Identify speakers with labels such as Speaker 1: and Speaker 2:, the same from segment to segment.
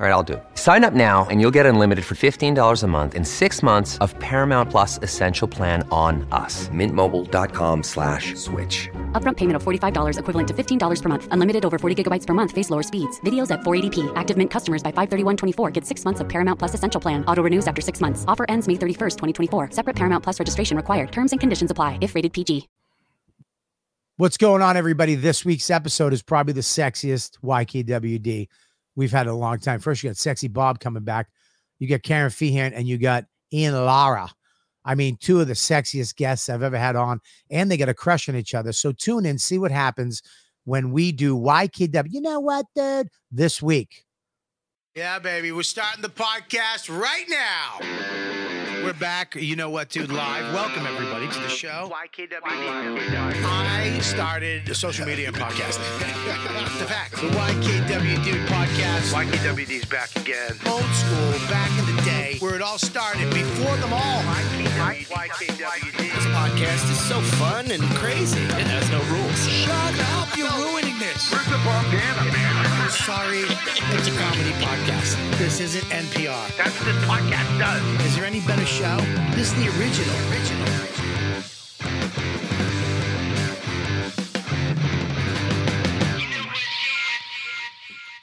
Speaker 1: All right, I'll do it. Sign up now and you'll get unlimited for $15 a month in six months of Paramount Plus Essential Plan on us. Mintmobile.com slash switch.
Speaker 2: Upfront payment of $45 equivalent to $15 per month. Unlimited over 40 gigabytes per month. Face lower speeds. Videos at 480p. Active Mint customers by 531.24 get six months of Paramount Plus Essential Plan. Auto renews after six months. Offer ends May 31st, 2024. Separate Paramount Plus registration required. Terms and conditions apply if rated PG.
Speaker 3: What's going on, everybody? This week's episode is probably the sexiest YKWd we've had in a long time. First, you got Sexy Bob coming back, you got Karen Feehan, and you got Ian Lara. I mean, two of the sexiest guests I've ever had on, and they got a crush on each other. So tune in, see what happens when we do YKW. You know what, dude? This week. Yeah, baby. We're starting the podcast right now. We're back. You know what, dude? Live. Welcome, everybody, to the show. I started social media and podcasting. the fact, the YKW Dude podcast.
Speaker 4: YKWD's back again.
Speaker 3: Old school, back in the day, where it all started, before them all.
Speaker 4: YKWD.
Speaker 5: This podcast is so fun and crazy. It has no rules.
Speaker 3: Shut up! You're ruining this.
Speaker 4: Where's the bandana, man?
Speaker 3: I'm sorry.
Speaker 5: It's a comedy podcast.
Speaker 3: This isn't NPR.
Speaker 4: That's what this podcast does.
Speaker 5: Is there any better show? This is the original. Original.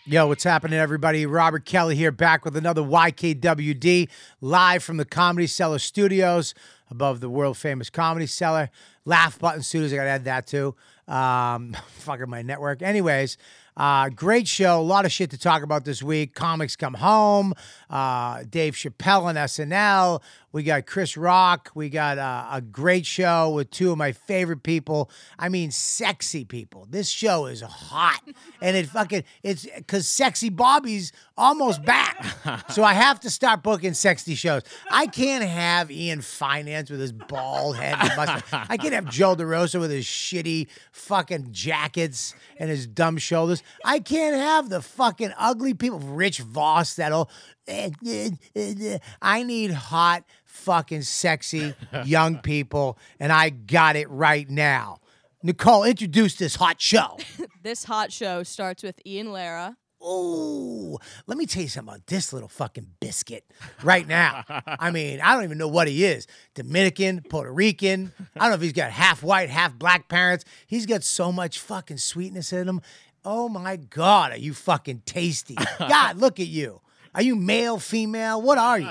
Speaker 3: Yo, what's happening, everybody? Robert Kelly here, back with another YKWd live from the Comedy Cellar Studios above the world famous Comedy Cellar. Laugh Button Studios, I gotta add that too. Um, fucking my network. Anyways, uh, great show. A lot of shit to talk about this week. Comics come home. Uh, Dave Chappelle on SNL. We got Chris Rock. We got uh, a great show with two of my favorite people. I mean, sexy people. This show is hot, and it fucking it's because sexy Bobby's almost back. so I have to start booking sexy shows. I can't have Ian Finance with his bald head and mustache. I can't have Joe DeRosa with his shitty fucking jackets and his dumb shoulders. I can't have the fucking ugly people. Rich Voss, that'll. I need hot, fucking sexy young people, and I got it right now. Nicole, introduce this hot show.
Speaker 6: This hot show starts with Ian Lara.
Speaker 3: Ooh, Oh, let me tell you something about this little fucking biscuit right now. I mean, I don't even know what he is Dominican, Puerto Rican. I don't know if he's got half white, half black parents. He's got so much fucking sweetness in him. Oh my God, are you fucking tasty? God, look at you. Are you male, female? What are you?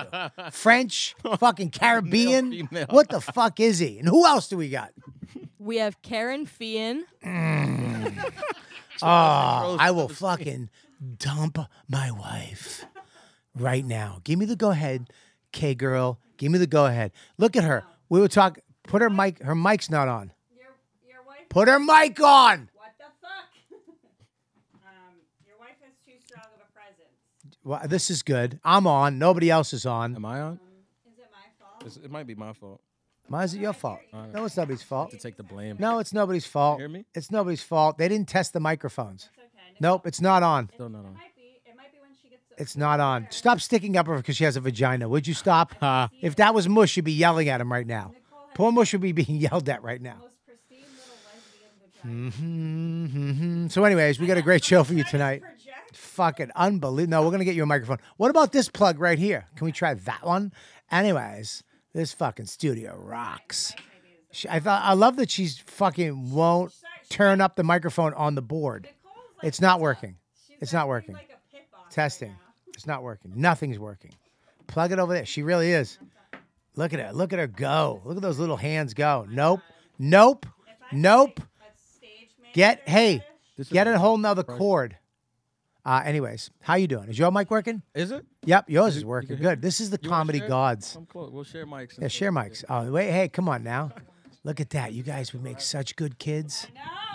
Speaker 3: French, fucking Caribbean?
Speaker 5: female.
Speaker 3: What the fuck is he? And who else do we got?
Speaker 6: We have Karen Fian.
Speaker 3: Oh, I will fucking dump my wife right now. Give me the go ahead, K girl. Give me the go ahead. Look at her. We were talking. Put her mic. Her mic's not on. Put her mic on.
Speaker 7: What the fuck? um, your wife has too strong of a presence.
Speaker 3: Well, this is good. I'm on. Nobody else is on.
Speaker 8: Am I on?
Speaker 7: Is it my fault?
Speaker 8: It's- it might be my fault
Speaker 3: Why is it your fault? No, it's nobody's fault.
Speaker 8: to take the blame.
Speaker 3: No, it's nobody's fault.
Speaker 8: hear me?
Speaker 3: It's nobody's fault. They didn't test the microphones. Nope, it's not on.
Speaker 8: Still not on.
Speaker 7: Might be. It might be when she gets.
Speaker 3: It's not on. Stop sticking up for her because she has a vagina. Would you stop? if that was Mush, you'd be yelling at him right now. Poor Mush would be being yelled at right now. Mhm, mhm. So, anyways, we got a great show for you tonight. Fucking unbelievable. No, we're going to get you a microphone. What about this plug right here? Can we try that one? Anyways, this fucking studio rocks. She, I thought I love that she's fucking won't.
Speaker 7: Sorry,
Speaker 3: turn up the microphone on the board.
Speaker 7: Nicole's like,
Speaker 3: It's not working.
Speaker 7: she's
Speaker 3: It's
Speaker 7: like
Speaker 3: not
Speaker 7: doing
Speaker 3: working.
Speaker 7: Like a pit boss right
Speaker 3: Testing.
Speaker 7: now.
Speaker 3: It's not working. Nothing's working. Plug it over there. She really is. Look at her. Look at her go. Look at those little hands go. Nope. Nope. Nope.
Speaker 7: That's stage manager.
Speaker 3: Get hey.
Speaker 8: This is
Speaker 3: Get a whole nother
Speaker 8: Right.
Speaker 3: chord. Uh, anyways, how you doing? Is your mic working?
Speaker 8: Is it?
Speaker 3: Yep, yours
Speaker 8: You-
Speaker 3: is
Speaker 8: you
Speaker 3: working.
Speaker 8: can hear-
Speaker 3: Good. This is the
Speaker 8: You wanna
Speaker 3: comedy
Speaker 8: share?
Speaker 3: gods.
Speaker 8: Come close. We'll share mics. and
Speaker 3: Yeah,
Speaker 8: stuff.
Speaker 3: share mics. Oh wait, hey, come on now. Look at that. You guys would make such good kids.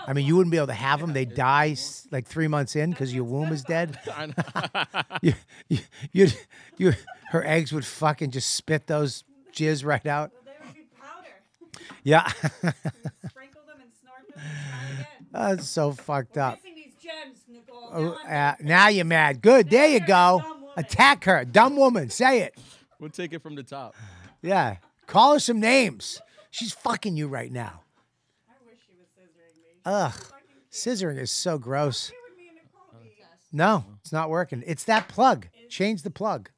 Speaker 3: I mean, you wouldn't be able to have them. They die s- like three months in because your womb is dead.
Speaker 8: I know.
Speaker 3: you, you, you'd- you, her eggs would fucking just spit those jizz right out.
Speaker 7: They would be powder.
Speaker 3: Yeah,
Speaker 7: Sprinkle them and snort them and try again.
Speaker 3: that's so fucked
Speaker 7: We're
Speaker 3: up.
Speaker 7: missing these gems, Nicole.
Speaker 3: Oh,
Speaker 7: Now
Speaker 3: uh,
Speaker 7: I'm
Speaker 3: now you're mad. Good. There you go. Attack her, dumb woman. Say it.
Speaker 8: we'll take it from the top.
Speaker 3: Yeah. Call her some names. She's fucking you right now. Ugh. Scissoring is so gross. No, it's not working. It's that plug. Change the plug.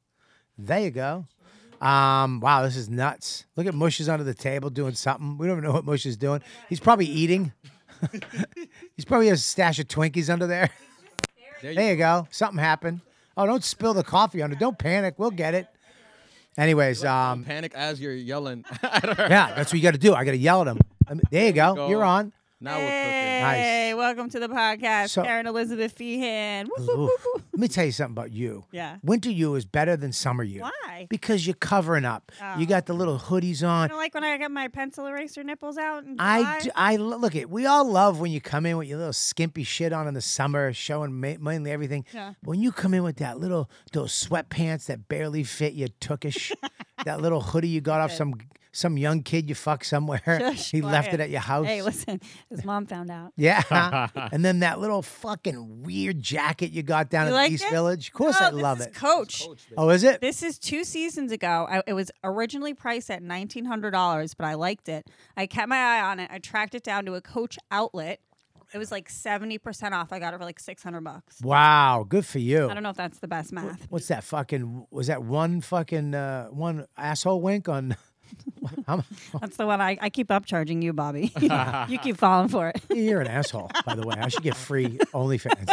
Speaker 3: There you go. Um, wow, this is nuts. Look at Mush is under the table doing something. We don't even know what Mush is doing. He's probably eating. He's probably has a stash of Twinkies under there.
Speaker 8: There you
Speaker 3: There you go. Something happened. Oh, don't spill the coffee on it. Don't panic. We'll get it. Anyways, um,
Speaker 8: Panic as you're yelling. at her.
Speaker 3: yeah, that's what you got to do. I got to yell at him. I mean, there you go.
Speaker 8: go.
Speaker 3: You're on.
Speaker 8: now we're cooking.
Speaker 7: Hey, welcome to the podcast,
Speaker 3: So-
Speaker 7: Karen Elizabeth Feehan. Woo, woo,
Speaker 3: Oof.
Speaker 7: woo, woo.
Speaker 3: Let me tell you something about you.
Speaker 7: Yeah.
Speaker 3: Winter you is better than summer you.
Speaker 7: Why? Oh.
Speaker 3: Because you're covering up. You got the little hoodies on.
Speaker 7: You know, like when I got my pencil eraser nipples out. In
Speaker 3: I,
Speaker 7: July?
Speaker 3: do, I lo- look at we all love when you come in with your little skimpy shit on in the summer, showing ma- mainly everything.
Speaker 7: Yeah.
Speaker 3: When you come in with that little those sweatpants that barely fit your tookish, that little hoodie you got off some some young kid you fucked somewhere.
Speaker 7: Shush,
Speaker 3: he left
Speaker 7: quiet.
Speaker 3: it at your house.
Speaker 7: Hey, listen, his mom found out.
Speaker 3: Yeah. and then that little fucking weird jacket you got down
Speaker 7: You
Speaker 3: at
Speaker 7: like
Speaker 3: East
Speaker 7: this?
Speaker 3: Village. Of course
Speaker 7: No,
Speaker 3: I love
Speaker 7: this is
Speaker 3: it.
Speaker 7: Coach.
Speaker 3: oh, is it?
Speaker 7: This is two seasons ago. I, it was originally priced at nineteen hundred dollars, but I liked it. I kept my eye on it. I tracked it down to a Coach outlet. It was like seventy percent off. I got it for like six hundred bucks.
Speaker 3: Wow, good for you.
Speaker 7: I don't know if that's the best math.
Speaker 3: What's that fucking was that one fucking uh one asshole wink on I'm,
Speaker 7: That's the one I, I keep upcharging you, Bobby. you keep falling for it.
Speaker 3: you're an asshole, by the way. I should get free OnlyFans.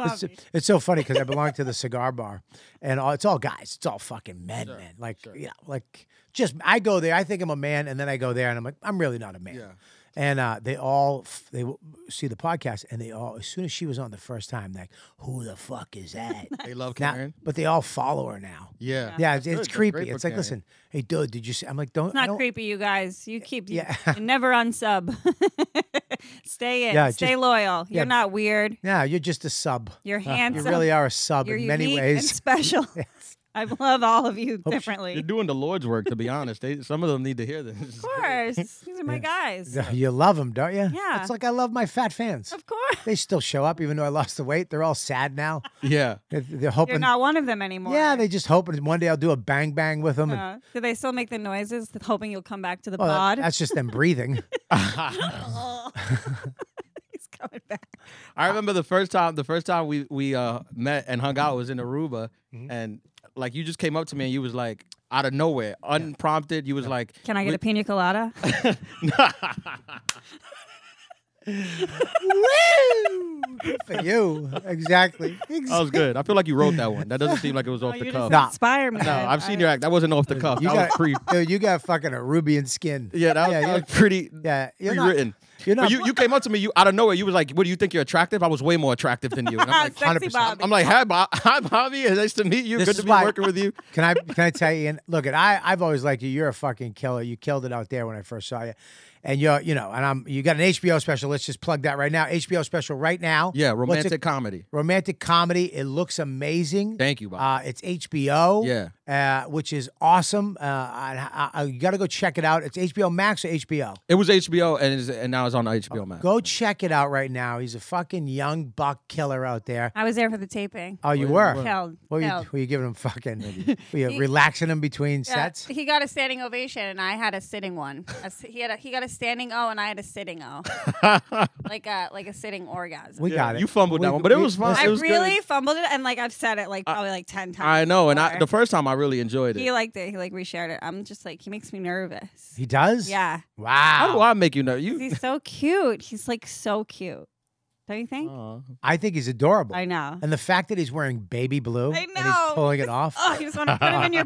Speaker 3: It's,
Speaker 7: Bobby.
Speaker 3: it's so funny because I belong to the cigar bar, and all, it's all guys. It's all fucking men, man. Like, you know, like just I go there. I think I'm a man, and then I go there, and I'm like, I'm really not a man.
Speaker 8: Yeah.
Speaker 3: And uh, they all f- they w- see the podcast, and they all as soon as she was on the first time, like, who the fuck is that?
Speaker 8: They love
Speaker 3: now,
Speaker 8: Karen.
Speaker 3: but they all follow her now.
Speaker 8: Yeah.
Speaker 3: Yeah, it's,
Speaker 8: good.
Speaker 3: it's
Speaker 8: That's great
Speaker 3: creepy.
Speaker 8: for
Speaker 3: It's like,
Speaker 8: Karen.
Speaker 3: listen, hey, dude, did you see? I'm like, don't.
Speaker 7: It's
Speaker 3: I
Speaker 7: not
Speaker 3: don't-
Speaker 7: creepy, you guys. You keep
Speaker 3: Yeah.
Speaker 7: you never unsub. Stay in.
Speaker 3: Yeah,
Speaker 7: Stay
Speaker 3: just-
Speaker 7: loyal.
Speaker 3: yeah.
Speaker 7: You're not weird.
Speaker 3: Yeah, you're just a sub.
Speaker 7: You're
Speaker 3: You
Speaker 7: handsome.
Speaker 3: really are a sub
Speaker 7: You're
Speaker 3: in
Speaker 7: unique
Speaker 3: many
Speaker 7: and
Speaker 3: ways.
Speaker 7: special. I love all of you differently.
Speaker 8: You're doing the Lord's work, to be honest. They, some of them need to hear this.
Speaker 7: Of course. These are my guys.
Speaker 3: You love them, don't you?
Speaker 7: Yeah.
Speaker 3: It's like I love my fat fans.
Speaker 7: Of course.
Speaker 3: They still show up, even though I lost the weight. They're all sad now.
Speaker 8: yeah.
Speaker 3: They're, they're
Speaker 7: You're
Speaker 3: hoping.
Speaker 7: not one of them anymore.
Speaker 3: yeah, they just hoping one day I'll do a bang bang with them. and,
Speaker 7: Uh, do they still make the noises, th- hoping you'll come back to the
Speaker 3: well, Oh, that-
Speaker 7: pod?
Speaker 3: that's just them breathing.
Speaker 7: He's coming back.
Speaker 8: I remember the first time the first time we we uh, met and hung out was in Aruba,
Speaker 3: Mm-hmm.
Speaker 8: and like you just came up to me and you was like out of nowhere, unprompted. You was like,
Speaker 7: Can I
Speaker 8: "Li-
Speaker 7: get a pina colada?
Speaker 3: Woo! Good for you. Exactly.
Speaker 8: That was good. I feel like you wrote that one. That doesn't seem like it was off
Speaker 7: Oh, you
Speaker 8: the
Speaker 7: just
Speaker 8: cuff.
Speaker 3: Nah.
Speaker 7: inspire me.
Speaker 8: No, I've seen your act. That wasn't off the cuff.
Speaker 3: You
Speaker 8: that
Speaker 3: got,
Speaker 8: was pre.
Speaker 3: dude, you got fucking Arubian skin.
Speaker 8: Yeah, that was,
Speaker 3: yeah,
Speaker 8: that
Speaker 3: you're-
Speaker 8: was pretty.
Speaker 3: yeah, you're not-
Speaker 8: pre-written.
Speaker 3: you're
Speaker 8: But
Speaker 3: not-
Speaker 8: you, you came up to me. You out of nowhere. You was like, "What do you think? You're attractive?" I was way more attractive than you. And I'm like,
Speaker 7: Ah, Sexy
Speaker 3: 100%.
Speaker 7: Bobby.
Speaker 8: I'm like, "Hi, Bob. Hi, Bobby. Nice to meet you.
Speaker 3: This
Speaker 8: Good to
Speaker 3: is
Speaker 8: be
Speaker 3: why-
Speaker 8: working with you."
Speaker 3: Can I can I tell you? And look, at I I've always liked you. You're a fucking killer. You killed it out there when I first saw you, and you're you know, and I'm you got an HBO special. Let's just plug that right now. HBO special right now.
Speaker 8: Yeah,
Speaker 3: What's it-
Speaker 8: romantic comedy.
Speaker 3: romantic comedy. It looks amazing.
Speaker 8: Thank you, Bob.
Speaker 3: Uh, it's HBO.
Speaker 8: Yeah.
Speaker 3: Uh, which is awesome. Uh, I, I, I- you got to go check it out. It's HBO Max or HBO.
Speaker 8: It was HBO, and it's, and now it's on HBO Max.
Speaker 3: Go check it out right now. He's a fucking young buck killer out there.
Speaker 7: I was there for the taping.
Speaker 3: Oh, you were.
Speaker 7: Killed.
Speaker 3: What were you,
Speaker 7: Killed.
Speaker 3: were you giving him fucking? were you relaxing him between
Speaker 7: Yeah,
Speaker 3: sets?
Speaker 7: he got a standing ovation, and I had a sitting one. A s- he had a, he got a standing O, and I had a sitting O, like a like a sitting orgasm.
Speaker 3: We got it.
Speaker 8: you fumbled
Speaker 3: We-
Speaker 8: that one, but it
Speaker 3: we-
Speaker 8: was fine.
Speaker 3: listen,
Speaker 7: I
Speaker 8: it was good.
Speaker 7: really fumbled it, and like I've said it like probably like ten times.
Speaker 8: I know, and I,
Speaker 7: before.
Speaker 8: the first time I really enjoyed it.
Speaker 7: He liked it. He like we shared it. I'm just like he makes me nervous.
Speaker 3: He does?
Speaker 7: Yeah. Oh,
Speaker 8: How do
Speaker 3: Wow.
Speaker 8: I make you know? You.
Speaker 7: He's so cute. He's like so cute. Don't you think?
Speaker 8: Aw.
Speaker 3: I think he's adorable.
Speaker 7: I know.
Speaker 3: And the fact that he's wearing baby blue
Speaker 7: I
Speaker 3: and he's
Speaker 7: know.
Speaker 3: pulling it off.
Speaker 7: Oh, you just want to put him in your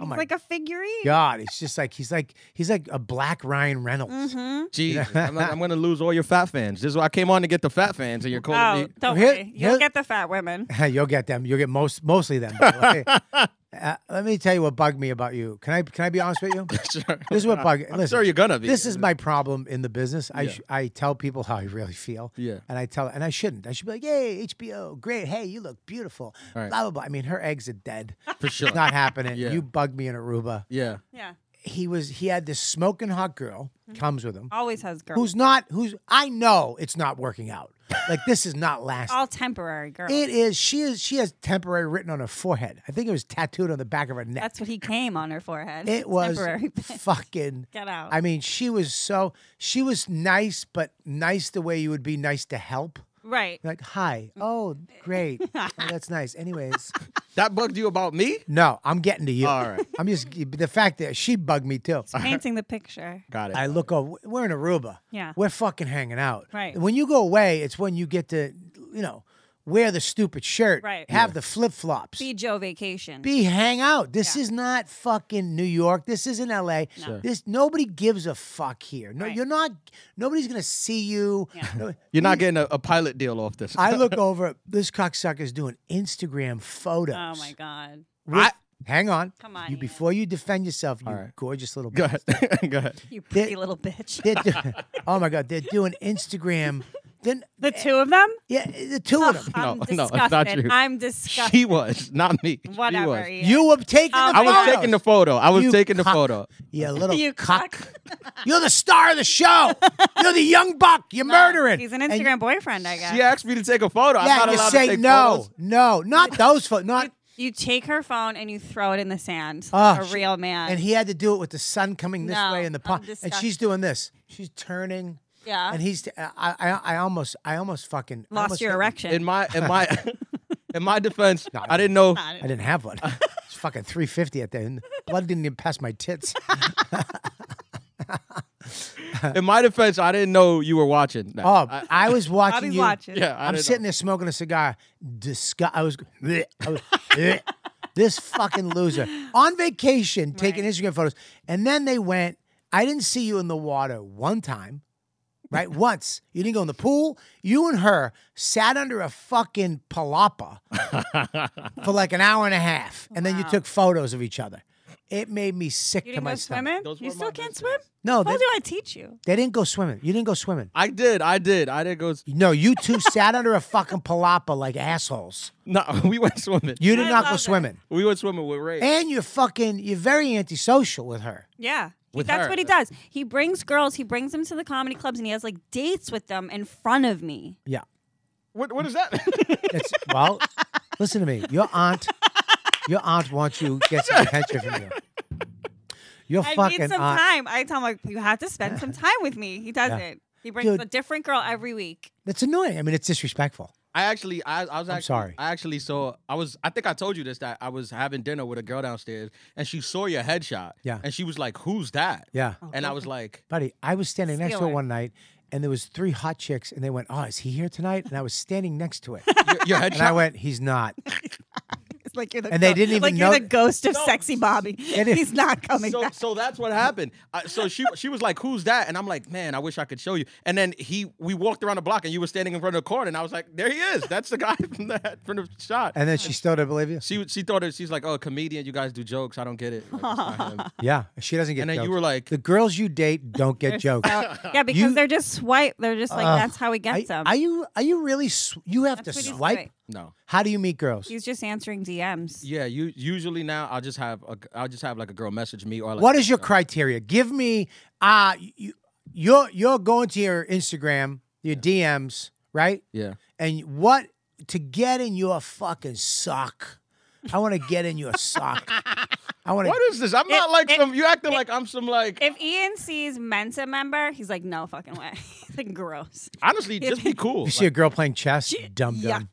Speaker 3: Oh
Speaker 7: He's
Speaker 3: my
Speaker 7: like a figurine.
Speaker 3: God, it's just like he's like he's like a black Ryan Reynolds.
Speaker 7: Mm-hmm.
Speaker 8: Jesus, I'm, not- I'm gonna lose all your fat fans. This is why I came on to get the fat fans, and you're calling
Speaker 7: Oh,
Speaker 8: me.
Speaker 7: don't
Speaker 3: Here-
Speaker 7: worry. You'll
Speaker 3: here-
Speaker 7: get the fat women.
Speaker 3: You'll get them. You'll get most mostly them. by the way. uh, let me tell you what bugged me about you. Can I can I be honest with you?
Speaker 8: Sure.
Speaker 3: This is what bugged.
Speaker 8: I'm
Speaker 3: listen,
Speaker 8: sure you're gonna be.
Speaker 3: This is my problem in the business. I
Speaker 8: Yeah.
Speaker 3: sh- I tell people how I really feel.
Speaker 8: Yeah.
Speaker 3: And I tell and I shouldn't. I should be like, "Yay, HBO, great. Hey, you look beautiful."
Speaker 8: Right.
Speaker 3: Blah blah blah. I mean, her eggs are dead.
Speaker 8: for sure.
Speaker 3: It's not happening.
Speaker 8: Yeah.
Speaker 3: You bugged me in Aruba.
Speaker 8: yeah.
Speaker 7: Yeah.
Speaker 3: He was he had this smoking hot girl comes with him.
Speaker 7: Always has girls.
Speaker 3: Who's not who's I know it's not working out. Like this is not lasting.
Speaker 7: All temporary girls.
Speaker 3: It is. She is. She has temporary written on her forehead. I think it was tattooed on the back of her neck.
Speaker 7: That's what he came on her forehead.
Speaker 3: it was
Speaker 7: temporary.
Speaker 3: fucking.
Speaker 7: Get out.
Speaker 3: I mean, she was so. She was nice, but nice the way you would be nice to help.
Speaker 7: right.
Speaker 3: Like, hi.
Speaker 7: Mm.
Speaker 3: Oh, great. Oh, that's nice. Anyways,
Speaker 8: That bugged you about me?
Speaker 3: no, I'm getting to you.
Speaker 8: All right.
Speaker 3: I'm just the fact that she bugged me too.
Speaker 7: Painting the picture.
Speaker 8: Got it.
Speaker 3: I look over. We're in Aruba.
Speaker 7: Yeah.
Speaker 3: We're fucking hanging out.
Speaker 7: Right.
Speaker 3: When you go away, it's when you get to, you know, wear the stupid shirt.
Speaker 7: Right.
Speaker 3: Have the flip flops.
Speaker 7: Be Joe vacation.
Speaker 3: be hang out. This is not fucking New York. This isn't L.A. This nobody gives a fuck here. No, you're not. Nobody's gonna see you. No-
Speaker 8: You're not getting a, a pilot deal off this.
Speaker 3: I look over. This cocksucker's doing Instagram photos.
Speaker 7: oh my god.
Speaker 3: With- hang on.
Speaker 7: Come on,
Speaker 3: You,
Speaker 7: Ian.
Speaker 3: before you defend yourself, you
Speaker 8: right.
Speaker 3: gorgeous little.
Speaker 8: Go ahead. Go ahead.
Speaker 7: You pretty little bitch.
Speaker 3: They're do- oh my god, they're doing Instagram. Then
Speaker 7: the two of them?
Speaker 3: yeah, the two of them.
Speaker 7: I'm
Speaker 8: No, no, it's not
Speaker 7: disgusted.
Speaker 8: you.
Speaker 7: I'm disgusted.
Speaker 8: She was, not me. She was.
Speaker 7: Whatever. yeah. Oh,
Speaker 3: You were taking the.
Speaker 8: I was
Speaker 3: photos.
Speaker 8: taking the photo. I was
Speaker 3: You
Speaker 8: taking the
Speaker 3: cock.
Speaker 8: photo.
Speaker 3: Yeah, little
Speaker 7: You
Speaker 3: cock. You're the star of the show. You're the young buck. You're murdering.
Speaker 7: He's an
Speaker 3: And-
Speaker 7: Instagram boyfriend, I guess.
Speaker 8: She asked me to take a photo. I'm
Speaker 3: Yeah,
Speaker 8: not
Speaker 3: you
Speaker 8: allowed
Speaker 3: say
Speaker 8: to take
Speaker 3: no,
Speaker 8: photos.
Speaker 3: no, not those photos. Not.
Speaker 7: You take her phone and you throw it in the sand.
Speaker 3: Oh,
Speaker 7: like a
Speaker 3: she-
Speaker 7: real man.
Speaker 3: And he had to do it with the sun coming this
Speaker 7: No,
Speaker 3: way in the
Speaker 7: I'm
Speaker 3: pond, and she's
Speaker 7: disgusted.
Speaker 3: doing this. She's turning.
Speaker 7: Yeah.
Speaker 3: And he's. I. I. I almost. I almost fucking I
Speaker 7: lost
Speaker 3: almost
Speaker 7: your
Speaker 3: hit-
Speaker 7: erection.
Speaker 8: In my in my in my defense, I didn't know.
Speaker 3: I didn't have one. It's fucking 350 at the end. Blood didn't even pass my tits.
Speaker 8: In my defense, I didn't know you were watching. that.
Speaker 3: Oh, I, was watching
Speaker 7: Bobby's
Speaker 3: you.
Speaker 7: watching.
Speaker 8: yeah, I
Speaker 3: I'm
Speaker 8: didn't
Speaker 3: sitting
Speaker 8: know.
Speaker 3: there smoking a cigar. Disgust. I was. bleh, I was bleh. this fucking loser on vacation taking Instagram photos, and then they went. I didn't see you in the water one time, right? Once you didn't go in the pool. You and her sat under a fucking palapa for like an hour and a half, and then you took photos of each other. It made me sick
Speaker 7: you
Speaker 3: to
Speaker 7: didn't
Speaker 3: my
Speaker 7: go
Speaker 3: stomach.
Speaker 7: swimming?
Speaker 8: Those
Speaker 7: You
Speaker 8: were
Speaker 7: still
Speaker 8: my
Speaker 7: can't
Speaker 8: best
Speaker 7: swim?
Speaker 3: No,
Speaker 7: How
Speaker 3: they,
Speaker 7: do I teach you?
Speaker 3: they didn't go swimming. You didn't go swimming.
Speaker 8: I did. I did. I did go. s-
Speaker 3: No, you two sat under a fucking palapa like assholes.
Speaker 8: No, we went swimming.
Speaker 3: You did
Speaker 7: I
Speaker 3: not go
Speaker 7: love it.
Speaker 3: swimming.
Speaker 8: We went swimming with Ray.
Speaker 3: And you're fucking, you're very antisocial with her.
Speaker 7: Yeah.
Speaker 8: With
Speaker 7: That's
Speaker 8: her.
Speaker 7: what he does. He brings girls, he brings them to the comedy clubs, and he has like dates with them in front of me.
Speaker 3: Yeah.
Speaker 8: what, what is that?
Speaker 3: It's, well, listen to me. Your aunt, your aunt wants you to get some attention from you. Your
Speaker 7: I
Speaker 3: fucking
Speaker 7: need some
Speaker 3: aunt.
Speaker 7: time. I tell him, like, you have to spend some time with me. He doesn't. He brings
Speaker 3: Dude.
Speaker 7: a different girl every week.
Speaker 3: That's annoying. I mean, it's disrespectful.
Speaker 8: I actually, I, I was. Actually,
Speaker 3: sorry.
Speaker 8: I actually saw. I was. I think I told you this that I was having dinner with a girl downstairs, and she saw your headshot.
Speaker 3: Yeah.
Speaker 8: And she was like, "Who's that?"
Speaker 3: Yeah.
Speaker 8: And I was like,
Speaker 3: Buddy, I was standing next to
Speaker 7: Stealer.
Speaker 3: it one night and there was three hot chicks and they went, oh, is he here tonight? And I was standing next to it.
Speaker 8: "Your, your
Speaker 3: and I
Speaker 8: headshot."
Speaker 3: went, he's not.
Speaker 7: It's like you're the
Speaker 3: And they didn't even
Speaker 7: like you're
Speaker 3: know-
Speaker 7: the ghost of sexy Bobby.
Speaker 3: is-
Speaker 7: He's not coming
Speaker 8: so,
Speaker 7: back.
Speaker 8: so that's what happened. I, so she she was like, "Who's that?" And I'm like, "Man, I wish I could show you." And then he we walked around the block, and you were standing in front of the corner, and I was like, "There he is. That's the guy from the from the shot."
Speaker 3: And then she still didn't believe you?
Speaker 8: she she thought it, she's like, "Oh, comedian, you guys do jokes. I don't get it." Like, it's not him.
Speaker 3: Yeah. She doesn't get
Speaker 8: And then you
Speaker 3: jokes.
Speaker 8: were like-
Speaker 3: the girls you date don't get jokes.
Speaker 7: yeah, because
Speaker 3: You-
Speaker 7: they're just swipe. They're just like, that's how he gets
Speaker 3: Are,
Speaker 7: them.
Speaker 3: are you are you really sw- you have
Speaker 7: That's what
Speaker 3: to
Speaker 7: he's
Speaker 3: swipe?
Speaker 7: doing.
Speaker 8: no.
Speaker 3: How do you meet girls?
Speaker 7: He's just answering DMs.
Speaker 8: Yeah, you usually now I'll just have a I'll just have like a girl message me or like uh,
Speaker 3: what is your criteria? Give me uh you you're you're going to your Instagram, your DMs, right?
Speaker 8: yeah.
Speaker 3: And what to get in your fucking sock I want to get in your sock. I want to.
Speaker 8: What is this? I'm not like some. You acting like I'm some like.
Speaker 7: If Ian sees Mensa member, he's like, no fucking way. He's like, gross.
Speaker 8: Honestly, just be cool.
Speaker 3: You see a girl playing chess, dumb dumb.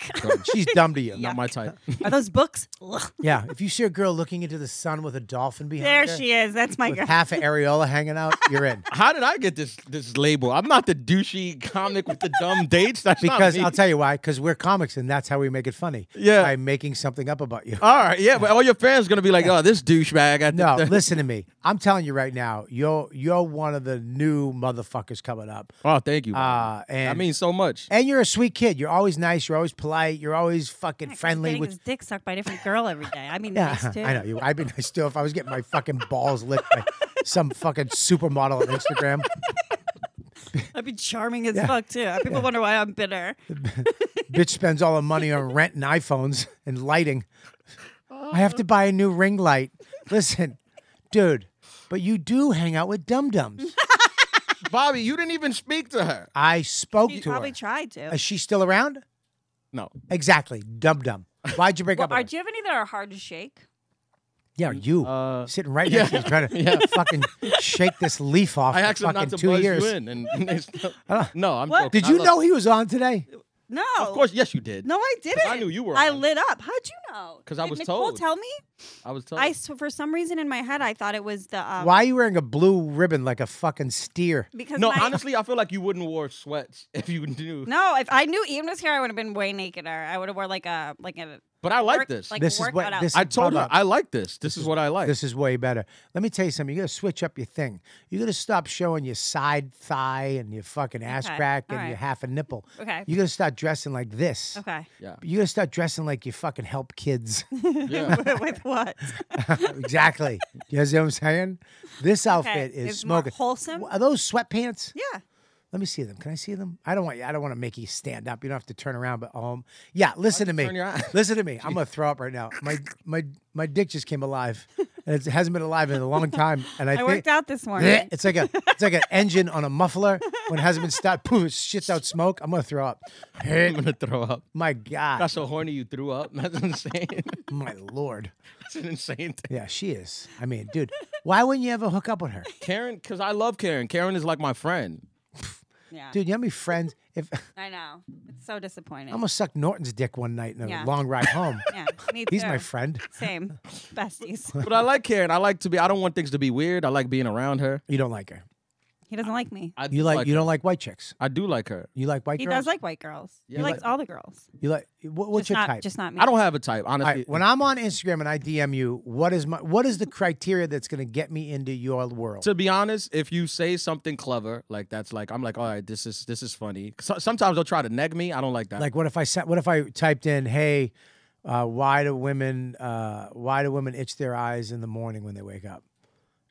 Speaker 3: She's dumb to you.
Speaker 8: Like, not my type.
Speaker 7: Are those books? Ugh.
Speaker 3: Yeah. If you see a girl looking into the sun with a dolphin behind her,
Speaker 7: There she is. That's my
Speaker 3: with
Speaker 7: girl.
Speaker 3: half an areola hanging out, you're in.
Speaker 8: How did I get this this label? I'm not the douchey comic with the dumb dates. That's not
Speaker 3: Because
Speaker 8: me.
Speaker 3: I'll tell you why. Because we're comics, and that's how we make it funny.
Speaker 8: Yeah.
Speaker 3: By making something up about you.
Speaker 8: All right, yeah, but all your fans are gonna be like, "Oh, this douchebag." I
Speaker 3: No,
Speaker 8: think that-
Speaker 3: listen to me. I'm telling you right now, you're you're one of the new motherfuckers coming up.
Speaker 8: Oh, thank you.
Speaker 3: Uh, and
Speaker 8: that means so much.
Speaker 3: and you're a sweet kid. You're always nice. You're always polite. You're always fucking friendly.
Speaker 7: Getting
Speaker 3: Which
Speaker 7: his dick sucked by a different girl every day. I mean,
Speaker 3: yeah,
Speaker 7: nice too.
Speaker 3: I know you. I've been nice too. If I was getting my fucking balls licked by some fucking supermodel on Instagram,
Speaker 7: I'd be charming as fuck too. People wonder why I'm bitter.
Speaker 3: bitch spends all her money on rent and iPhones and lighting. I have to buy a new ring light. Listen, dude, but you do hang out with dum dums.
Speaker 8: Bobby, you didn't even speak to her.
Speaker 3: I spoke
Speaker 7: He
Speaker 3: to her.
Speaker 7: probably tried to.
Speaker 3: Is she still around?
Speaker 8: No,
Speaker 3: Exactly. Dum dum. Why'd you break
Speaker 7: Well,
Speaker 3: up?
Speaker 7: are,
Speaker 3: With
Speaker 7: do you have any that are hard to shake?
Speaker 3: her? Yeah, you
Speaker 8: Uh,
Speaker 3: sitting right next to me trying to fucking shake this leaf off
Speaker 8: I
Speaker 3: for
Speaker 8: asked him
Speaker 3: fucking
Speaker 8: not to
Speaker 3: two
Speaker 8: buzz
Speaker 3: years. Uh,
Speaker 8: you in, and they still- no, I'm.
Speaker 7: What?
Speaker 8: joking.
Speaker 3: Did
Speaker 8: I
Speaker 3: you
Speaker 8: love-
Speaker 3: know he was on today?
Speaker 7: No.
Speaker 8: Of course, yes, you did.
Speaker 7: No, I didn't.
Speaker 8: I knew you were
Speaker 7: I
Speaker 8: on.
Speaker 7: lit up. How'd you know?
Speaker 8: 'Cause I
Speaker 7: Did
Speaker 8: was
Speaker 7: Nicole
Speaker 8: told.
Speaker 7: tell me.
Speaker 8: I was telling.
Speaker 7: I s- for some reason in my head I thought it was the um,
Speaker 3: Why are you wearing a blue ribbon like a fucking steer?
Speaker 7: because
Speaker 8: no,
Speaker 7: my-
Speaker 8: honestly, I feel like you wouldn't wear sweats if you knew.
Speaker 7: No, if I knew Ian was here, I would have been way nakeder. I would have wore like a like a
Speaker 8: But I like
Speaker 7: work-
Speaker 8: this.
Speaker 7: Like
Speaker 3: This is
Speaker 7: workout
Speaker 3: what-
Speaker 7: outfit.
Speaker 3: this
Speaker 8: I told her
Speaker 3: Bubba.
Speaker 8: I like this. This is what I like.
Speaker 3: This is way better. Let me tell you something. You gotta switch up your thing. You gotta stop showing your side thigh and your fucking ass
Speaker 7: Okay,
Speaker 3: crack and
Speaker 7: all right.
Speaker 3: your half a nipple.
Speaker 7: Okay.
Speaker 3: You gotta start dressing like this.
Speaker 7: okay.
Speaker 8: yeah,
Speaker 3: You gotta start dressing like you fucking help kids.
Speaker 8: yeah.
Speaker 7: With what?
Speaker 3: exactly. You know what I'm saying? This outfit is
Speaker 7: It's more
Speaker 3: smoking.
Speaker 7: wholesome?
Speaker 3: Are those sweatpants?
Speaker 7: Yeah.
Speaker 3: Let me see them. Can I see them? I don't want you. I don't want to make you stand up. You don't have to turn around, but um, yeah. Listen to me.
Speaker 8: Oh, turn your eye.
Speaker 3: Listen to me. I'm gonna throw up right now. My my my dick just came alive, and it hasn't been alive in a long time. And I,
Speaker 7: I
Speaker 3: think
Speaker 7: worked out this morning.
Speaker 3: It's like a it's like an engine on a muffler when it hasn't been stopped. Poof, it shits out smoke. I'm gonna throw up.
Speaker 8: I'm gonna throw up.
Speaker 3: My God,
Speaker 8: That's so horny you threw up. That's insane.
Speaker 3: my Lord.
Speaker 8: That's an insane thing.
Speaker 3: Yeah, she is. I mean, dude, why wouldn't you ever hook up with her,
Speaker 8: Karen, because I love Karen. Karen is like my friend.
Speaker 7: yeah.
Speaker 3: dude? You know how many friends? If
Speaker 7: I know. It's so disappointing.
Speaker 3: I almost sucked Norton's dick one night in a
Speaker 7: Yeah.
Speaker 3: long ride home.
Speaker 7: yeah. Me
Speaker 3: He's
Speaker 7: too.
Speaker 3: my friend.
Speaker 7: Same. Besties.
Speaker 8: But I like Karen. I like to be. I don't want things to be weird. I like being around her.
Speaker 3: You don't like her.
Speaker 7: He doesn't like me.
Speaker 8: I do
Speaker 3: You like, you
Speaker 8: her.
Speaker 3: don't like white chicks.
Speaker 8: I do like her.
Speaker 3: You like white
Speaker 7: He
Speaker 3: girls.
Speaker 7: does like white girls.
Speaker 8: Yeah,
Speaker 7: he likes
Speaker 8: like-
Speaker 7: all the girls.
Speaker 3: you like. What, what's
Speaker 7: just
Speaker 3: your
Speaker 7: not,
Speaker 3: type?
Speaker 7: Just not me.
Speaker 8: I don't have a type,
Speaker 3: All
Speaker 8: honestly.
Speaker 3: right, when I'm on Instagram and I DM you, what is my what is the criteria that's going to get me into your world?
Speaker 8: to be honest, if you say something clever, like that's like I'm like, all right, this is this is funny. So, sometimes they'll try to neg me. I don't like that.
Speaker 3: like, what if I sent? What if I typed in, "Hey, uh, why do women uh, why do women itch their eyes in the morning when they wake up?"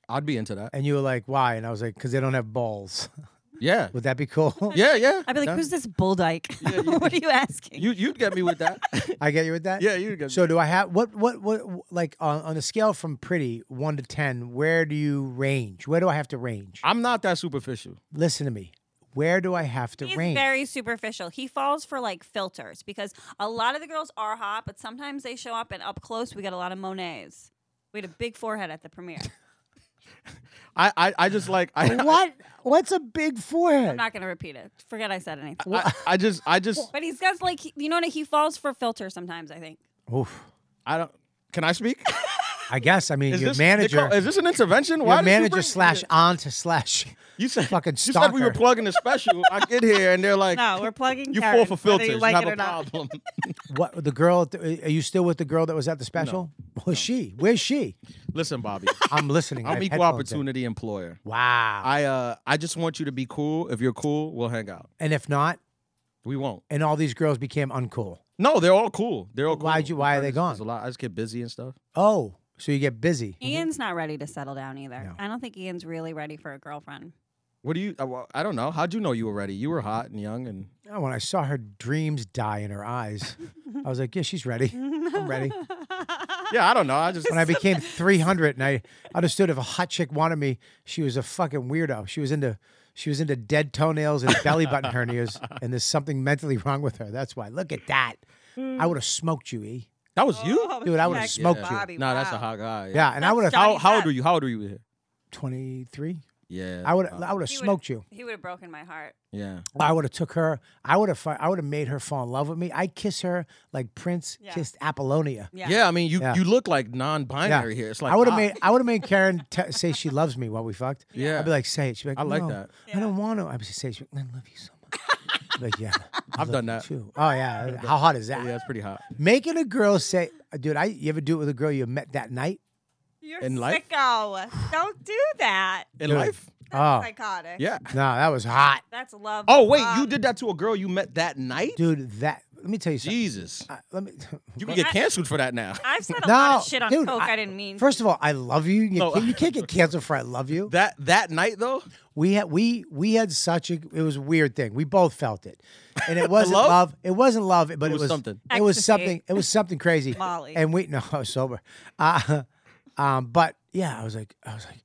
Speaker 8: I'd be into that.
Speaker 3: And you were like, "Why?" And I was like, "Cause they don't have balls."
Speaker 8: Yeah,
Speaker 3: Would that be cool?
Speaker 8: yeah, yeah.
Speaker 7: I'd be like,
Speaker 8: That-
Speaker 7: who's this bull dyke? what are you asking?
Speaker 8: You you'd get me with that.
Speaker 3: I get you with that.
Speaker 8: yeah, you'd get.
Speaker 3: So do I have what what what like on, on a scale from pretty one to ten? Where do you range? Where do I have to range?
Speaker 8: I'm not that superficial.
Speaker 3: Listen to me. Where do I have to
Speaker 7: He's
Speaker 3: range?
Speaker 7: very superficial. He falls for like filters because a lot of the girls are hot, but sometimes they show up and up close we got a lot of Monets. We had a big forehead at the premiere.
Speaker 8: I I, I just like I
Speaker 3: what what's a big forehead?
Speaker 7: I'm not gonna repeat it. Forget I said anything.
Speaker 8: I, I just I just
Speaker 7: But he's got like he- you know what he falls for filters sometimes. I think.
Speaker 3: Oof.
Speaker 8: I don't. Can I speak?
Speaker 3: I guess. I mean,
Speaker 8: Is
Speaker 3: your
Speaker 8: this
Speaker 3: manager,
Speaker 8: Nicole, is this an intervention? Why
Speaker 3: your
Speaker 8: did you
Speaker 3: manager
Speaker 8: bring-
Speaker 3: slash aunt slash.
Speaker 8: You said
Speaker 3: fucking
Speaker 8: You said we were
Speaker 3: stalker.
Speaker 8: plugging a special. I get here and they're like,
Speaker 7: No, we're plugging.
Speaker 8: you
Speaker 7: Karen,
Speaker 8: fall for
Speaker 7: whether
Speaker 8: filters.
Speaker 7: You like
Speaker 8: have
Speaker 7: it or
Speaker 8: a
Speaker 7: not.
Speaker 8: problem.
Speaker 3: What the girl? at the- Are you still with the girl that was at the special? Who's she? Where's she?
Speaker 8: Listen, Bobby,
Speaker 3: I'm listening. I
Speaker 8: I'm
Speaker 3: have
Speaker 8: equal
Speaker 3: headphones in.
Speaker 8: opportunity employer.
Speaker 3: Wow.
Speaker 8: I uh, I just want you to be cool. If you're cool, we'll hang out.
Speaker 3: and if not,
Speaker 8: We won't.
Speaker 3: and all these girls became uncool.
Speaker 8: No, they're all cool. They're all cool.
Speaker 3: Why'd you- why are they
Speaker 8: There's-
Speaker 3: gone?
Speaker 8: there's a lot. I just get busy and stuff.
Speaker 3: Oh, so you get busy.
Speaker 7: Ian's not ready to settle down either.
Speaker 3: Mm-hmm. No.
Speaker 7: I don't think Ian's really ready for a girlfriend.
Speaker 8: What do you? I, well, I don't know. How'd you know you were ready? You were hot and young and
Speaker 3: Oh, when I saw her dreams die in her eyes, I was like, yeah, she's ready. I'm ready.
Speaker 8: yeah. I don't know. I just
Speaker 3: When I became 300 and I understood if a hot chick wanted me, she was a fucking weirdo. She was into she was into dead toenails and belly button
Speaker 7: Hmm.
Speaker 3: hernias, and there's something mentally wrong with her. That's why. Look at that. I would have smoked you, E.
Speaker 8: That was you,
Speaker 3: Dude, I would've
Speaker 7: Heck,
Speaker 3: smoked you.
Speaker 7: Oh, Bobby,
Speaker 8: Nah, that's a
Speaker 7: wow.
Speaker 8: hot guy.
Speaker 3: Yeah, and I would have
Speaker 7: Donnie
Speaker 8: How, how old
Speaker 7: Cut.
Speaker 8: were you? How old were you here?
Speaker 3: 23.
Speaker 8: Yeah.
Speaker 3: I would
Speaker 8: uh,
Speaker 3: I would have
Speaker 7: He would've-
Speaker 3: smoked you.
Speaker 7: He would have broken my heart.
Speaker 8: Yeah.
Speaker 3: I would have took her. I would have. I would have made her fall in love with me. I kiss her like Prince
Speaker 7: Yeah.
Speaker 3: kissed Apollonia.
Speaker 8: yeah.
Speaker 7: Yeah.
Speaker 8: I mean, you
Speaker 3: Yeah.
Speaker 8: you look like non-binary
Speaker 3: Yeah.
Speaker 8: here. It's like
Speaker 3: I would have
Speaker 8: ah,
Speaker 3: made. I would have made Karen t- say she loves me while we fucked.
Speaker 8: Yeah.
Speaker 3: I'd be like, say it. She'd be like,
Speaker 8: I like
Speaker 3: "No,
Speaker 8: that.
Speaker 3: I don't want to. I'd be say, she'd be like, I love you so much. I'd be like, yeah. I
Speaker 8: I've
Speaker 3: love
Speaker 8: done
Speaker 3: you
Speaker 8: that.
Speaker 3: Too. Oh yeah. How hot is that?
Speaker 8: Yeah, it's pretty hot.
Speaker 3: Making a girl say, dude, I. You ever do it with a girl you met that night?
Speaker 7: You're
Speaker 8: In life?
Speaker 7: sicko. Don't do that.
Speaker 8: In
Speaker 3: Dude.
Speaker 8: life?
Speaker 3: Oh
Speaker 7: Psychotic.
Speaker 8: Yeah.
Speaker 3: no, that was hot,
Speaker 7: That's love.
Speaker 8: Oh wait,
Speaker 7: Bob.
Speaker 8: you did that to a girl you met that night?
Speaker 3: dude. That. Let me tell you something.
Speaker 8: Jesus.
Speaker 3: I- let me.
Speaker 8: You can get canceled for that now.
Speaker 7: I've said a
Speaker 3: No,
Speaker 7: lot of shit on
Speaker 3: dude,
Speaker 7: coke.
Speaker 3: I-
Speaker 7: I, didn't mean.
Speaker 3: First of all, I love you. You,
Speaker 8: No.
Speaker 3: can't, you can't get canceled for I love you.
Speaker 8: That that night though?
Speaker 3: We had we we had such a it was a weird thing. We both felt it, and it wasn't
Speaker 8: love?
Speaker 3: love? It wasn't love, but it was,
Speaker 8: was something.
Speaker 3: It was
Speaker 7: Ecstasy.
Speaker 3: something. It was something crazy.
Speaker 7: Molly.
Speaker 3: And we no, I was sober. Uh, um, but yeah, I was like, I was like,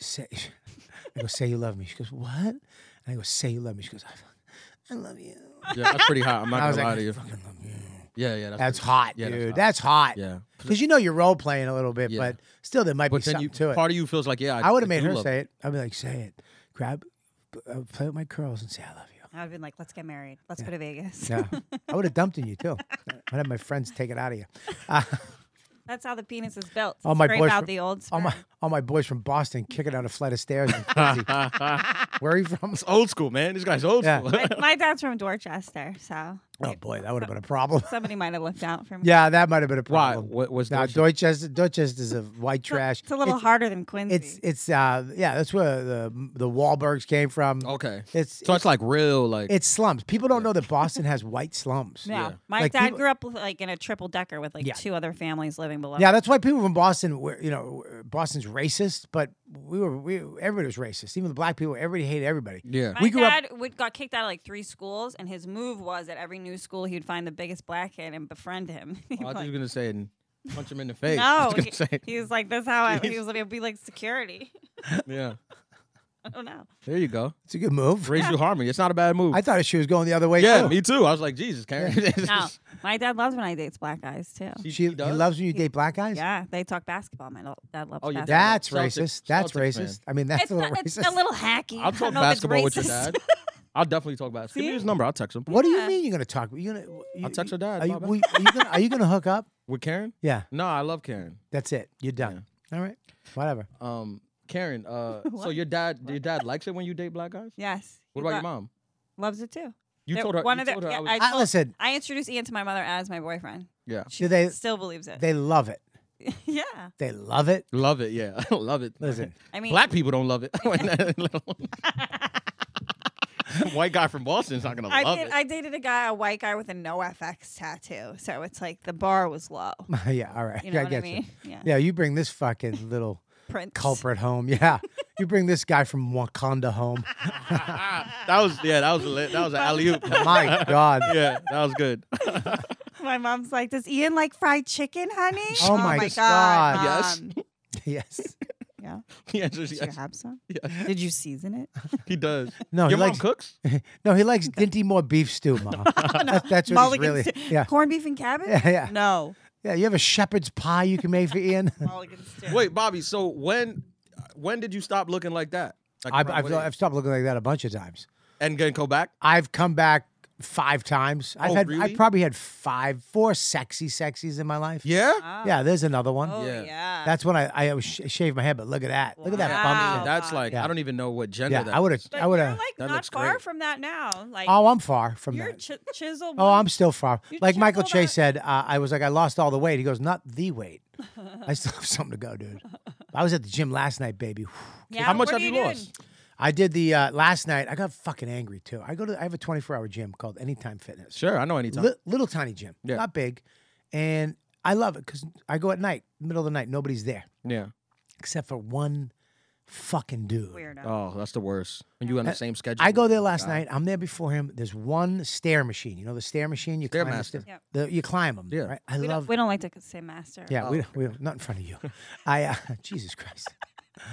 Speaker 3: say, I go say you love me. She goes what? And I go say you love me. She goes I, fuck- I love you.
Speaker 8: Yeah, that's pretty hot. I'm not
Speaker 3: I was
Speaker 8: gonna lie
Speaker 3: like,
Speaker 8: to
Speaker 3: I
Speaker 8: you.
Speaker 3: fucking love you.
Speaker 8: Yeah, yeah, that's,
Speaker 3: That's
Speaker 8: pretty-
Speaker 3: hot,
Speaker 8: yeah,
Speaker 3: dude.
Speaker 8: That's
Speaker 3: That's hot.
Speaker 8: Yeah.
Speaker 3: Because you know you're role playing a little bit,
Speaker 8: Yeah.
Speaker 3: but still there might
Speaker 8: but
Speaker 3: be
Speaker 8: then
Speaker 3: something
Speaker 8: you
Speaker 3: to it.
Speaker 8: part of you feels like yeah.
Speaker 3: I would have made
Speaker 8: do
Speaker 3: her
Speaker 8: love
Speaker 3: say it. I'd be like, say it. Grab, uh, play with my curls and say, I love you.
Speaker 7: I'd have been like, let's get married. Let's go to Vegas.
Speaker 3: Yeah. I would have dumped in you too. I'd have my friends take it out of you.
Speaker 7: That's how the penis is built.
Speaker 3: All my
Speaker 7: Scrape
Speaker 3: boys
Speaker 7: out
Speaker 3: from-
Speaker 7: the old
Speaker 3: All my,
Speaker 7: sperm.
Speaker 3: all my boys from Boston kicking down a flight of stairs. in Quincy. Where are you from?
Speaker 8: It's old school, man. This guy's old
Speaker 3: Yeah.
Speaker 8: school.
Speaker 7: my dad's from Dorchester, so
Speaker 3: Oh boy, that would have been a problem.
Speaker 7: somebody might have looked out for me.
Speaker 3: Yeah, that might have been a
Speaker 8: Why?
Speaker 3: problem.
Speaker 8: What was
Speaker 3: Now
Speaker 8: that?
Speaker 3: Dorchester, Dorchester's a white trash.
Speaker 7: It's a little
Speaker 3: it's,
Speaker 7: harder than Quincy.
Speaker 3: It's it's uh yeah, that's where the the Wahlbergs came from.
Speaker 8: okay.
Speaker 3: It's
Speaker 8: So it's like real, like
Speaker 3: it's slums. People don't know that Boston has white slums.
Speaker 7: yeah.
Speaker 8: yeah.
Speaker 7: My
Speaker 3: Like,
Speaker 7: dad
Speaker 3: people-
Speaker 7: grew up with, like in a triple decker with like
Speaker 3: Yeah.
Speaker 7: two other families living below.
Speaker 3: Yeah, that's why people from Boston were, you know, Boston's racist, but we were, we, everybody was racist. Even the black people, everybody hated everybody.
Speaker 8: yeah.
Speaker 7: My
Speaker 3: we grew up-
Speaker 7: dad would, got kicked out of like three schools, and his move was at every new school he'd find the biggest black kid and befriend him. He'd
Speaker 8: oh, I
Speaker 7: be
Speaker 8: was
Speaker 7: like,
Speaker 8: just gonna say and punch him in the face. I
Speaker 7: no,
Speaker 8: was gonna say.
Speaker 7: he, he was like, "That's how I." He was like, "It'd be like security."
Speaker 8: Yeah.
Speaker 7: I don't know.
Speaker 8: There you go.
Speaker 3: It's a good move.
Speaker 8: Racial harmony. It's not a bad move.
Speaker 3: I thought she was going the other way.
Speaker 8: yeah,
Speaker 3: too.
Speaker 8: me too. I was like, Jesus, Karen.
Speaker 7: No, my dad loves when I date black guys too.
Speaker 8: She-
Speaker 3: she,
Speaker 8: he
Speaker 3: he
Speaker 8: does?
Speaker 3: loves when you date black guys.
Speaker 7: Yeah, they talk basketball. My lo- dad loves
Speaker 8: Oh, your
Speaker 7: basketball.
Speaker 8: dad-
Speaker 3: That's
Speaker 8: Celtic-
Speaker 3: racist. That's
Speaker 8: Celtic fan.
Speaker 3: racist. I mean, that's
Speaker 7: it's,
Speaker 3: a little
Speaker 7: not- it's
Speaker 3: racist.
Speaker 7: a little
Speaker 8: I'll
Speaker 7: hacky. I don't
Speaker 8: talk
Speaker 7: know if it's
Speaker 8: basketball with your
Speaker 7: racist.
Speaker 8: dad. I'll definitely talk basketball. Give me his number. I'll text him.
Speaker 3: what do you
Speaker 7: Yeah.
Speaker 3: mean you're gonna talk? You gonna? You,
Speaker 8: I'll text her dad,
Speaker 3: Are you,
Speaker 8: my bad.
Speaker 3: will you- are you gonna, are you gonna hook up?
Speaker 8: With Karen?
Speaker 3: Yeah,
Speaker 8: No, I love Karen.
Speaker 3: that's it. You're done. All right, whatever.
Speaker 8: Um, Karen. Uh, so your dad, your dad likes it when you date black guys.
Speaker 7: Yes.
Speaker 8: What about
Speaker 7: he lo-
Speaker 8: your mom?
Speaker 7: Loves it too.
Speaker 8: You
Speaker 7: They're
Speaker 8: told her.
Speaker 7: One
Speaker 8: you
Speaker 7: of their-
Speaker 8: told her I
Speaker 7: yeah,
Speaker 8: was-
Speaker 7: I
Speaker 3: I,
Speaker 7: told-
Speaker 3: listen,
Speaker 7: I introduced Ian to my mother as my boyfriend.
Speaker 8: yeah.
Speaker 7: She
Speaker 3: they-
Speaker 7: still believes it.
Speaker 3: they love it.
Speaker 7: yeah.
Speaker 3: They love it.
Speaker 8: Love it. Yeah, love it.
Speaker 3: Listen,
Speaker 7: I mean,
Speaker 8: Black people don't love it. White guy from Boston's not gonna
Speaker 7: I
Speaker 8: love
Speaker 7: did,
Speaker 8: it.
Speaker 7: I dated a guy, a white guy with a no FX tattoo. So it's like the bar was low.
Speaker 3: yeah, all right.
Speaker 7: You know
Speaker 3: I
Speaker 7: what
Speaker 3: get
Speaker 7: I mean? Yeah.
Speaker 3: Yeah, you bring this fucking little
Speaker 7: Prince.
Speaker 3: culprit home. Yeah. You bring this guy from Wakanda home.
Speaker 8: that was yeah. That was lit. That was an alley oop.
Speaker 3: My God.
Speaker 8: Yeah, that was good.
Speaker 7: My mom's like, "Does Ian like fried chicken, honey?"
Speaker 3: Oh my God.
Speaker 8: Yes.
Speaker 7: Mom.
Speaker 3: Yes.
Speaker 7: Yeah.
Speaker 8: Yeah, just-
Speaker 7: Did you
Speaker 8: yes,
Speaker 7: have some?
Speaker 8: yes,
Speaker 7: Did you season it?
Speaker 8: he does.
Speaker 3: No,
Speaker 8: your
Speaker 3: he
Speaker 8: mom
Speaker 3: likes-
Speaker 8: cooks.
Speaker 3: No, he likes Dinty Moore beef stew, mom. That- that's what he's
Speaker 7: Oh, Mulligan
Speaker 3: really.
Speaker 7: stew.
Speaker 3: Yeah.
Speaker 7: Corned beef and cabbage?
Speaker 3: Yeah, yeah.
Speaker 7: No.
Speaker 3: Yeah. You have a shepherd's pie you can make for Ian?
Speaker 7: Mulligan stew.
Speaker 8: Wait, Bobby. So when, when did you stop looking like that? Like
Speaker 3: I've,
Speaker 8: around
Speaker 3: I've,
Speaker 8: what age?
Speaker 3: I've stopped looking like that a bunch of times.
Speaker 8: and then go back.
Speaker 3: I've come back five times. I've
Speaker 8: Oh,
Speaker 3: had,
Speaker 8: really?
Speaker 3: I probably had five, four sexy sexies in my life.
Speaker 8: Yeah.
Speaker 3: Yeah. There's another one.
Speaker 7: Oh
Speaker 8: Yeah.
Speaker 7: yeah.
Speaker 3: That's when I, I always sh- shave my head, but look at that. Look at that
Speaker 7: Wow.
Speaker 3: bump.
Speaker 8: That's like
Speaker 3: Yeah.
Speaker 8: I don't even know what gender
Speaker 3: Yeah.
Speaker 8: that
Speaker 3: I would have,
Speaker 8: is.
Speaker 3: I would have.
Speaker 7: like
Speaker 8: That
Speaker 7: not
Speaker 8: looks
Speaker 7: far
Speaker 8: great.
Speaker 7: from that now. Like
Speaker 3: Oh, I'm far from
Speaker 7: you're
Speaker 3: that.
Speaker 7: ch- chiseled.
Speaker 3: Oh,
Speaker 7: one-
Speaker 3: I'm still far.
Speaker 7: You
Speaker 3: Like
Speaker 7: check
Speaker 3: Michael
Speaker 7: all
Speaker 3: Chase
Speaker 7: that-
Speaker 3: said, uh, I was like, I lost all the weight. He goes, not the weight. I still have something to go, dude. I was at the gym last night, baby.
Speaker 7: Yeah,
Speaker 8: How much
Speaker 7: what
Speaker 8: have
Speaker 7: are
Speaker 8: you
Speaker 7: doing?
Speaker 8: lost?
Speaker 3: I did the uh, last night. I got fucking angry too. I go to. I have a 24 hour gym called Anytime Fitness.
Speaker 8: Sure, I know anytime.
Speaker 3: Li- little tiny gym,
Speaker 8: Yeah.
Speaker 3: not big, and I love it because I go at night, middle of the night, nobody's there
Speaker 8: yeah.
Speaker 3: except for one fucking dude.
Speaker 7: Weirdo.
Speaker 8: Oh, that's the worst. And you on the same schedule.
Speaker 3: Uh, I go there last night. I'm there before him. There's one stair machine. You know the stair machine. You climb the
Speaker 8: Stairmaster.
Speaker 3: stair-
Speaker 7: Yep.
Speaker 3: the- you climb them.
Speaker 8: Yeah. Oh.
Speaker 3: Right? I
Speaker 7: we,
Speaker 3: love.
Speaker 7: don't, we don't like to say master.
Speaker 3: Yeah, we don't, we don't, not in front of you. I uh, Jesus Christ.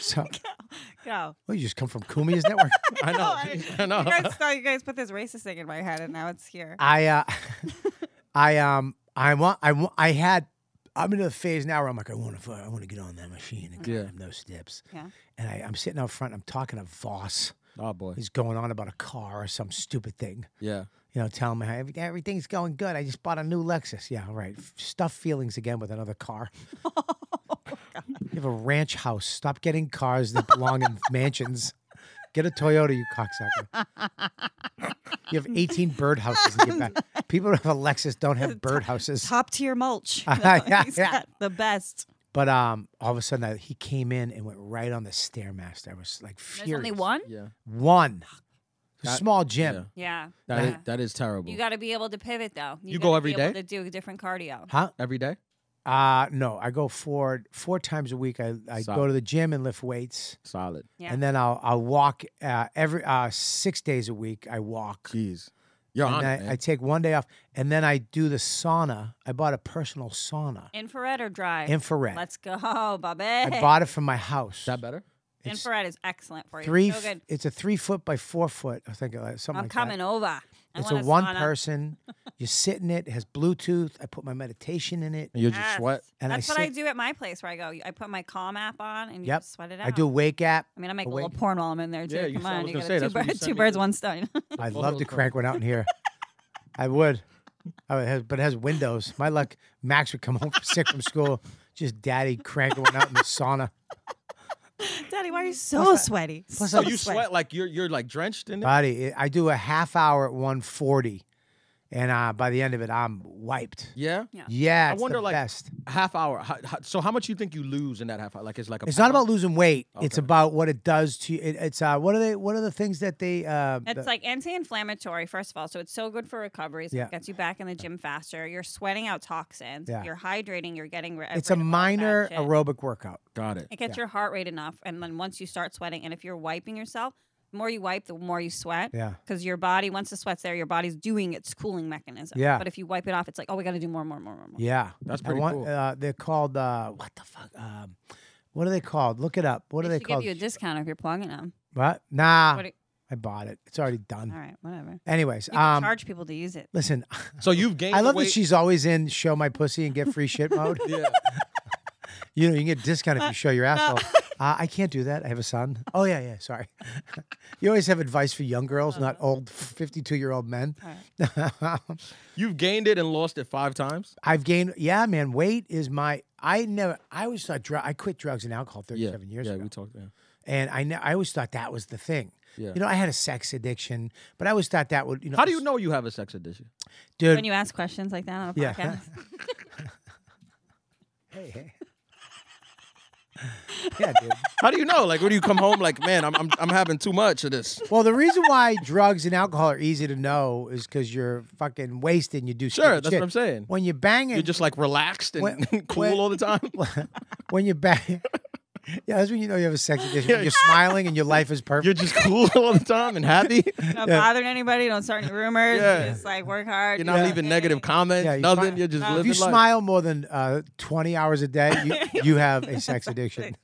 Speaker 3: So,
Speaker 7: Go.
Speaker 3: well, you just come from Kumi's network.
Speaker 8: I know. I know.
Speaker 7: You guys, thought you guys put this racist thing in my head, and now it's here.
Speaker 3: uh, I, uh, I, um, I want. I want. I had. I'm in a phase now where I'm like, I want to. I want to get on that machine and
Speaker 8: Yeah.
Speaker 3: climb those steps.
Speaker 7: Yeah.
Speaker 3: And I, I'm sitting out front. I'm talking to Voss.
Speaker 8: Oh boy.
Speaker 3: He's going on about a car or some stupid thing.
Speaker 8: Yeah.
Speaker 3: You know, telling me how every- everything's going good. I just bought a new Lexus. Yeah, all right. F- Stuff feelings again with another car. you have a ranch house. Stop getting cars that belong in mansions. Get a Toyota, you cocksucker. You have 18 birdhouses to get back. People who have a Lexus don't have birdhouses.
Speaker 7: Top tier mulch.
Speaker 3: Yeah,
Speaker 7: He's
Speaker 3: yeah.
Speaker 7: got the best.
Speaker 3: But um, all of a sudden, I, he came in and went right on the stairmaster. I was like furious.
Speaker 7: There's only one.
Speaker 8: Yeah.
Speaker 3: One. A
Speaker 8: That-
Speaker 3: small gym.
Speaker 8: yeah.
Speaker 7: Yeah.
Speaker 8: That is
Speaker 7: Yeah.
Speaker 8: that is terrible.
Speaker 7: You got to be able to pivot though.
Speaker 8: You
Speaker 7: gotta
Speaker 8: go every
Speaker 7: be able
Speaker 8: day?
Speaker 7: to do a different cardio.
Speaker 3: Huh?
Speaker 8: Every day?
Speaker 3: Uh no, I go four four times a week. I, I go
Speaker 8: Solid.
Speaker 3: to the gym and lift weights,
Speaker 8: Solid.
Speaker 7: Yeah.
Speaker 3: and then I'll I'll walk uh, every uh, six days a week. I walk.
Speaker 8: Jeez. You're
Speaker 3: and
Speaker 8: on it,
Speaker 3: I, I
Speaker 8: man.
Speaker 3: take one day off, and then I do the sauna. I bought a personal sauna,
Speaker 7: Infrared or dry?
Speaker 3: infrared.
Speaker 7: Let's go, Bobby.
Speaker 3: I bought it from my house.
Speaker 8: Is that better?
Speaker 3: It's
Speaker 7: Infrared is excellent for you.
Speaker 3: Three.
Speaker 7: So
Speaker 3: f-
Speaker 7: good.
Speaker 3: It's a three foot by four foot. I think uh, something
Speaker 7: I'm
Speaker 3: like
Speaker 7: coming
Speaker 3: that.
Speaker 7: over. I
Speaker 3: It's a
Speaker 7: want
Speaker 3: one
Speaker 7: sauna.
Speaker 3: person. you sit in it. It has Bluetooth. I put my meditation in it.
Speaker 8: And you'll just
Speaker 7: Yes.
Speaker 8: sweat.
Speaker 3: And I
Speaker 7: That's what I
Speaker 3: sit-
Speaker 7: do at my place where I go. I put my Calm app on and you
Speaker 3: Yep.
Speaker 7: just sweat it out.
Speaker 3: I do wake app.
Speaker 7: I mean, I make a
Speaker 3: awake.
Speaker 7: little porn while I'm in there too.
Speaker 8: Yeah, you
Speaker 7: Come
Speaker 8: said- I
Speaker 7: on,
Speaker 8: was
Speaker 7: you
Speaker 8: gonna
Speaker 7: got
Speaker 8: say,
Speaker 7: two,
Speaker 8: that's what you
Speaker 7: birds,
Speaker 8: sent
Speaker 7: two
Speaker 8: me
Speaker 7: birds,
Speaker 8: the-
Speaker 7: one stone.
Speaker 3: I'd
Speaker 8: Both
Speaker 3: love
Speaker 8: those
Speaker 3: to
Speaker 8: cars.
Speaker 3: crank one out in here. I would. I would have, but it has windows. My luck, Max would come home sick from school. Just daddy cranking one out in the sauna.
Speaker 7: Daddy, why are you so sweaty?
Speaker 3: Plus,
Speaker 8: So
Speaker 3: I-
Speaker 8: you sweat like you're you're like drenched in it?
Speaker 3: Buddy, it- I do a half hour at 140, and uh, by the end of it, I'm wiped.
Speaker 8: yeah.
Speaker 3: Yeah,
Speaker 8: I
Speaker 3: it's
Speaker 8: wonder
Speaker 3: the
Speaker 8: like
Speaker 3: best.
Speaker 8: half hour. How, how, so how much you think you lose in that half hour? Like it's like a
Speaker 3: It's not
Speaker 8: pound?
Speaker 3: about losing weight. It's
Speaker 8: Okay.
Speaker 3: about what it does to you. It, it's uh, what are they? What are the things that they? Uh, the-
Speaker 7: It's like anti-inflammatory, first of all, so it's so good for recovery. So
Speaker 3: Yeah.
Speaker 7: It gets you back in the gym faster. You're sweating out toxins.
Speaker 3: Yeah.
Speaker 7: You're hydrating. You're getting ri- rid.
Speaker 3: it's a
Speaker 7: of all that
Speaker 3: minor
Speaker 7: shit.
Speaker 3: aerobic workout.
Speaker 8: Got it.
Speaker 7: It gets your heart rate enough, and then once you start sweating, and if you're wiping yourself, the more you wipe, the more you sweat.
Speaker 3: Yeah.
Speaker 7: Because your body, once the sweat's there, your body's doing its cooling mechanism.
Speaker 3: Yeah.
Speaker 7: But if you wipe it off, it's like, oh, we got to do more, more, more, more, more.
Speaker 3: Yeah,
Speaker 8: That's
Speaker 3: I
Speaker 8: pretty
Speaker 3: want-
Speaker 8: cool.
Speaker 3: Uh, they're called uh, what the fuck? Um, what are they called? Look it up. What
Speaker 7: They
Speaker 3: are they Ah.
Speaker 7: should give
Speaker 3: called?
Speaker 7: you a discount if you're plugging them.
Speaker 3: What? Nah,
Speaker 7: What do-
Speaker 3: I bought it. It's already
Speaker 7: All
Speaker 3: done.
Speaker 7: right, whatever.
Speaker 3: Anyways,
Speaker 7: You can
Speaker 3: um,
Speaker 7: charge people to use it.
Speaker 3: listen,
Speaker 8: So you've gained.
Speaker 3: I
Speaker 8: the
Speaker 3: love that
Speaker 8: weight.
Speaker 3: she's always in show my pussy and get free shit mode.
Speaker 8: Yeah.
Speaker 3: You know, you can get a discount if you show your asshole. Uh, I can't do that. I have a son. Oh yeah, yeah. Sorry. you always have advice for young girls, not
Speaker 7: Uh-huh.
Speaker 3: old fifty-two-year-old men.
Speaker 8: You've gained it and lost it five times.
Speaker 3: I've gained. Yeah, man. Weight is my. I never. I always thought. Dr- I quit drugs and alcohol thirty-seven years
Speaker 8: yeah,
Speaker 3: ago.
Speaker 8: we talked. Yeah.
Speaker 3: and I ne- I always thought that was the thing.
Speaker 8: Yeah.
Speaker 3: You know, I had a sex addiction, but I always thought that would you know.
Speaker 8: How do you know you have a sex addiction?
Speaker 3: dude?
Speaker 7: When you ask questions like that on a
Speaker 3: Yeah.
Speaker 7: podcast.
Speaker 3: hey, hey. yeah, dude.
Speaker 8: How do you know? Like, when do you come home? Like, man, I'm I'm, I'm having too much of this.
Speaker 3: Well, the reason why drugs and alcohol are easy to know is because you're fucking wasted and you do
Speaker 8: Sure,
Speaker 3: stupid
Speaker 8: that's
Speaker 3: shit.
Speaker 8: what I'm saying.
Speaker 3: When you're banging,
Speaker 8: You're just like relaxed and
Speaker 3: When-
Speaker 8: cool
Speaker 3: when-
Speaker 8: all the time.
Speaker 3: when you're banging. Yeah, that's when you know you have a sex addiction. You're smiling and your life is perfect.
Speaker 8: You're just cool all the time and happy.
Speaker 7: Not bothering anybody. Don't start any rumors.
Speaker 8: Yeah.
Speaker 7: Just like work hard.
Speaker 8: You're not leaving negative comments.
Speaker 3: Yeah, you
Speaker 8: nothing.
Speaker 3: smile.
Speaker 8: You're just
Speaker 7: If
Speaker 8: living
Speaker 3: if you
Speaker 8: life.
Speaker 3: smile more than uh, 20 hours a day, you, you have a sex addiction.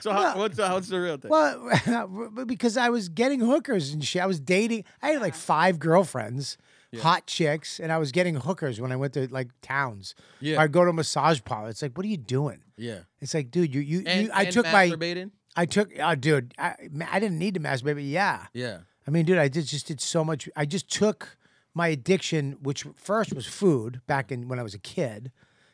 Speaker 8: So how, what's the, what's the real thing?
Speaker 3: Well, but because I was getting hookers and shit. I was dating. I had like five girlfriends, hot chicks, and I was getting hookers when I went to like towns.
Speaker 8: Yeah.
Speaker 3: I'd go to a massage parlor. It's like, what are you doing?
Speaker 8: yeah.
Speaker 3: It's like, dude, you you,
Speaker 8: And,
Speaker 3: you I
Speaker 8: and
Speaker 3: took my
Speaker 8: masturbating.
Speaker 3: I took oh dude, I I didn't need to masturbate, but yeah.
Speaker 8: Yeah.
Speaker 3: I mean, dude, I did, just did so much. I just took my addiction, which first was food back in when I was a kid,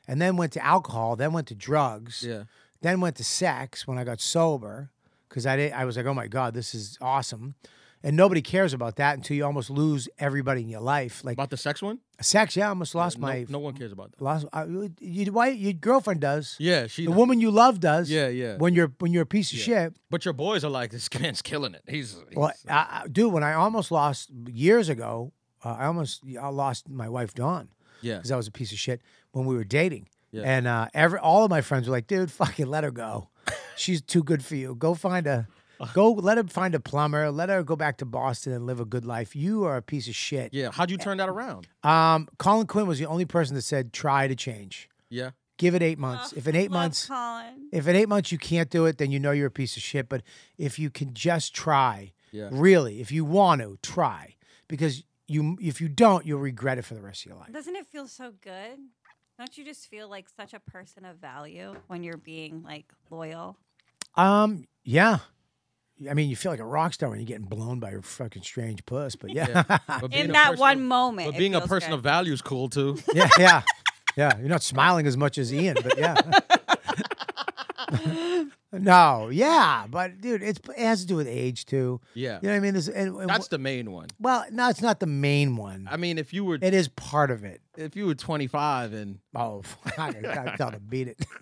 Speaker 3: and then went to alcohol, then went to drugs,
Speaker 8: Yeah.
Speaker 3: then went to sex when I got sober because I did, I was like, oh my god, this is awesome, and nobody cares about that until you almost lose everybody in your life. Like
Speaker 8: About the sex one?
Speaker 3: sex, yeah, I almost lost
Speaker 8: No,
Speaker 3: my
Speaker 8: no one cares about that.
Speaker 3: lost. I, you, why your girlfriend does?
Speaker 8: Yeah, she.
Speaker 3: The woman you love does.
Speaker 8: Yeah, yeah.
Speaker 3: When you're when you're a piece of shit.
Speaker 8: But your boys are like, this man's killing it. He's, he's
Speaker 3: Well, I, I- dude, when I almost lost years ago, uh, I almost I lost my wife Dawn
Speaker 8: yeah.
Speaker 3: because I was a piece of shit when we were dating,
Speaker 8: Yeah.
Speaker 3: and uh, every all of my friends were like, "Dude, fucking let her go. She's too good for you. Go find a, go let her find a plumber. Let her go back to Boston and live a good life. You are a piece of shit."
Speaker 8: Yeah. How'd you turn that around?
Speaker 3: Um, Colin Quinn was the only person that said, "Try to change.
Speaker 8: Yeah.
Speaker 3: Give it eight months. if in eight months,
Speaker 7: Oh, Colin.
Speaker 3: if in eight months you can't do it, then you know you're a piece of shit. But if you can just try,
Speaker 8: Yeah.
Speaker 3: really, if you want to, try because you if you don't, you'll regret it for the rest of your life.
Speaker 7: Doesn't it feel so good? Don't you just feel like such a person of value when you're being like loyal?
Speaker 3: Um, yeah. I mean, you feel like a rock star when you're getting blown by your fucking strange puss, but yeah. Yeah,
Speaker 8: But being
Speaker 7: In
Speaker 8: a
Speaker 7: that
Speaker 8: person
Speaker 7: one
Speaker 8: of-
Speaker 7: moment,
Speaker 8: But
Speaker 7: it
Speaker 8: being a
Speaker 7: feels
Speaker 8: person
Speaker 7: good.
Speaker 8: of value is cool too.
Speaker 3: yeah, yeah. You're not smiling as much as Ian, but yeah. no, yeah, but dude, it's it has to do with age too.
Speaker 8: Yeah.
Speaker 3: You know what I mean? This and, and
Speaker 8: That's the main one.
Speaker 3: well, no, it's not the main one.
Speaker 8: I mean, if you were
Speaker 3: It is part of it.
Speaker 8: if you were 25 and
Speaker 3: Oh, I gotta tell to beat it.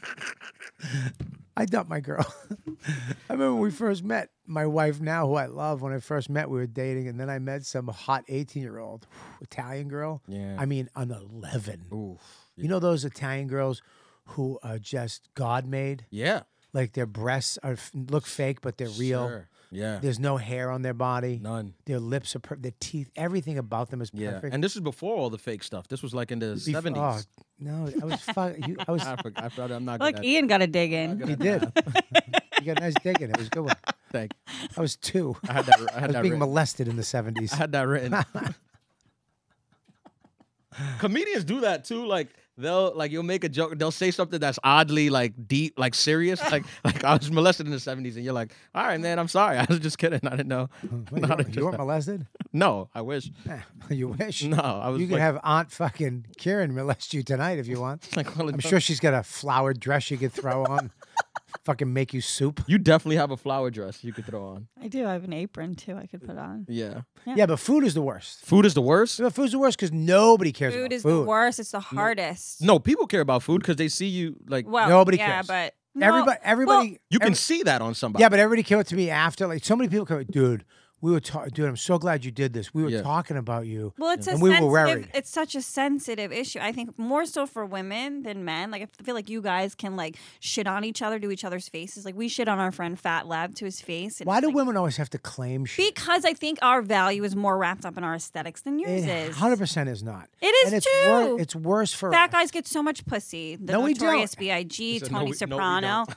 Speaker 3: I dumped my girl. I remember when we first met, my wife now, who I love, when I first met, we were dating, and then I met some hot 18 year old Italian girl.
Speaker 8: Yeah.
Speaker 3: I mean, an 11.
Speaker 8: oof.
Speaker 3: You know those Italian girls who are just God made?
Speaker 8: Yeah.
Speaker 3: Like their breasts are f- look fake, but they're real.
Speaker 8: Sure. Yeah.
Speaker 3: There's no hair on their body.
Speaker 8: None.
Speaker 3: Their lips are per- their teeth, everything about them is
Speaker 8: Yeah.
Speaker 3: perfect.
Speaker 8: And this is before all the fake stuff. This was like in the
Speaker 3: Bef-
Speaker 8: 70s.
Speaker 3: oh, no, I was fuck, you, I was
Speaker 8: I forgot. I forgot I'm not
Speaker 7: Look,
Speaker 8: good at
Speaker 7: Ian got a dig in.
Speaker 3: You did. you got a nice dig in. It was a good one.
Speaker 8: Thank.
Speaker 3: I was two.
Speaker 8: I had that. I
Speaker 3: I
Speaker 8: had
Speaker 3: was
Speaker 8: that
Speaker 3: being
Speaker 8: written.
Speaker 3: molested in the 70s.
Speaker 8: I had that written. Comedians do that too. Like they'll like you'll make a joke. They'll say something that's oddly like deep, like serious. Like like I was molested in the seventies, and you're like, all right, man, I'm sorry. I was just kidding. I didn't know.
Speaker 3: What, you,
Speaker 8: Not
Speaker 3: weren't,
Speaker 8: just
Speaker 3: you weren't
Speaker 8: that.
Speaker 3: molested?
Speaker 8: no, I wish.
Speaker 3: Eh, you wish.
Speaker 8: No, I was.
Speaker 3: You could
Speaker 8: like,
Speaker 3: have Aunt fucking Karen molest you tonight if you want.
Speaker 8: like well,
Speaker 3: I'm sure she's got a flowered dress you could throw on. fucking make you soup.
Speaker 8: you definitely have a flower dress you could throw on.
Speaker 7: I do. I have an apron too. I could put on.
Speaker 8: Yeah,
Speaker 3: Yeah. but food is the worst.
Speaker 8: food is the worst.
Speaker 3: But food's the worst because nobody cares
Speaker 7: Food
Speaker 3: about
Speaker 7: is
Speaker 3: food.
Speaker 7: the worst. It's the hardest.
Speaker 8: No, people care about food because they see you like
Speaker 7: Well,
Speaker 3: Nobody
Speaker 7: yeah,
Speaker 3: cares.
Speaker 7: but no,
Speaker 3: Everybody, everybody,
Speaker 8: you can
Speaker 3: every-
Speaker 8: see that on somebody.
Speaker 3: Yeah, but everybody came up to me after. Like so many people come, dude. We were talking, dude. I'm so glad you did this. We were
Speaker 8: Yeah.
Speaker 3: talking about you.
Speaker 7: Well, it's a
Speaker 3: And we were
Speaker 7: sensitive.
Speaker 3: worried.
Speaker 7: It's such a sensitive issue. I think more so for women than men. Like I feel like you guys can like shit on each other to each other's faces. Like we shit on our friend Fat Lab to his face. and
Speaker 3: Why do
Speaker 7: it's like-
Speaker 3: women always have to claim shit?
Speaker 7: Because I think our value is more wrapped up in our aesthetics than yours
Speaker 3: It
Speaker 7: is.
Speaker 3: Eh, hundred percent is not.
Speaker 7: It is
Speaker 3: and it's
Speaker 7: too.
Speaker 3: Wor- it's worse for
Speaker 7: Fat guys get so much pussy. The
Speaker 3: No, we
Speaker 7: Notorious
Speaker 3: don't.
Speaker 7: B.I.G.,
Speaker 8: Listen, no,
Speaker 7: Tony
Speaker 8: we- no, we
Speaker 7: Soprano.
Speaker 8: don't.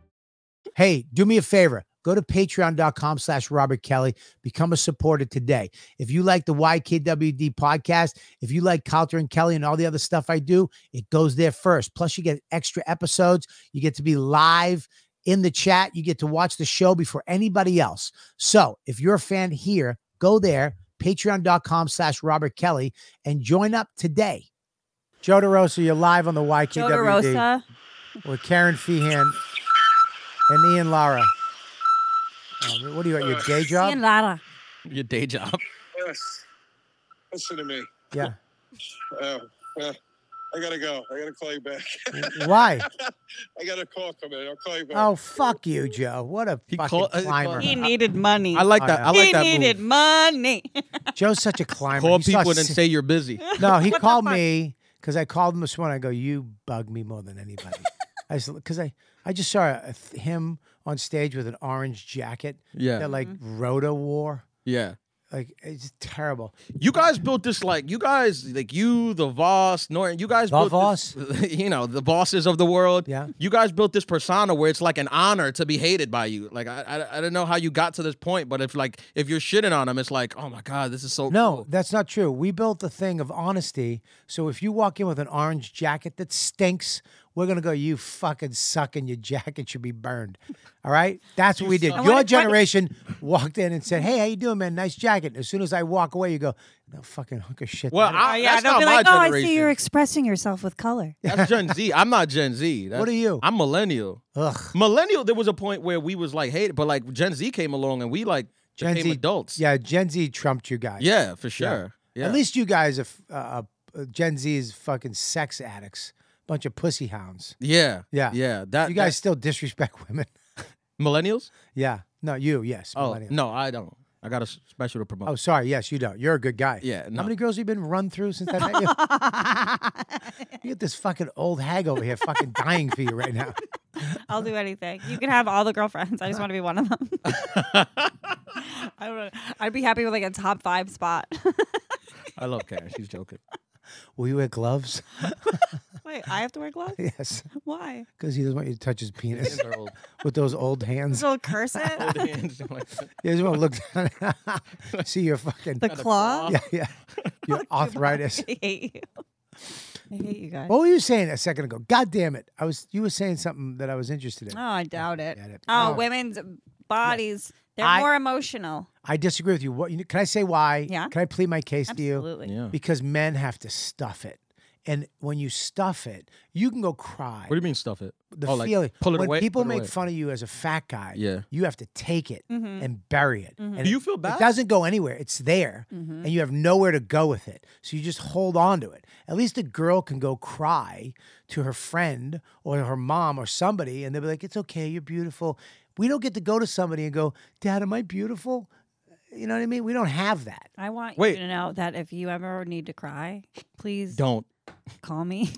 Speaker 3: Hey, do me a favor. Go to patreon.com slash Robert Kelly. Become a supporter today. If you like the YKWD podcast, if you like Coulter and Kelly and all the other stuff I do, it goes there first. Plus, you get extra episodes. You get to be live in the chat. You get to watch the show before anybody else. So if you're a fan here, go there, patreon.com slash Robert Kelly, and join up today. Joe DeRosa, you're live on the YKWD
Speaker 7: Joe DeRosa.
Speaker 3: with Karen Feehan and Ian Lara. Oh, what do you at your day job?
Speaker 7: Ian Lara.
Speaker 8: Your day job.
Speaker 4: Yes. Listen to me.
Speaker 3: Yeah.
Speaker 4: Uh, uh, I gotta go. I gotta call you back.
Speaker 3: Why?
Speaker 4: I got a call coming in. I'll call you back.
Speaker 3: Oh fuck you, Joe. What a
Speaker 8: He
Speaker 3: fucking
Speaker 8: called- uh, he
Speaker 3: climber.
Speaker 8: called-
Speaker 7: He needed money.
Speaker 8: I like that. I like
Speaker 7: he
Speaker 8: that
Speaker 7: needed
Speaker 8: move.
Speaker 7: money.
Speaker 3: Joe's such a climber.
Speaker 8: Call
Speaker 3: He saw
Speaker 8: people and then
Speaker 3: si-
Speaker 8: say you're busy.
Speaker 3: No, he called me because I called him this morning. I go, you bug me more than anybody. I just because I I just saw a, th- him on stage with an orange jacket
Speaker 8: Yeah.
Speaker 3: that like
Speaker 7: Mm-hmm.
Speaker 3: Rhoda wore.
Speaker 8: Yeah.
Speaker 3: Like it's terrible.
Speaker 8: You guys built this like you guys like you the Voss Norton. You guys
Speaker 3: The
Speaker 8: built this- you know the bosses of the world.
Speaker 3: Yeah.
Speaker 8: You guys built this persona where it's like an honor to be hated by you. Like I I, I don't know how you got to this point, but if like if you're shitting on them, it's like oh my god, this is so
Speaker 3: No,
Speaker 8: cool.
Speaker 3: that's not true. We built the thing of honesty. So if you walk in with an orange jacket that stinks, we're gonna go, you fucking suck and your jacket should be burned. All right? That's what we did.
Speaker 7: suck. I
Speaker 3: Your
Speaker 7: wanna-
Speaker 3: generation walked in and said, Hey, how you doing, man? Nice jacket. As soon as I walk away, you go, that fucking hunk of shit.
Speaker 8: Well,
Speaker 3: that
Speaker 8: I,
Speaker 7: Oh, yeah,
Speaker 8: that's
Speaker 7: they'll
Speaker 8: not
Speaker 7: be
Speaker 8: my
Speaker 7: like,
Speaker 8: generation.
Speaker 7: oh, I see you're expressing yourself with color.
Speaker 8: That's Gen Z. I'm not Gen Z. That's-
Speaker 3: What are you?
Speaker 8: I'm millennial.
Speaker 3: is." Ugh.
Speaker 8: Millennial. There was a point where we was like hated, but like Gen Z came along and we like
Speaker 3: Gen
Speaker 8: became
Speaker 3: Z-
Speaker 8: adults.
Speaker 3: Yeah, Gen Z trumped you guys.
Speaker 8: Yeah, for sure. Yeah.
Speaker 3: At least you guys are f- uh, uh, Gen Z is fucking sex addicts, bunch of pussy hounds.
Speaker 8: Yeah.
Speaker 3: Yeah.
Speaker 8: Yeah. That
Speaker 3: You
Speaker 8: that-
Speaker 3: guys still disrespect women.
Speaker 8: millennials?
Speaker 3: Yeah. No, you, yes.
Speaker 8: Oh
Speaker 3: millennials.
Speaker 8: no, I don't. I got a s- special to promote.
Speaker 3: Oh, sorry. Yes, you don't. You're a good guy.
Speaker 8: Yeah,
Speaker 3: How
Speaker 8: no.
Speaker 3: many girls have you been run through since I met you? you get this fucking old hag over here fucking dying for you right now.
Speaker 7: I'll do anything. You can have all the girlfriends. I just want to be one of them. I don't know. I'd be happy with like a top five spot.
Speaker 8: I love Karen. She's joking.
Speaker 3: Will you wear gloves?
Speaker 7: Wait, I have to wear gloves?
Speaker 3: yes.
Speaker 7: Why?
Speaker 3: Because he doesn't want you to touch his penis
Speaker 8: Hands are old.
Speaker 3: with those old hands.
Speaker 7: So I'll curse it?
Speaker 3: He doesn't want to look down and see your fucking
Speaker 7: The claw?
Speaker 3: Yeah, yeah. Your arthritis.
Speaker 7: I hate you. I hate you guys.
Speaker 3: What were you saying a second ago? God damn it! I was you were saying something that I was interested in.
Speaker 7: Oh, I doubt it.
Speaker 3: Get it.
Speaker 7: Oh,
Speaker 3: Oh.
Speaker 7: women's bodies, they're
Speaker 3: I-
Speaker 7: more emotional.
Speaker 3: I disagree with you. What you know, can I say? Why?
Speaker 7: Yeah.
Speaker 3: Can I plead my case to you?
Speaker 7: Absolutely.
Speaker 8: Yeah.
Speaker 3: Because men have to stuff it, and when you stuff it, you can go cry.
Speaker 8: What do you mean stuff it?
Speaker 3: the
Speaker 8: Oh, like,
Speaker 3: feeling
Speaker 8: pull it
Speaker 3: when
Speaker 8: away,
Speaker 3: people
Speaker 8: put it
Speaker 3: make
Speaker 8: away.
Speaker 3: fun of you as a fat guy.
Speaker 8: Yeah.
Speaker 3: You have to take it and bury it. And
Speaker 8: Do you
Speaker 3: it-
Speaker 8: feel bad?
Speaker 3: It doesn't go anywhere. It's there, and you have nowhere to go with it. So you just hold on to it. At least a girl can go cry to her friend or her mom or somebody, and they'll be like, "It's okay. You're beautiful." We don't get to go to somebody and go, "Dad, am I beautiful?" You know what I mean? We don't have that.
Speaker 7: I want
Speaker 8: Wait.
Speaker 7: you to know that if you ever need to cry, please
Speaker 8: Don't
Speaker 7: call me.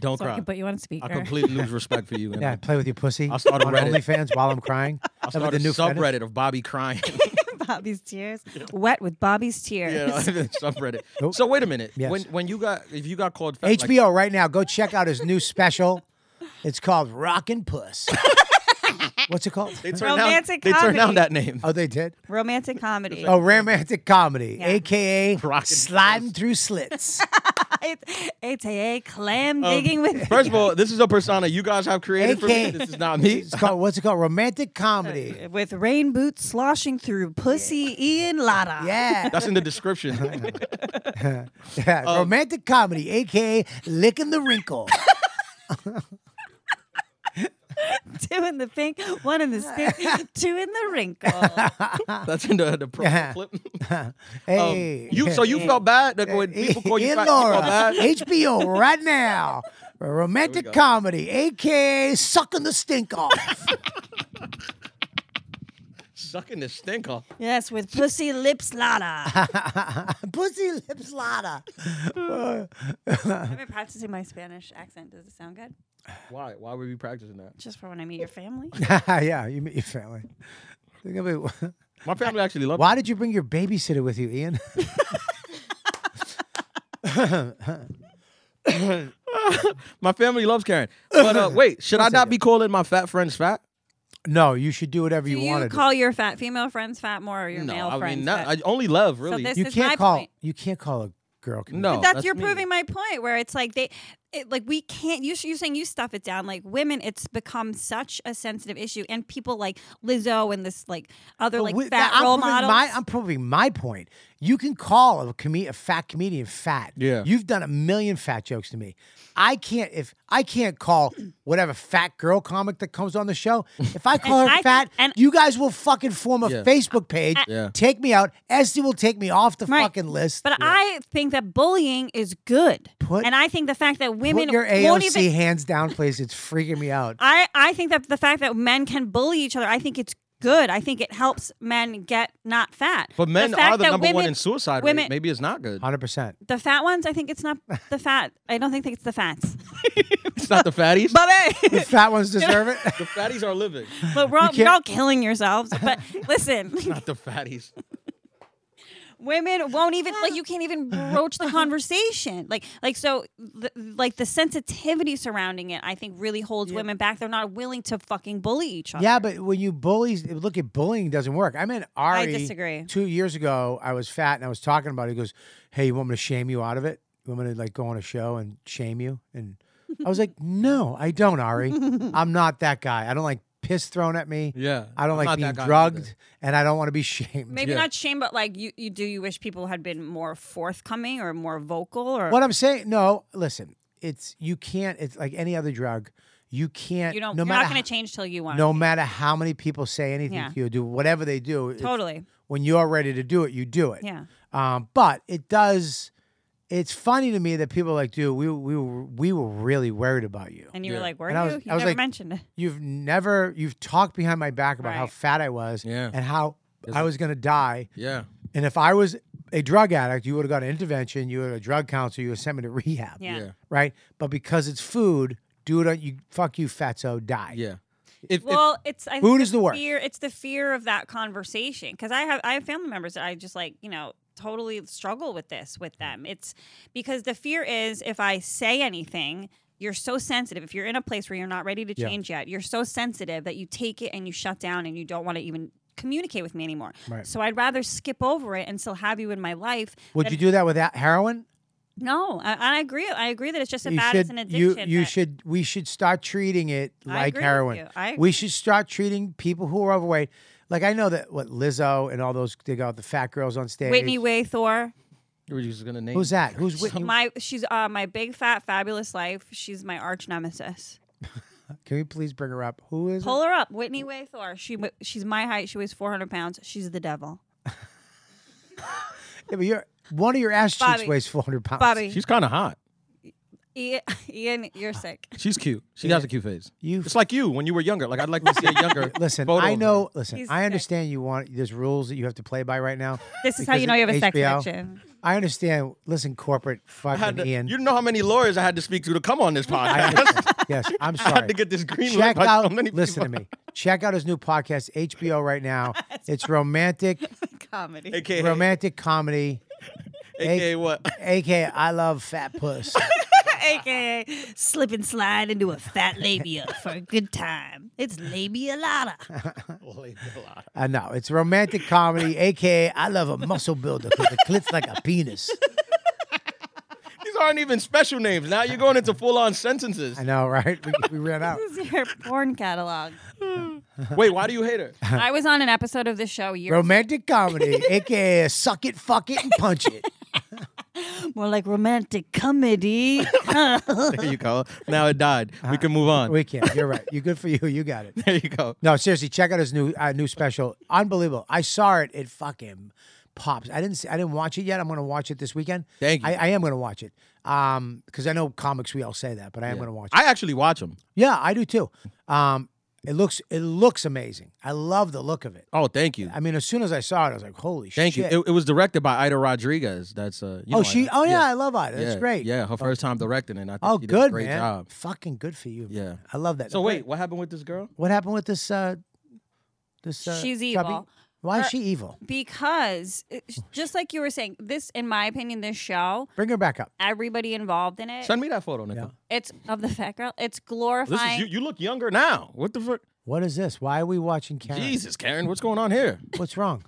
Speaker 8: don't
Speaker 7: so I
Speaker 8: cry.
Speaker 7: can put you on speaker.
Speaker 8: I completely lose respect for you. And
Speaker 3: Yeah, play with your pussy.
Speaker 8: I'll start a
Speaker 3: on
Speaker 8: Reddit.
Speaker 3: OnlyFans while I'm crying. That'll be
Speaker 8: I started
Speaker 3: the
Speaker 8: a
Speaker 3: new fetish.
Speaker 8: subreddit of Bobby crying.
Speaker 7: Bobby's tears. Wet with Bobby's tears.
Speaker 8: yeah, subreddit.
Speaker 3: Nope.
Speaker 8: So wait a minute.
Speaker 3: Yes.
Speaker 8: When when you got if you got called fat, like-
Speaker 3: HBO right now. Go check out his new special. It's called Rockin' Puss. What's it called?
Speaker 8: they turned down
Speaker 7: Romantic
Speaker 8: they turned down
Speaker 7: comedy.
Speaker 8: that name.
Speaker 3: Oh, they did.
Speaker 7: Romantic comedy.
Speaker 3: Oh, romantic comedy,
Speaker 7: Yeah.
Speaker 3: aka
Speaker 8: Rockin'
Speaker 3: sliding through slits.
Speaker 7: It's ATA clam digging with
Speaker 8: First of all, this is a persona you guys have created for me.
Speaker 3: AK.
Speaker 8: This is not me.
Speaker 3: It's called what's it called? Romantic comedy.
Speaker 7: with rain boots sloshing through pussy Ian Lada.
Speaker 3: Yeah,
Speaker 8: That's in the description.
Speaker 3: yeah.
Speaker 8: Oh.
Speaker 3: romantic comedy, aka licking the wrinkle.
Speaker 7: Two in the pink, one in the stick, two in the wrinkle.
Speaker 8: That's in the the pro
Speaker 3: Yeah.
Speaker 8: clip. Um,
Speaker 3: hey,
Speaker 8: you so you felt bad like when people call you
Speaker 3: Ian
Speaker 8: fat. You
Speaker 3: Laura,
Speaker 8: felt bad.
Speaker 3: HBO right now. Romantic comedy, aka sucking the stink off.
Speaker 8: Sucking the stink off.
Speaker 7: yes, with pussy lips Lada.
Speaker 3: Pussy lips lotta.
Speaker 7: I've been practicing my Spanish accent. Does it sound good?
Speaker 8: Why? Why were we practicing that?
Speaker 7: Just for when I meet your family.
Speaker 3: yeah, you meet your family. They're gonna be-
Speaker 8: My family actually loved.
Speaker 3: Why did you bring your babysitter with you, Ian?
Speaker 8: My family loves Karen. But uh, wait, should I not be calling my fat friends fat?
Speaker 3: no, you should do whatever
Speaker 7: Do
Speaker 3: you,
Speaker 7: you
Speaker 3: want to.
Speaker 7: call your fat female friends fat more or your male
Speaker 8: I
Speaker 7: friends
Speaker 8: mean not,
Speaker 7: fat?
Speaker 8: I only love really.
Speaker 7: this-
Speaker 3: You
Speaker 7: is
Speaker 3: can't
Speaker 7: my
Speaker 3: call.
Speaker 7: point.
Speaker 3: You can't call a girl. comedian.
Speaker 8: no,
Speaker 7: But that's, you're
Speaker 8: me.
Speaker 7: proving my point where it's like they it, like we can't you you're saying you stuff it down like women it's become such a sensitive issue and people like Lizzo and this like other
Speaker 3: But
Speaker 7: like
Speaker 3: with-
Speaker 7: fat
Speaker 3: I'm
Speaker 7: role
Speaker 3: proving
Speaker 7: models
Speaker 3: My, I'm proving my point. You can call a, com- a fat comedian fat.
Speaker 8: Yeah.
Speaker 3: You've done a million fat jokes to me. I can't if I can't call whatever fat girl comic that comes on the show. If I call
Speaker 7: And
Speaker 3: her
Speaker 7: I-
Speaker 3: fat,
Speaker 7: and-
Speaker 3: you guys will fucking form a
Speaker 8: Yeah.
Speaker 3: Facebook page.
Speaker 8: Yeah.
Speaker 3: Take me out. Esty will take me off the
Speaker 7: Right.
Speaker 3: fucking list.
Speaker 7: but I think that bullying is good
Speaker 3: Put-
Speaker 7: and I think the fact that women
Speaker 3: Put your
Speaker 7: won't
Speaker 3: AOC
Speaker 7: even
Speaker 3: hands down, please. It's freaking me out.
Speaker 7: I I think that the fact that men can bully each other I think it's good I think it helps men get not fat
Speaker 8: But men
Speaker 7: fact
Speaker 8: are the
Speaker 7: that
Speaker 8: number one
Speaker 7: women-
Speaker 8: in suicide
Speaker 7: women
Speaker 8: rate. Maybe it's not good.
Speaker 3: Hundred percent.
Speaker 7: the fat ones I think it's not the fat I don't think it's the fats
Speaker 8: It's not the fatties.
Speaker 7: Bobby
Speaker 3: The fat ones deserve it.
Speaker 8: the fatties are living.
Speaker 7: But we're all,
Speaker 3: can't-
Speaker 7: you're all killing yourselves. But listen,
Speaker 8: Not the fatties.
Speaker 7: women won't even like you can't even broach the conversation. Like like so th- like the sensitivity surrounding it, I think really holds women back. They're not willing to fucking bully each other.
Speaker 3: Yeah, but when you bully, look at bullying doesn't work. I mean, Ari.
Speaker 7: disagree.
Speaker 3: Two years ago, I was fat and I was talking about it. He goes, "Hey, you want me to shame you out of it? You want me to like go on a show and shame you?" And I was like, "No, I don't, Ari. I'm not that guy. I don't like piss thrown at me.
Speaker 8: Yeah,
Speaker 3: I don't
Speaker 8: I'm
Speaker 3: like
Speaker 8: not
Speaker 3: being
Speaker 8: that guy
Speaker 3: drugged,
Speaker 8: either.
Speaker 3: and I don't want to be shamed."
Speaker 7: Maybe
Speaker 8: Yeah.
Speaker 7: not shame, but like you, you do you wish people had been more forthcoming or more vocal or
Speaker 3: What I'm saying, no, listen, it's you can't. It's like any other drug. You can't.
Speaker 7: you don't
Speaker 3: No
Speaker 7: you're
Speaker 3: matter
Speaker 7: not gonna
Speaker 3: how-
Speaker 7: change till you want.
Speaker 3: No matter how many people say anything
Speaker 7: Yeah.
Speaker 3: to you, do whatever they do. it's-
Speaker 7: Totally.
Speaker 3: When you're ready to do it, you do it.
Speaker 7: Yeah.
Speaker 3: Um, but it does. It's funny to me that people are like, dude, we we were, we were really worried about you.
Speaker 7: And you were
Speaker 8: Yeah.
Speaker 7: like, were
Speaker 3: And
Speaker 7: you?
Speaker 3: I was-
Speaker 7: you
Speaker 3: I was
Speaker 7: never
Speaker 3: like-
Speaker 7: mentioned it.
Speaker 3: You've never you've talked behind my back about how
Speaker 7: Right.
Speaker 3: fat I was
Speaker 8: Yeah.
Speaker 3: and how I was going to die.
Speaker 8: Yeah.
Speaker 3: And if I was a drug addict, you would have got an intervention, you would have a drug counselor, you would have sent me to rehab.
Speaker 8: Yeah. Yeah.
Speaker 3: Right? But because it's food, do it on you fuck you fatso die.
Speaker 8: Yeah. If,
Speaker 7: well, it's I
Speaker 3: Food
Speaker 7: think
Speaker 3: is the worst.
Speaker 7: Fear, it's the fear of that conversation because I have I have family members that I just like you know totally struggle with this with them. It's because the fear is if I say anything. You're so sensitive. If you're in a place where you're not ready to
Speaker 9: Yeah.
Speaker 7: change yet, you're so sensitive that you take it and you shut down and you don't want to even communicate with me anymore.
Speaker 3: Right.
Speaker 7: So I'd rather skip over it and still have you in my life.
Speaker 3: Would
Speaker 7: than-
Speaker 3: you do that with that heroin?
Speaker 7: No, I, I agree. I agree that it's just as
Speaker 3: you
Speaker 7: bad
Speaker 3: should,
Speaker 7: as an
Speaker 3: You,
Speaker 7: addiction.
Speaker 3: you
Speaker 7: but-
Speaker 3: should. We should start treating it
Speaker 7: I
Speaker 3: like
Speaker 7: agree with
Speaker 3: heroin.
Speaker 7: you. I
Speaker 3: we
Speaker 7: agree.
Speaker 3: should start treating people who are overweight. Like I know that what Lizzo and all those they got the fat girls on stage.
Speaker 7: Whitney Waythor.
Speaker 8: You were just gonna name.
Speaker 3: Who's that? Who's Whitney?
Speaker 7: My she's uh, my big fat fabulous life. She's my arch nemesis.
Speaker 3: Can we please bring her up? Who is?
Speaker 7: Pull her up, Whitney Waythor. She wa- she's my height. She weighs four hundred pounds. She's the devil.
Speaker 3: Yeah, but you're one of your ass cheeks
Speaker 7: Bobby.
Speaker 3: weighs 400 pounds.
Speaker 7: Bobby.
Speaker 8: She's kind of hot.
Speaker 7: Ian, Ian you're sick.
Speaker 8: She's cute. She has a cute face. You. It's like you when you were younger. Like I'd like to see a younger.
Speaker 3: Listen,
Speaker 8: photo
Speaker 3: I
Speaker 8: of
Speaker 3: know. Listen,
Speaker 7: He's
Speaker 3: I understand you want. There's rules that you have to play by right now.
Speaker 7: This is how
Speaker 3: because
Speaker 7: you know you have a sex
Speaker 3: HBO.
Speaker 7: addiction.
Speaker 3: I understand. Listen, corporate
Speaker 8: I had
Speaker 3: fucking
Speaker 8: to-
Speaker 3: Ian.
Speaker 8: You know how many lawyers I had to speak to to come on this podcast.
Speaker 3: Yes, I'm
Speaker 8: I
Speaker 3: sorry.
Speaker 8: had to get this green light
Speaker 3: Check
Speaker 8: by so
Speaker 3: out.
Speaker 8: many
Speaker 3: listen to me. Check out his new podcast, HBO, right now. it's romantic,
Speaker 7: Comedy.
Speaker 8: AKA,
Speaker 3: romantic comedy.
Speaker 8: AKA what?
Speaker 3: AKA I love fat puss.
Speaker 7: AKA slip and slide into a fat labia for a good time. It's labia lotta.
Speaker 3: I know it's romantic comedy. AKA I love a muscle builder because it clips like a penis.
Speaker 8: These aren't even special names. Now you're going into full on sentences.
Speaker 3: I know, right? We, we ran out.
Speaker 7: This is your porn catalog.
Speaker 8: Wait, why do you hate her?
Speaker 7: I was on an episode of this show years
Speaker 3: Romantic comedy, aka suck it, fuck it, and punch it.
Speaker 7: More like romantic comedy.
Speaker 8: There you go. Now it died. We can move on.
Speaker 3: Uh-huh. We can. You're right. You're good for you. You got it.
Speaker 8: There you go.
Speaker 3: No, seriously, check out his new uh, new special. Unbelievable. I saw it. It fucking pops. I didn't see, I didn't watch it yet. I'm gonna watch it this weekend.
Speaker 8: Thank you.
Speaker 3: I, I am gonna watch it. Um, because I know comics we all say that, but I am
Speaker 8: Yeah.
Speaker 3: gonna watch it.
Speaker 8: I actually watch them.
Speaker 3: Yeah, I do too. Um, it looks it looks amazing. I love the look of it.
Speaker 8: Oh, thank you.
Speaker 3: I mean, as soon as I saw it, I was like, holy
Speaker 8: Thank
Speaker 3: shit.
Speaker 8: you. It, it was directed by Ida Rodriguez. That's uh. You
Speaker 3: oh,
Speaker 8: know
Speaker 3: she.
Speaker 8: Ida.
Speaker 3: Oh yeah, I love Ida. That's
Speaker 8: Yeah,
Speaker 3: great.
Speaker 8: Yeah, her first time directing, and I think
Speaker 3: Oh,
Speaker 8: she did
Speaker 3: good
Speaker 8: a great
Speaker 3: man.
Speaker 8: job.
Speaker 3: Fucking good for you.
Speaker 8: Yeah.
Speaker 3: I love that.
Speaker 8: So wait, what happened with this girl?
Speaker 3: what happened with this? uh This. Uh,
Speaker 7: She's
Speaker 3: chubby-
Speaker 7: evil.
Speaker 3: Why is
Speaker 7: Her-
Speaker 3: she evil?
Speaker 7: because it- just like you were saying this in my opinion this show
Speaker 3: Bring her back up.
Speaker 7: everybody involved in it
Speaker 8: Send me that photo, Nicole.
Speaker 7: it's of the fat girl it's
Speaker 8: This is
Speaker 7: glorifying
Speaker 8: you. You look younger now. What the fuck?
Speaker 3: What is this? Why are we watching Karen?
Speaker 8: Jesus, Karen, what's going on here?
Speaker 3: What's wrong?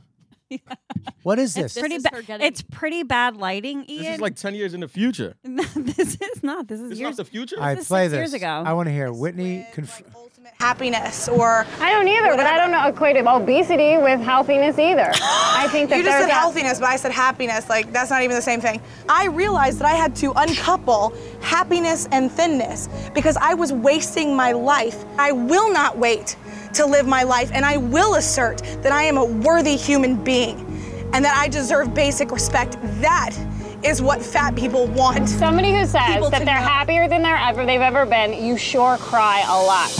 Speaker 3: What is this?
Speaker 7: it's pretty bad it's pretty bad lighting Ian
Speaker 8: This is like ten years in the future.
Speaker 7: this is not this is
Speaker 8: This is
Speaker 7: years
Speaker 8: not the future.
Speaker 3: All right,
Speaker 7: is
Speaker 3: play
Speaker 7: six
Speaker 3: this.
Speaker 7: years ago.
Speaker 3: I want to hear Whitney. Conf-
Speaker 10: happiness or
Speaker 11: I don't either, but I don't know equate obesity with healthiness either. I think that
Speaker 10: you just
Speaker 11: there's
Speaker 10: said
Speaker 11: a-
Speaker 10: healthiness, but I said happiness. Like that's not even the same thing. I realized that I had to uncouple happiness and thinness because I was wasting my life. I will not wait to live my life, and I will assert that I am a worthy human being and that I deserve basic respect. That is what fat people want.
Speaker 11: Somebody who says
Speaker 10: People
Speaker 11: that
Speaker 10: to
Speaker 11: they're
Speaker 10: know.
Speaker 11: happier than they're ever they've ever been, you sure cry a lot.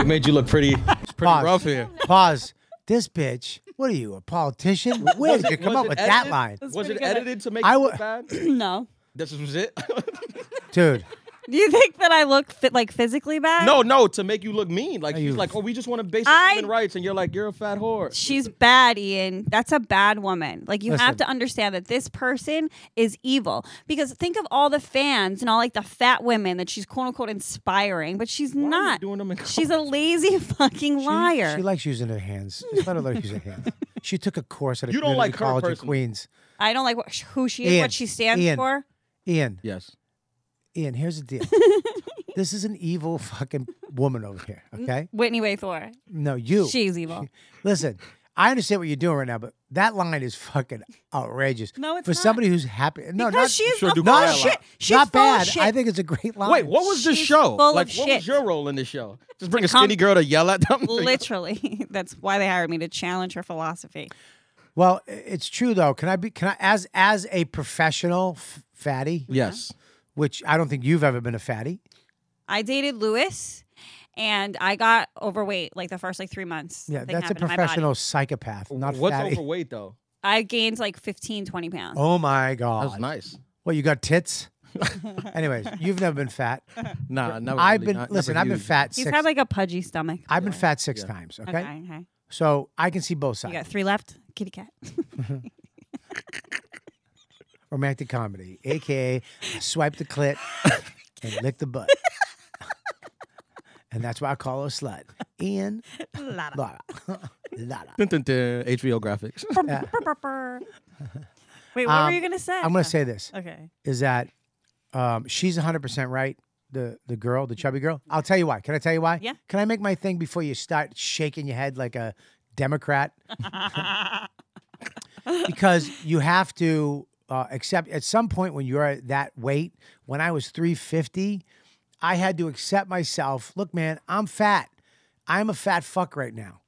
Speaker 8: It made you look pretty. It's pretty
Speaker 3: Pause.
Speaker 8: rough here.
Speaker 3: Pause. This bitch. What are you, a politician? Where did you come
Speaker 8: Was
Speaker 3: up
Speaker 8: it
Speaker 3: with that
Speaker 8: edited?
Speaker 3: line,
Speaker 8: Was it edited to make
Speaker 3: I
Speaker 8: you
Speaker 3: wa-
Speaker 8: look bad?
Speaker 7: no
Speaker 8: This was it.
Speaker 3: dude?
Speaker 7: do you think that I look fit like physically bad
Speaker 8: no, no, to make you look mean. Like
Speaker 3: you-
Speaker 8: she's like, oh, we just want to basic
Speaker 7: I-
Speaker 8: human rights, and you're like, you're a fat whore.
Speaker 7: She's bad, Ian. That's a bad woman. Like you have
Speaker 8: Listen.
Speaker 7: to understand that this person is evil. Because think of all the fans and all like the fat women that she's quote unquote inspiring, but she's not. she's a lazy fucking liar.
Speaker 3: She likes using her hands. Just let her learn to use her hands. She took a course at a
Speaker 8: You don't
Speaker 3: community
Speaker 8: like her
Speaker 3: college in
Speaker 8: personally.
Speaker 3: Queens.
Speaker 7: I don't like what, who she is,
Speaker 3: Ian,
Speaker 7: what she stands
Speaker 3: Ian.
Speaker 7: for.
Speaker 3: Ian,
Speaker 8: Yes.
Speaker 3: Ian, here's the deal. this is an evil fucking woman over here. Okay.
Speaker 7: Whitney Waythor.
Speaker 3: No, you.
Speaker 7: She's evil.
Speaker 3: Listen, I understand what you're doing right now, but that line is fucking outrageous.
Speaker 7: No, it's
Speaker 3: for
Speaker 7: not.
Speaker 3: somebody who's happy. No,
Speaker 7: Because
Speaker 3: not
Speaker 7: she is Sure do full
Speaker 3: not
Speaker 7: of cry a lot. shit. She's
Speaker 3: not
Speaker 7: full of
Speaker 3: bad.
Speaker 7: shit.
Speaker 3: I think it's a great line.
Speaker 8: Wait, what was this show?
Speaker 7: full of
Speaker 8: like, what
Speaker 7: shit.
Speaker 8: was your role in this show? Just bring
Speaker 7: To
Speaker 8: a skinny
Speaker 7: come-
Speaker 8: girl to yell at them.
Speaker 7: Literally. That's why they hired me to challenge her philosophy.
Speaker 3: Well, i- it's true though. Can I be? Can I as as a professional f- fatty?
Speaker 8: Yes.
Speaker 3: Which I don't think you've ever been a fatty.
Speaker 7: I dated Lewis and I got overweight like the first like three months.
Speaker 3: Yeah,
Speaker 7: Thing
Speaker 3: that's a
Speaker 7: happened to my body.
Speaker 3: professional psychopath, not
Speaker 8: What's
Speaker 3: fatty.
Speaker 8: overweight though?
Speaker 7: I gained like 15, 20 pounds.
Speaker 3: Oh my god,
Speaker 8: That's nice.
Speaker 3: Well, you got tits. Anyways, you've never been fat.
Speaker 8: Nah, never
Speaker 3: I've
Speaker 8: really,
Speaker 3: been
Speaker 8: not-
Speaker 3: listen.
Speaker 8: never
Speaker 3: I've been
Speaker 8: huge.
Speaker 3: fat.
Speaker 7: He's
Speaker 3: six,
Speaker 7: had like a pudgy stomach.
Speaker 3: I've been fat six times. Okay?
Speaker 7: okay.
Speaker 3: so I can see both
Speaker 7: You
Speaker 3: sides.
Speaker 7: got three left. Kitty cat.
Speaker 3: Romantic comedy, aka swipe the clit and lick the butt, and that's why I call her a slut. Ian Lara. Lara.
Speaker 8: Dun, dun, dun, HBO graphics.
Speaker 7: Wait, what were
Speaker 3: Um,
Speaker 7: you gonna say?
Speaker 3: I'm going to say this.
Speaker 7: Okay.
Speaker 3: Is that um, she's 100% right, the the girl, the chubby girl. I'll tell you why. Can I tell you why?
Speaker 7: Yeah.
Speaker 3: Can I make my thing before you start shaking your head like a Democrat? because you have to uh, accept at some point when you're at that weight. When I was 350, I had to accept myself. Look, man, I'm fat. I'm a fat fuck right now.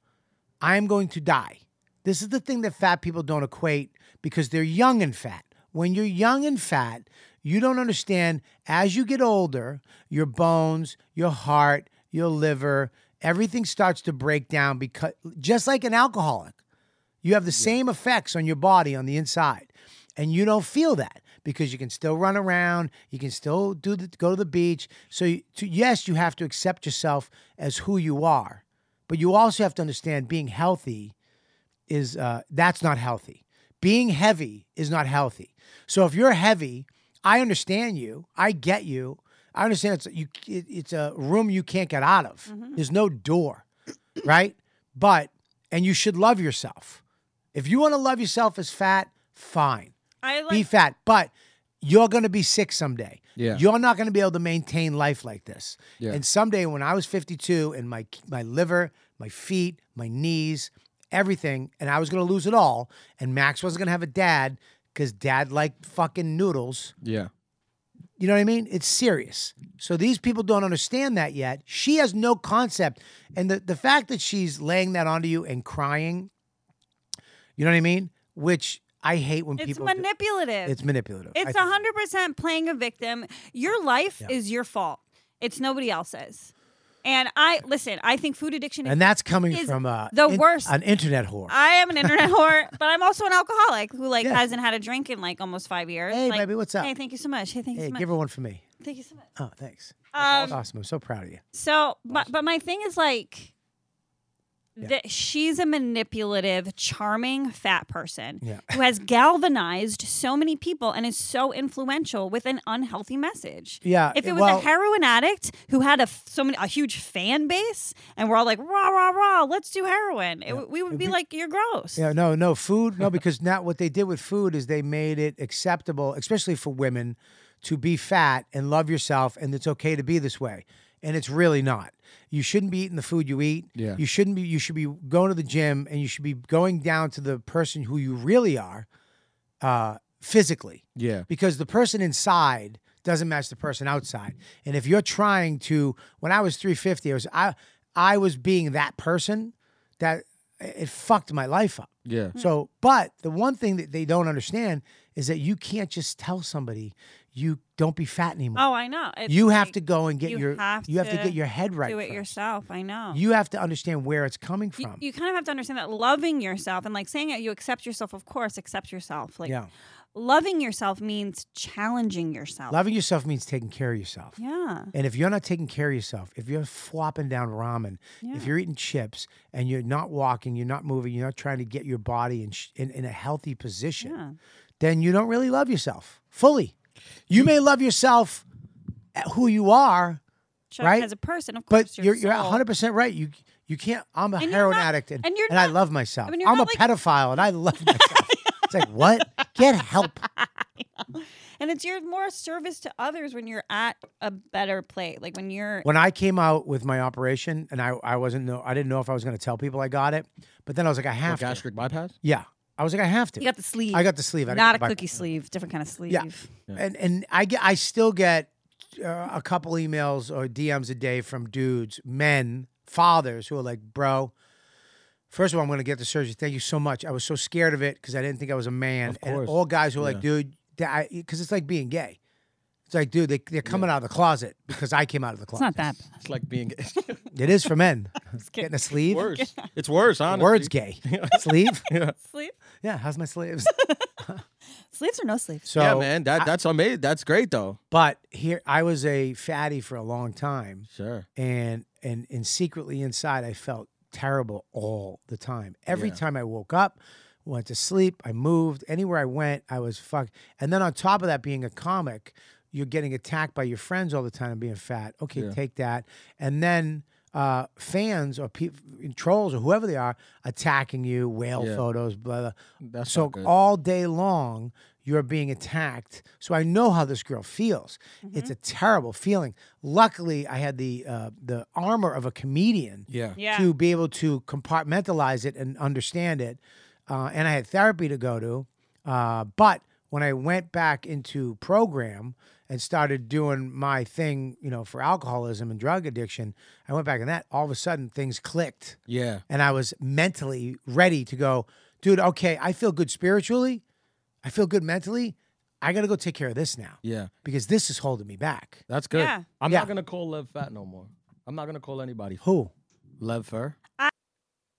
Speaker 3: I am going to die. This is the thing that fat people don't equate because they're young and fat. When you're young and fat, you don't understand as you get older, your bones, your heart, your liver, everything starts to break down because just like an alcoholic, you have the same effects on your body on the inside. And you don't feel that because you can still run around, you can still do the, go to the beach. So you, to, yes, you have to accept yourself as who you are. But you also have to understand being healthy is uh, that's not healthy. Being heavy is not healthy. So if you're heavy, I understand you. I get you. I understand it's you. It, it's a room you can't get out of. There's no door, right? But and you should love yourself. If you want to love yourself as fat, fine.
Speaker 7: I like
Speaker 3: be fat, but you're going to be sick someday.
Speaker 8: Yeah.
Speaker 3: You're not going to be able to maintain life like this.
Speaker 8: Yeah.
Speaker 3: And someday when I was 52 and my my liver, my feet, my knees, everything, and I was going to lose it all and Max wasn't going to have a dad cuz dad liked fucking noodles.
Speaker 8: yeah.
Speaker 3: You know what I mean? It's serious. So these people don't understand that yet. She has no concept. And the, the fact that she's laying that onto you and crying, you know what I mean? Which I hate when
Speaker 7: It's
Speaker 3: people. do-
Speaker 7: manipulative.
Speaker 3: It's manipulative. I
Speaker 7: It's
Speaker 3: think-
Speaker 7: hundred percent playing a victim. Your life is your fault. It's nobody else's. And I listen. I think food addiction is
Speaker 3: And that's coming
Speaker 7: is
Speaker 3: from uh,
Speaker 7: the
Speaker 3: in-
Speaker 7: worst.
Speaker 3: An internet whore.
Speaker 7: I am an internet whore, but I'm also an alcoholic who like hasn't had a drink in like almost five years.
Speaker 3: Hey,
Speaker 7: Like,
Speaker 3: baby, what's up?
Speaker 7: Hey, thank you so much. Hey, thank you
Speaker 3: hey,
Speaker 7: so much.
Speaker 3: give her one for me.
Speaker 7: Thank you so much.
Speaker 3: Oh, thanks.
Speaker 7: Um,
Speaker 3: That's awesome. I'm so proud of you.
Speaker 7: So, but but my thing is like that she's a manipulative, charming fat person
Speaker 3: Yeah.
Speaker 7: who has galvanized so many people and is so influential with an unhealthy message.
Speaker 3: Yeah,
Speaker 7: If it was
Speaker 3: well-
Speaker 7: a heroin addict who had a f- so many a huge fan base and we're all like rah rah rah, let's do heroin, it, we would be, like you're gross.
Speaker 3: Yeah, no, no food. No, because now what they did with food is they made it acceptable, especially for women, to be fat and love yourself, and it's okay to be this way. And it's really not. You shouldn't be eating the food you eat.
Speaker 8: Yeah.
Speaker 3: You shouldn't be. You should be going to the gym, and you should be going down to the person who you really are, uh, physically.
Speaker 8: Yeah.
Speaker 3: because the person inside doesn't match the person outside. And if you're trying to, when I was 350, I was I I was being that person that it fucked my life up.
Speaker 8: Yeah.
Speaker 7: Hmm.
Speaker 3: So, but the one thing that they don't understand is that you can't just tell somebody you don't be fat anymore.
Speaker 7: Oh, I know. It's
Speaker 3: you have
Speaker 7: like,
Speaker 3: to go and get
Speaker 7: you
Speaker 3: your
Speaker 7: have
Speaker 3: you have to
Speaker 7: to
Speaker 3: get your head right.
Speaker 7: do it
Speaker 3: first.
Speaker 7: yourself. I know.
Speaker 3: You have to understand where it's coming
Speaker 7: you,
Speaker 3: from.
Speaker 7: you kind of have to understand that loving yourself and like saying it, you accept yourself, of course, accept yourself. Like
Speaker 3: yeah.
Speaker 7: loving yourself means challenging yourself.
Speaker 3: Loving yourself means taking care of yourself.
Speaker 7: Yeah.
Speaker 3: And if you're not taking care of yourself, if you're flopping down ramen,
Speaker 7: Yeah.
Speaker 3: if you're eating chips and you're not walking, you're not moving, you're not trying to get your body in, sh- in, in a healthy position,
Speaker 7: Yeah.
Speaker 3: then you don't really love yourself fully. You may love yourself at who you are,
Speaker 7: Ch-
Speaker 3: right?
Speaker 7: As a person, of course.
Speaker 3: but you're, you're
Speaker 7: soul.
Speaker 3: 100% right. You you can't, I'm a
Speaker 7: And you're
Speaker 3: heroin
Speaker 7: not-
Speaker 3: addict and,
Speaker 7: and you're
Speaker 3: I
Speaker 7: not-
Speaker 3: love myself.
Speaker 7: I mean, you're
Speaker 3: I'm a
Speaker 7: not like-
Speaker 3: pedophile and I love myself. it's like, what? Get help.
Speaker 7: And it's your more service to others when you're at a better place. Like when you're
Speaker 3: when I came out with my operation, and I, I wasn't know I didn't know if I was going to tell people I got it, but then I was like I have
Speaker 8: Like
Speaker 3: to.
Speaker 8: gastric bypass.
Speaker 3: Yeah, I was like I have to.
Speaker 7: you got the sleeve.
Speaker 3: I got the sleeve. I didn't
Speaker 7: Not a
Speaker 3: get the
Speaker 7: cookie sleeve, different kind of sleeve.
Speaker 3: Yeah. and and I get I still get uh, a couple emails or DMs a day from dudes, men, fathers who are like, bro. First of all, I'm going to get the surgery. Thank you so much. I was so scared of it because I didn't think I was a man.
Speaker 8: Of
Speaker 3: and
Speaker 8: course.
Speaker 3: all guys who are like,
Speaker 8: Yeah.
Speaker 3: dude, because it's like being gay. It's like, dude, they, they're coming out of the closet because I came out of the
Speaker 7: It's
Speaker 3: closet.
Speaker 7: not that bad.
Speaker 8: It's like being
Speaker 3: It is for men.
Speaker 7: Getting
Speaker 3: a sleeve.
Speaker 8: Worse. It's worse, honestly.
Speaker 3: Words gay. sleeve.
Speaker 8: Yeah.
Speaker 7: Sleeve?
Speaker 3: Yeah. How's my sleeves?
Speaker 7: Sleeves or no sleeves?
Speaker 3: So
Speaker 8: yeah, man, that that's amazing. That's great though.
Speaker 3: But here, I was a fatty for a long time.
Speaker 8: Sure.
Speaker 3: And and and secretly inside, I felt terrible all the time. Every
Speaker 8: Yeah.
Speaker 3: time I woke up, went to sleep, I moved anywhere I went, I was fucked. And then on top of that, being a comic, you're getting attacked by your friends all the time and being fat. Okay,
Speaker 9: Yeah.
Speaker 3: take that. And then. Uh, fans or peop trolls or whoever they are attacking you, whale
Speaker 8: Yeah.
Speaker 3: photos, blah, blah.
Speaker 8: That's
Speaker 3: so
Speaker 8: not good.
Speaker 3: all day long you're being attacked. So I know how this girl feels. It's a terrible feeling. Luckily, I had the uh, the armor of a comedian
Speaker 8: Yeah.
Speaker 7: Yeah.
Speaker 3: to be able to compartmentalize it and understand it. Uh, and I had therapy to go to. Uh, but when I went back into program and started doing my thing, you know, for alcoholism and drug addiction, I went back in that. All of a sudden, things clicked
Speaker 8: Yeah.
Speaker 3: and I was mentally ready to go, dude, okay, I feel good spiritually. I feel good mentally. I got to go take care of this now
Speaker 8: Yeah.
Speaker 3: because this is holding me back.
Speaker 8: That's good.
Speaker 3: Yeah.
Speaker 8: I'm
Speaker 3: Yeah.
Speaker 8: not gonna call Lev fat no more. I'm not gonna call anybody.
Speaker 3: Who?
Speaker 8: Lev Fur.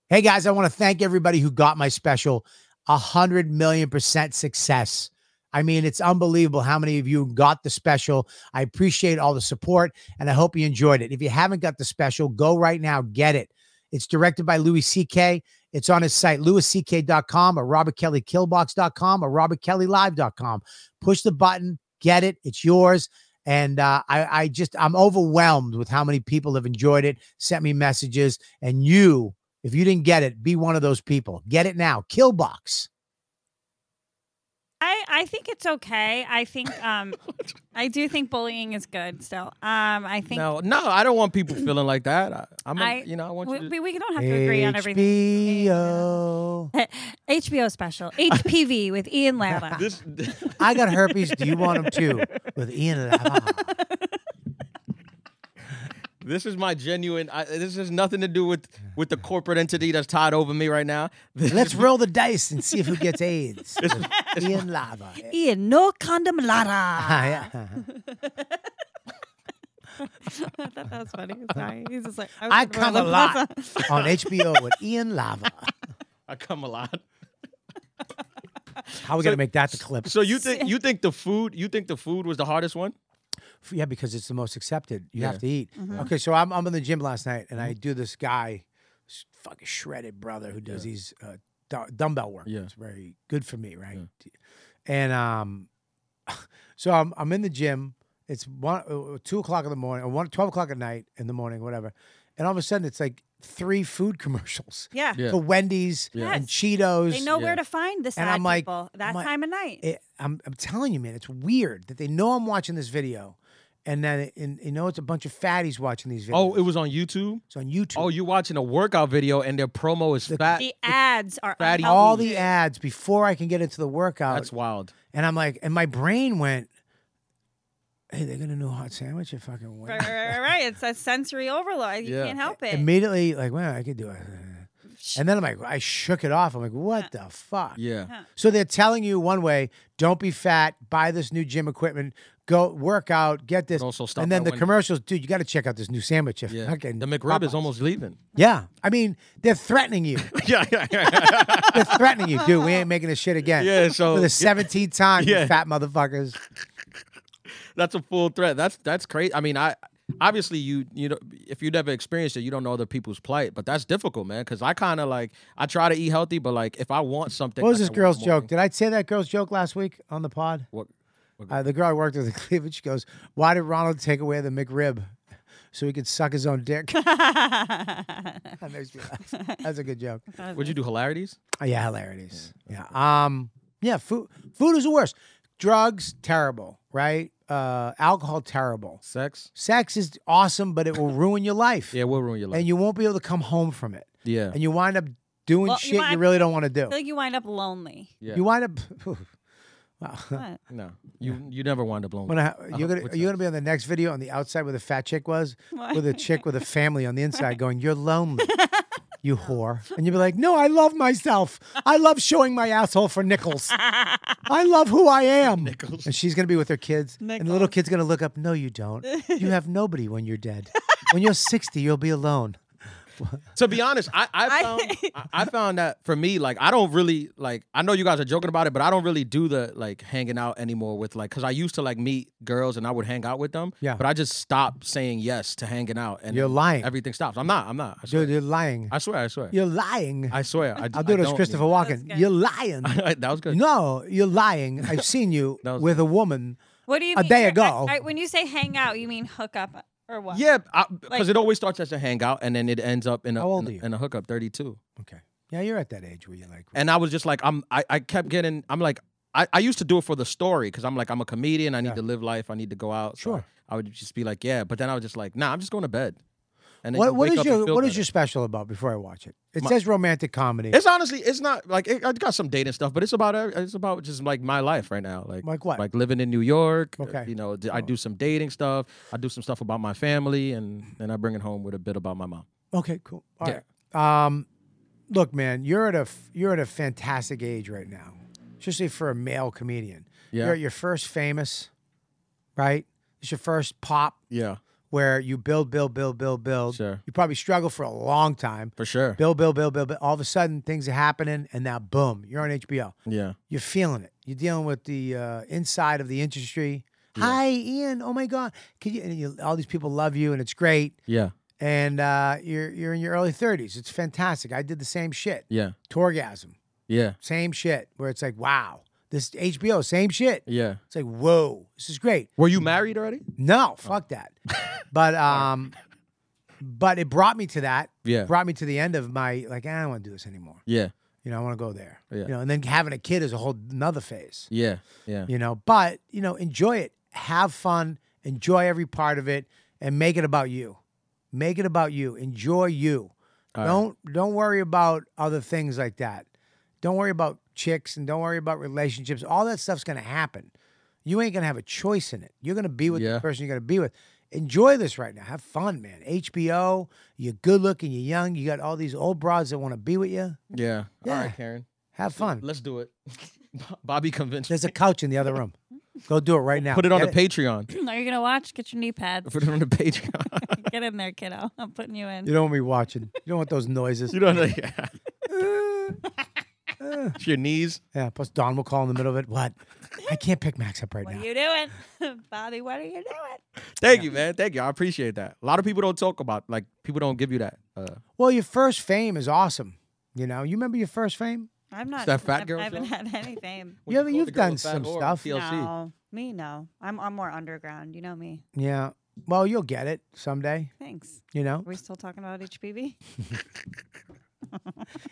Speaker 3: Hey guys, I want to thank everybody who got my special. A hundred million percent success. I mean, it's unbelievable how many of you got the special. I appreciate all the support and I hope you enjoyed it. If you haven't got the special, go right now, get it. It's directed by Louis C.K. It's on his site, louisck.com or robertkellykillbox.com or robertkellylive.com. Push the button, get it. It's yours. And uh, I, I just, I'm overwhelmed with how many people have enjoyed it, sent me messages. And you, if you didn't get it, be one of those people. Get it now. Killbox.
Speaker 7: I, I think it's okay. I think um I do think bullying is good still. Um I think
Speaker 8: No, no, I don't want people feeling like that. I, I'm, a,
Speaker 7: I-
Speaker 8: you know, I want
Speaker 7: we,
Speaker 8: you to.
Speaker 7: we, we don't have to agree on everything.
Speaker 3: HBO.
Speaker 7: HBO special HPV with Ian Lara.
Speaker 8: This
Speaker 3: I got herpes. Do you want them too? With Ian Lava.
Speaker 8: This is my genuine. I, this has nothing to do with with the corporate entity that's tied over me right now.
Speaker 3: Let's roll the dice and see if who gets AIDS.
Speaker 8: It's-
Speaker 3: With Ian Lava. Ah,
Speaker 7: Ian, no condom Lara.
Speaker 3: yeah.
Speaker 7: I thought that was funny. Sorry. He's just like, was
Speaker 3: I
Speaker 7: like,
Speaker 3: come a
Speaker 7: well,
Speaker 3: lot
Speaker 7: that's not-
Speaker 3: on HBO with Ian Lava.
Speaker 8: I come a lot.
Speaker 3: How are we gonna make that the clip?
Speaker 8: So you think you think the food you think the food was the hardest one?
Speaker 3: F- Yeah, because it's the most accepted. You
Speaker 8: Yeah. Mm-hmm.
Speaker 3: have to eat.
Speaker 7: Mm-hmm.
Speaker 8: Mhm.
Speaker 3: Okay, so I'm I'm in the gym last night and I do this guy, s- fucking shredded brother who does these uh, du- dumbbell work.
Speaker 8: Yeah.
Speaker 3: It's very good for me, right? And um, so I'm I'm in the gym. It's one uh, two o'clock in the morning or one, 12 o'clock at night in the morning, whatever. And all of a sudden, it's like three food commercials.
Speaker 7: Yeah. Yeah.
Speaker 3: for Wendy's
Speaker 7: Yeah.
Speaker 3: and
Speaker 7: Yes.
Speaker 3: Cheetos.
Speaker 7: They know where to find the
Speaker 3: And
Speaker 7: sad
Speaker 3: I'm like,
Speaker 7: people that
Speaker 3: my-
Speaker 7: time of night.
Speaker 3: it, I'm, I'm telling you, man, it's weird that they know I'm watching this video, and then it- and you know it's a bunch of fatties watching these videos.
Speaker 8: Oh, it was on YouTube.
Speaker 3: It's on YouTube.
Speaker 8: Oh, you're watching a workout video and their promo is fat.
Speaker 7: the ads are
Speaker 8: fatty-
Speaker 7: unhealthy.
Speaker 3: all the ads before I can get into the workout.
Speaker 8: That's wild.
Speaker 3: and I'm like, and my brain went, "Hey, they got a new hot sandwich at fucking Wendy's."
Speaker 7: Right, right, right, right. It's that sensory overload. You can't help it.
Speaker 3: Immediately, like, wow, I could do it. And then I'm like, I shook it off. I'm like, what the fuck?
Speaker 8: Yeah.
Speaker 7: Huh.
Speaker 3: So they're telling you one way, don't be fat, buy this new gym equipment, go work out, get this.
Speaker 8: But also stop
Speaker 3: and then
Speaker 8: at
Speaker 3: the
Speaker 8: Wendy's.
Speaker 3: commercials, dude, you got to check out this new sandwich. If
Speaker 8: Yeah.
Speaker 3: fucking
Speaker 8: The McRib
Speaker 3: Popeyes.
Speaker 8: is almost leaving.
Speaker 3: Yeah. I mean, they're threatening you.
Speaker 8: yeah, yeah, yeah.
Speaker 3: they're threatening you, dude. We ain't making this shit again.
Speaker 8: Yeah, so-
Speaker 3: for the 17th time, you
Speaker 8: Yeah.
Speaker 3: fat motherfuckers.
Speaker 8: that's a full threat. That's that's crazy. I mean, I obviously you you know if you never experienced it, you don't know other people's plight. But that's difficult, man. Because I kind of like I try to eat healthy, but like if I want something,
Speaker 3: What was
Speaker 8: I
Speaker 3: this
Speaker 8: can
Speaker 3: girl's
Speaker 8: want more.
Speaker 3: joke? Did I say that girl's joke last week on the pod?
Speaker 8: uh, What?
Speaker 3: Uh, the girl I worked with in Cleveland, she goes, "Why did Ronald take away the McRib so he could suck his own dick?" that makes me laugh. That's a good joke.
Speaker 8: Would you do hilarities?
Speaker 3: Oh, yeah, hilarities. Yeah. Um. Yeah. Food. Food is the worst. Drugs terrible. Right. Uh. Alcohol terrible.
Speaker 8: Sex.
Speaker 3: Sex is awesome, but it will ruin your life,
Speaker 8: Yeah, we'll ruin your life.
Speaker 3: and you won't be able to come home from it.
Speaker 8: yeah,
Speaker 3: And you wind up doing
Speaker 7: Well, you
Speaker 3: shit you,
Speaker 7: wind-
Speaker 3: really don't want to
Speaker 7: I
Speaker 3: do.
Speaker 7: feel like you wind up lonely.
Speaker 8: yeah.
Speaker 3: You wind up. wow.
Speaker 7: What?
Speaker 8: no, you you never wind up blown.
Speaker 3: When I, you're gonna you're gonna be on the next video on the outside where the fat chick was,
Speaker 7: Why?
Speaker 3: with a chick with a family on the inside going, "You're lonely." you whore. And you'd be like, no, I love myself. I love showing my asshole for nickels. I love who I am. Nickels. And she's going to be with her kids. And the little kid's going to look up, no, you don't. You have nobody when you're dead. when you're 60, you'll be alone.
Speaker 8: to be honest, I, I found I, I found that for me, like I don't really like I know you guys are joking about it, but I don't really do the like hanging out anymore with like because I used to like meet girls and I would hang out with them.
Speaker 3: Yeah.
Speaker 8: But I just stopped saying yes to hanging out and
Speaker 3: You're lying.
Speaker 8: Everything stops. I'm not, I'm not. I
Speaker 3: Dude, you're lying.
Speaker 8: I swear, I swear.
Speaker 3: You're lying.
Speaker 8: I swear. I,
Speaker 3: I'll do it as
Speaker 8: don't-
Speaker 3: Christopher Walken. You're lying.
Speaker 8: that was good.
Speaker 3: No, you're lying. I've seen you with a woman
Speaker 7: What do you
Speaker 3: a
Speaker 7: mean?
Speaker 3: day
Speaker 7: You're-
Speaker 3: ago.
Speaker 7: I- I- when you say hang out, you mean hook up or what?
Speaker 8: Yeah, because
Speaker 7: Like-
Speaker 8: it always starts as a hangout and then it ends up in a in, a- in a hookup. Thirty two.
Speaker 3: yeah, you're at that age where you're like,
Speaker 8: And I was just like, I'm. I, I kept getting. I'm like, I, I used to do it for the story because I'm like, I'm a comedian. I need to live life. I need to go out. Sure. I would just be like, yeah. But then I was just like, nah. I'm just going to bed. And then
Speaker 3: what,
Speaker 8: you
Speaker 3: what
Speaker 8: wake
Speaker 3: is
Speaker 8: up and
Speaker 3: your
Speaker 8: feel
Speaker 3: what is
Speaker 8: better.
Speaker 3: your special about before I watch it? It
Speaker 8: My-
Speaker 3: says romantic comedy.
Speaker 8: It's honestly, it's not like it, I got some dating stuff, but it's about uh, it's about just like my life right now, like
Speaker 3: Like what?
Speaker 8: like living in New York. uh,
Speaker 3: Okay.
Speaker 8: you know, d- I do some dating stuff. I do some stuff about my family, and and I bring it home with a bit about my mom.
Speaker 3: Okay, cool. All
Speaker 8: Yeah.
Speaker 3: right. Um, look, man, you're at a f- you're at a fantastic age right now, especially for a male comedian.
Speaker 8: Yeah.
Speaker 3: You're at your first famous, right? It's your first pop
Speaker 8: Yeah,
Speaker 3: where you build, build, build, build, build.
Speaker 8: Sure.
Speaker 3: You probably struggle for a long time.
Speaker 8: for sure.
Speaker 3: Build, build, build, build, build. All of a sudden, things are happening, and now, boom, you're on HBO.
Speaker 8: Yeah.
Speaker 3: You're feeling it. You're dealing with the uh, inside of the industry. Hi, Ian. Oh my God. Can you, and you, all these people love you, and it's great
Speaker 8: Yeah.
Speaker 3: and uh, you're you're in your early 30s. It's fantastic. I did the same shit.
Speaker 8: Yeah.
Speaker 3: Torgasm,
Speaker 8: Yeah.
Speaker 3: same shit. Where it's like, wow, this HBO, same shit.
Speaker 8: Yeah.
Speaker 3: It's like, whoa, this is great.
Speaker 8: Were you married already?
Speaker 3: No, fuck that. but um, but it brought me to that.
Speaker 8: Yeah.
Speaker 3: brought me to the end of my like, I don't want to do this anymore.
Speaker 8: Yeah.
Speaker 3: You know, I want to go there.
Speaker 8: Yeah.
Speaker 3: You know, and then having a kid is a whole another phase.
Speaker 8: Yeah. Yeah.
Speaker 3: You know, but you know, enjoy it. Have fun. Enjoy every part of it, and make it about you. Make it about you. Enjoy you.
Speaker 8: All right.
Speaker 3: don't don't worry about other things like that. Don't worry about chicks and don't worry about relationships. All that stuff's gonna happen. You ain't gonna have a choice in it. You're gonna be with
Speaker 8: Yeah.
Speaker 3: the person you're gonna be with. Enjoy this right now. Have fun, man. HBO. You're good looking. You're young. You got all these old broads that want to be with you.
Speaker 8: Yeah. All
Speaker 3: Yeah.
Speaker 8: right, Karen.
Speaker 3: Have fun.
Speaker 8: Let's do it. Bobby convinced.
Speaker 3: There's a couch in the other room. Go do it right now.
Speaker 8: Put it on
Speaker 3: Get
Speaker 8: the Patreon.
Speaker 7: Are you gonna watch? Get your knee pads.
Speaker 8: Put it on the Patreon.
Speaker 7: Get in there, kiddo. I'm putting you in.
Speaker 3: You don't want me watching. You don't want those noises.
Speaker 8: You don't know. Yeah. It's your knees.
Speaker 3: Yeah. Plus, Don will call in the middle of it. What? I can't pick Max up right
Speaker 7: what
Speaker 3: now.
Speaker 7: are you doing, Bobby? What are you doing?
Speaker 8: Thank you, man. Thank you. I appreciate that. A lot of people don't talk about like people don't give you that. Uh,
Speaker 3: Well, your first fame is awesome. You know, you remember your first fame?
Speaker 7: I'm not.
Speaker 8: that fat
Speaker 7: I've-
Speaker 8: girl
Speaker 7: I haven't
Speaker 8: show?
Speaker 7: had any fame.
Speaker 3: You haven't-
Speaker 8: call
Speaker 3: you've
Speaker 8: the girl a
Speaker 3: done
Speaker 8: fat
Speaker 3: some
Speaker 8: whore on
Speaker 3: stuff.
Speaker 8: TLC.
Speaker 7: No, me no. I'm I'm more underground. You know me.
Speaker 3: Yeah. Well, you'll get it someday.
Speaker 7: Thanks.
Speaker 3: You know?
Speaker 7: Are we still talking about HPV?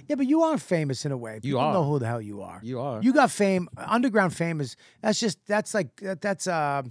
Speaker 3: Yeah, but you are famous in a way. People
Speaker 8: are.
Speaker 3: know who the hell you are.
Speaker 8: You are.
Speaker 3: You got fame. Underground fame is that's just that's like that, that's uh,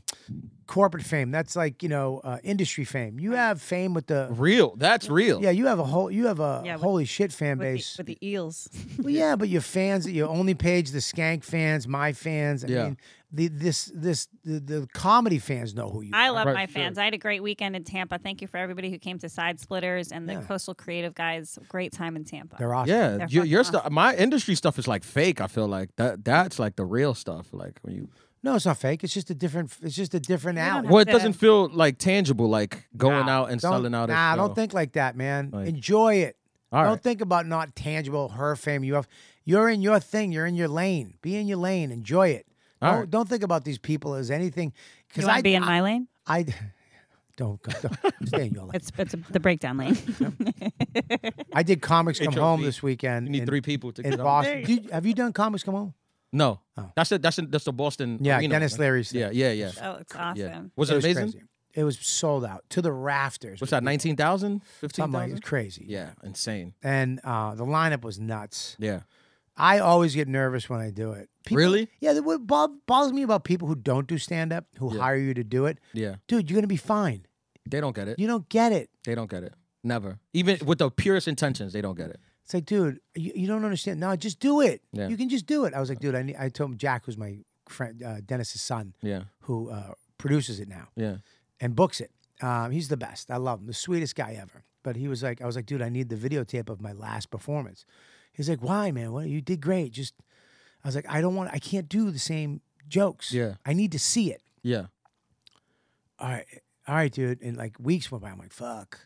Speaker 3: corporate fame. That's like you know uh, industry fame. You have fame with the
Speaker 8: real. That's real.
Speaker 3: Yeah, you have a whole you have a
Speaker 7: Yeah, with-
Speaker 3: holy shit fan
Speaker 7: with,
Speaker 3: base.
Speaker 7: the, with the eels.
Speaker 3: Well, yeah, but your fans, your only page, the skank fans, my fans. I
Speaker 8: Yeah.
Speaker 3: mean, the this this the, the comedy fans know who you.
Speaker 7: I love
Speaker 3: Right,
Speaker 7: my
Speaker 3: sure.
Speaker 7: fans. I had a great weekend in Tampa. Thank you for everybody who came to Side Splitters and the
Speaker 3: Yeah.
Speaker 7: Coastal Creative guys. Great time in Tampa.
Speaker 3: They're awesome.
Speaker 8: Yeah,
Speaker 7: They're
Speaker 8: your, your
Speaker 7: fucking
Speaker 8: stuff. My industry stuff is like fake. I feel like that. That's like the real stuff. Like when you.
Speaker 3: No, it's not fake. It's just a different. It's just a different alley.
Speaker 8: Well, it doesn't feel like tangible. Like going out and
Speaker 3: Don't-
Speaker 8: selling out. a
Speaker 3: Nah,
Speaker 8: show.
Speaker 3: don't think like that, man.
Speaker 8: Like-
Speaker 3: Enjoy it.
Speaker 8: All
Speaker 3: don't
Speaker 8: right.
Speaker 3: think about not tangible her fame. You have. You're in your thing. You're in your lane. Be in your lane. Enjoy it.
Speaker 8: All
Speaker 3: don't,
Speaker 8: right.
Speaker 3: don't think about these people as anything.
Speaker 7: You
Speaker 3: Because
Speaker 7: want
Speaker 3: I
Speaker 7: to be in my lane?
Speaker 3: I don't, go- don't stay in your lane.
Speaker 7: It's it's the breakdown lane.
Speaker 3: I did comics come home
Speaker 8: HOP.
Speaker 3: this weekend.
Speaker 8: You need
Speaker 3: in-
Speaker 8: three people to
Speaker 3: in
Speaker 8: get on.
Speaker 3: Boston. Do you- have you done comics come home?
Speaker 8: No, that's it. That's it. That's the Boston.
Speaker 3: Yeah,
Speaker 8: arena,
Speaker 3: Dennis
Speaker 8: right?
Speaker 3: Leary's thing.
Speaker 8: Yeah, yeah, yeah.
Speaker 7: oh, it's awesome.
Speaker 8: yeah. Was it, amazing?
Speaker 3: crazy. It was sold out to the rafters.
Speaker 8: What's that? 19,000?
Speaker 3: Something like
Speaker 8: 15,000?
Speaker 3: it's crazy.
Speaker 8: yeah, insane.
Speaker 3: And uh, the lineup was nuts.
Speaker 8: Yeah.
Speaker 3: I always get nervous when I do it. People-
Speaker 8: Really?
Speaker 3: Yeah. that- What bo- bothers me about people who don't do stand up, who
Speaker 8: Yeah.
Speaker 3: hire you to do it,
Speaker 8: Yeah.
Speaker 3: dude, you're gonna be fine.
Speaker 8: They don't get it.
Speaker 3: You don't get it.
Speaker 8: They don't get it. Never. Even with the purest intentions, they don't get it.
Speaker 3: It's like, dude, you, you don't understand. No, just do it.
Speaker 8: Yeah.
Speaker 3: You can just do it. I was like, dude, I need, I told him Jack, who's my friend, uh, Dennis's son,
Speaker 8: Yeah.
Speaker 3: who uh, produces it now.
Speaker 8: Yeah.
Speaker 3: and books it. Um, he's the best. I love him. The sweetest guy ever. but he was like, I was like, dude, I need the videotape of my last performance. He's like, why, man? What you did great. Just, I was like, I don't want, I can't do the same jokes.
Speaker 8: Yeah.
Speaker 3: I need to see it.
Speaker 8: Yeah.
Speaker 3: All right, all right, dude. And like weeks went by. I'm like, fuck,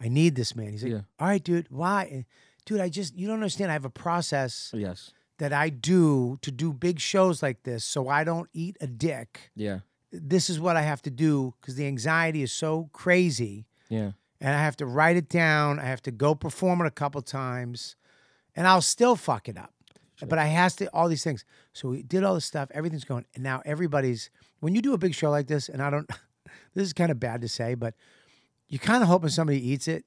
Speaker 3: I need this man. He's like,
Speaker 8: Yeah.
Speaker 3: all right, dude. Why, And, dude? I just, you don't understand. I have a process.
Speaker 8: Yes.
Speaker 3: That I do to do big shows like this, so I don't eat a dick.
Speaker 8: Yeah.
Speaker 3: This is what I have to do because the anxiety is so crazy
Speaker 8: Yeah.
Speaker 3: and I have to write it down. I have to go perform it a couple times, and I'll still fuck it up. But I has to all these things. So we did all this stuff. Everything's going, and now everybody's. When you do a big show like this, and I don't, this is kind of bad to say, but you're kind of hoping somebody eats it.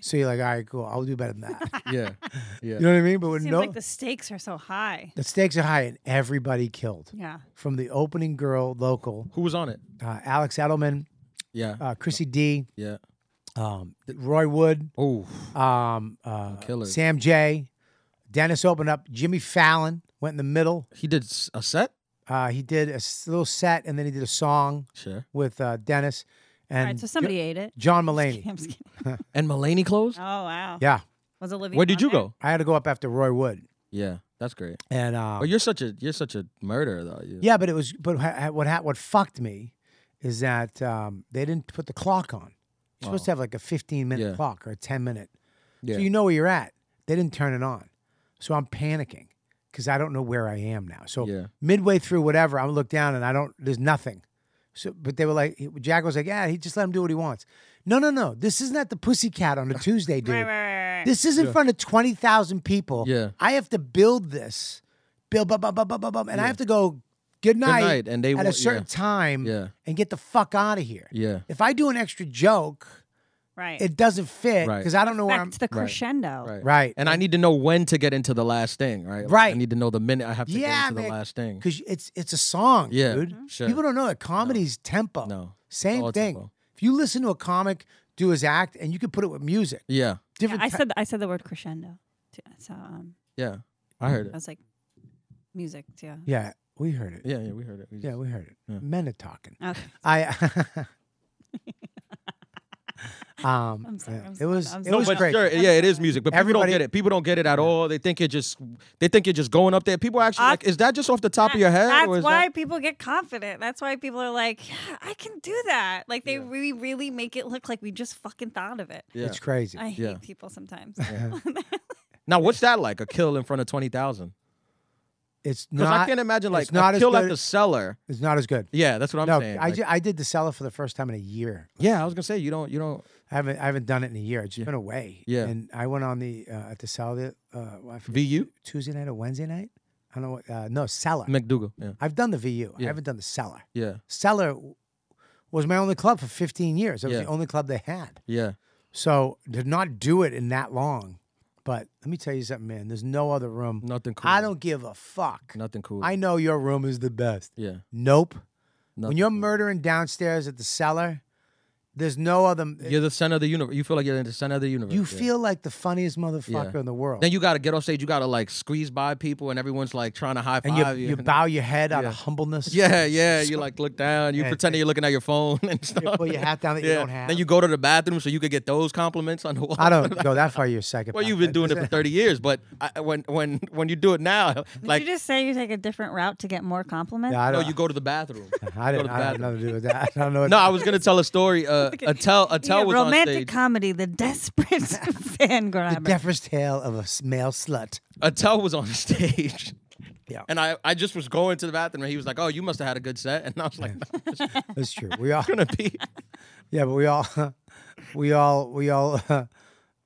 Speaker 3: so you're like, all right, cool, I'll do better than that.
Speaker 8: Yeah. Yeah.
Speaker 3: You know what I mean? But when
Speaker 7: Seems
Speaker 3: no,
Speaker 7: like the stakes are so high.
Speaker 3: the stakes are high, and everybody killed.
Speaker 7: Yeah.
Speaker 3: From the opening girl, local.
Speaker 8: Who was on it?
Speaker 3: Uh, Alex Edelman.
Speaker 8: Yeah.
Speaker 3: Uh, Chrissy D.
Speaker 8: Yeah.
Speaker 3: Um, Roy Wood.
Speaker 8: Oh.
Speaker 3: Um, uh,
Speaker 8: killers.
Speaker 3: Sam J. Dennis opened up. Jimmy Fallon went in the middle.
Speaker 8: He did s- a set.
Speaker 3: Uh, he did a s- little set, and then he did a song
Speaker 8: Sure.
Speaker 3: with uh, Dennis. And
Speaker 7: All right, so somebody ate it.
Speaker 3: John
Speaker 7: i
Speaker 3: Mulaney.
Speaker 8: and Mulaney closed.
Speaker 7: Oh wow.
Speaker 3: yeah.
Speaker 7: Was Olivia?
Speaker 8: Where did
Speaker 7: on
Speaker 8: you
Speaker 7: there?
Speaker 8: go?
Speaker 3: I had to go up after Roy Wood.
Speaker 8: Yeah. That's great.
Speaker 3: And uh,
Speaker 8: But you're such a you're such a murderer though. You-
Speaker 3: yeah, but it was but ha- ha- what ha- what fucked me is that um, they didn't put the clock on. You're supposed to have like a 15 minute
Speaker 8: Yeah.
Speaker 3: clock or a 10 minute.
Speaker 8: Yeah.
Speaker 3: So you know where you're at. They didn't turn it on. So I'm panicking because I don't know where I am now. So
Speaker 8: Yeah.
Speaker 3: midway through whatever, I'm look down and I don't. There's nothing. So, but they were like, Jack was like, yeah, he just let him do what he wants. No, no, no. This isn't at the Pussycat on a Tuesday, dude. This is in
Speaker 8: Yeah.
Speaker 3: front of twenty thousand people.
Speaker 8: Yeah.
Speaker 3: I have to build this, build, bum, bum, bum, bum, bum, bum, and I
Speaker 8: Yeah.
Speaker 3: have to go. Good night,
Speaker 8: night, and they
Speaker 3: at a
Speaker 8: won't-
Speaker 3: certain
Speaker 8: yeah.
Speaker 3: time,
Speaker 8: Yeah.
Speaker 3: and get the fuck out of here.
Speaker 8: Yeah.
Speaker 3: If I do an extra joke,
Speaker 7: Right.
Speaker 3: it doesn't fit
Speaker 8: Right.
Speaker 3: because I don't know where I'm.
Speaker 7: Back to the crescendo.
Speaker 8: Right.
Speaker 3: Right.
Speaker 8: And I need to know when to get into the last thing, right? Like,
Speaker 3: Right.
Speaker 8: I need to know the minute I have to
Speaker 3: Yeah,
Speaker 8: get into
Speaker 3: man.
Speaker 8: the last thing.
Speaker 3: because it's it's a song,
Speaker 8: Yeah,
Speaker 3: dude.
Speaker 7: Mm-hmm.
Speaker 8: Mhm. sure.
Speaker 3: People don't know that comedy's tempo.
Speaker 8: No.
Speaker 3: Same
Speaker 8: all
Speaker 3: thing.
Speaker 8: tempo.
Speaker 3: If you listen to a comic do his act, and you can put it with music.
Speaker 8: Yeah.
Speaker 7: Yeah,
Speaker 3: Different.
Speaker 7: I
Speaker 3: ti-
Speaker 7: said I said the word crescendo. too, So um,
Speaker 8: Yeah. I
Speaker 3: Mm-hmm.
Speaker 8: heard
Speaker 7: I
Speaker 8: it.
Speaker 7: was like, music. Yeah.
Speaker 3: yeah, we heard it.
Speaker 8: Yeah, yeah, we heard it. We
Speaker 3: Yeah,
Speaker 8: just-
Speaker 3: we heard it.
Speaker 8: Yeah.
Speaker 3: Men are talking.
Speaker 7: Okay.
Speaker 3: I. um,
Speaker 7: I'm sorry,
Speaker 3: yeah,
Speaker 7: I'm
Speaker 3: it
Speaker 7: sorry,
Speaker 3: was
Speaker 7: I'm
Speaker 3: it
Speaker 7: sorry.
Speaker 3: was
Speaker 8: but
Speaker 3: great.
Speaker 8: sure, yeah, it is music, but people don't
Speaker 3: Everybody-
Speaker 8: get it. People don't get it at all. They think you're just, they think you're just going up there. People actually
Speaker 7: I-
Speaker 8: like, is that just off the top of your head?
Speaker 7: That's
Speaker 8: or is
Speaker 7: why
Speaker 8: That,
Speaker 7: people get confident. That's why people are like, yeah, I can do that. Like they really, really make it look like we just fucking thought of it.
Speaker 8: yeah.
Speaker 3: It's crazy.
Speaker 7: I hate
Speaker 8: Yeah.
Speaker 7: people sometimes.
Speaker 8: Now, what's that like? A kill in front of twenty thousand?
Speaker 3: It's
Speaker 8: Because
Speaker 3: not.
Speaker 8: I can't imagine like
Speaker 3: it's not
Speaker 8: a
Speaker 3: as
Speaker 8: kill at
Speaker 3: good-
Speaker 8: the cellar.
Speaker 3: It's not as good.
Speaker 8: Yeah, that's what I'm
Speaker 3: no,
Speaker 8: saying.
Speaker 3: I,
Speaker 8: like-
Speaker 3: ju- I did the cellar for the first time in a year.
Speaker 8: yeah, I was gonna say you don't, you don't.
Speaker 3: I haven't I haven't done it in a year. It's just been away.
Speaker 8: Yeah.
Speaker 3: And I went on the uh, at the cellar uh, I forget,
Speaker 8: VU?
Speaker 3: Tuesday night or Wednesday night. I don't know. What, uh, no cellar.
Speaker 8: McDougal. Yeah,
Speaker 3: I've done the VU. I
Speaker 8: Yeah.
Speaker 3: haven't done the cellar.
Speaker 8: yeah,
Speaker 3: Cellar w- was my only club for 15 years. It was
Speaker 8: Yeah.
Speaker 3: the only club they had.
Speaker 8: yeah.
Speaker 3: So to not do it in that long. But let me tell you something, man. There's no other room.
Speaker 8: Nothing cool.
Speaker 3: I don't give a fuck.
Speaker 8: Nothing cool.
Speaker 3: I know your room is the best.
Speaker 8: Yeah.
Speaker 3: Nope.
Speaker 8: Nothing
Speaker 3: When you're murdering downstairs at the cellar, there's no other.
Speaker 8: You're the center of the universe. You feel like you're in the center of the universe.
Speaker 3: You
Speaker 8: yeah.
Speaker 3: feel like the funniest motherfucker in the world.
Speaker 8: Then you gotta get off stage. You gotta like squeeze by people, and everyone's like trying to high
Speaker 3: and you,
Speaker 8: five
Speaker 3: you bow your head out of
Speaker 8: Yeah.
Speaker 3: humbleness.
Speaker 8: Yeah, yeah. You like look down. You
Speaker 3: And-
Speaker 8: pretend that you're looking at your phone and stuff.
Speaker 3: pull your hat down that you don't have.
Speaker 8: Then you go to the bathroom so you could get those compliments on the wall.
Speaker 3: I don't go that far. You're a psychopath.
Speaker 8: Well, you've been doing it for 30 years, but I, when when when you do it now, like
Speaker 7: Did you just say you take a different route to get more compliments?
Speaker 3: No, I
Speaker 8: no,
Speaker 3: don't.
Speaker 8: you go to the bathroom.
Speaker 3: I
Speaker 8: You go
Speaker 3: didn't.
Speaker 8: to
Speaker 3: I
Speaker 8: the
Speaker 3: don't have
Speaker 8: bathroom.
Speaker 3: nothing to do with that. I don't know. What
Speaker 8: No, I was gonna tell a story. Uh, Atel
Speaker 7: Yeah,
Speaker 8: Atel was
Speaker 7: romantic
Speaker 8: on stage.
Speaker 7: comedy, the desperate fan
Speaker 3: the
Speaker 7: grabber.
Speaker 3: deafest tale of a s- male slut.
Speaker 8: Atel was on stage.
Speaker 7: Oh.
Speaker 3: Yeah.
Speaker 8: And I, I just was going to the bathroom and he was like, Oh, you must have had a good set. And I was like, no, it's
Speaker 3: That's true. We all.
Speaker 8: gonna be
Speaker 3: Yeah, but we all. We all. We all.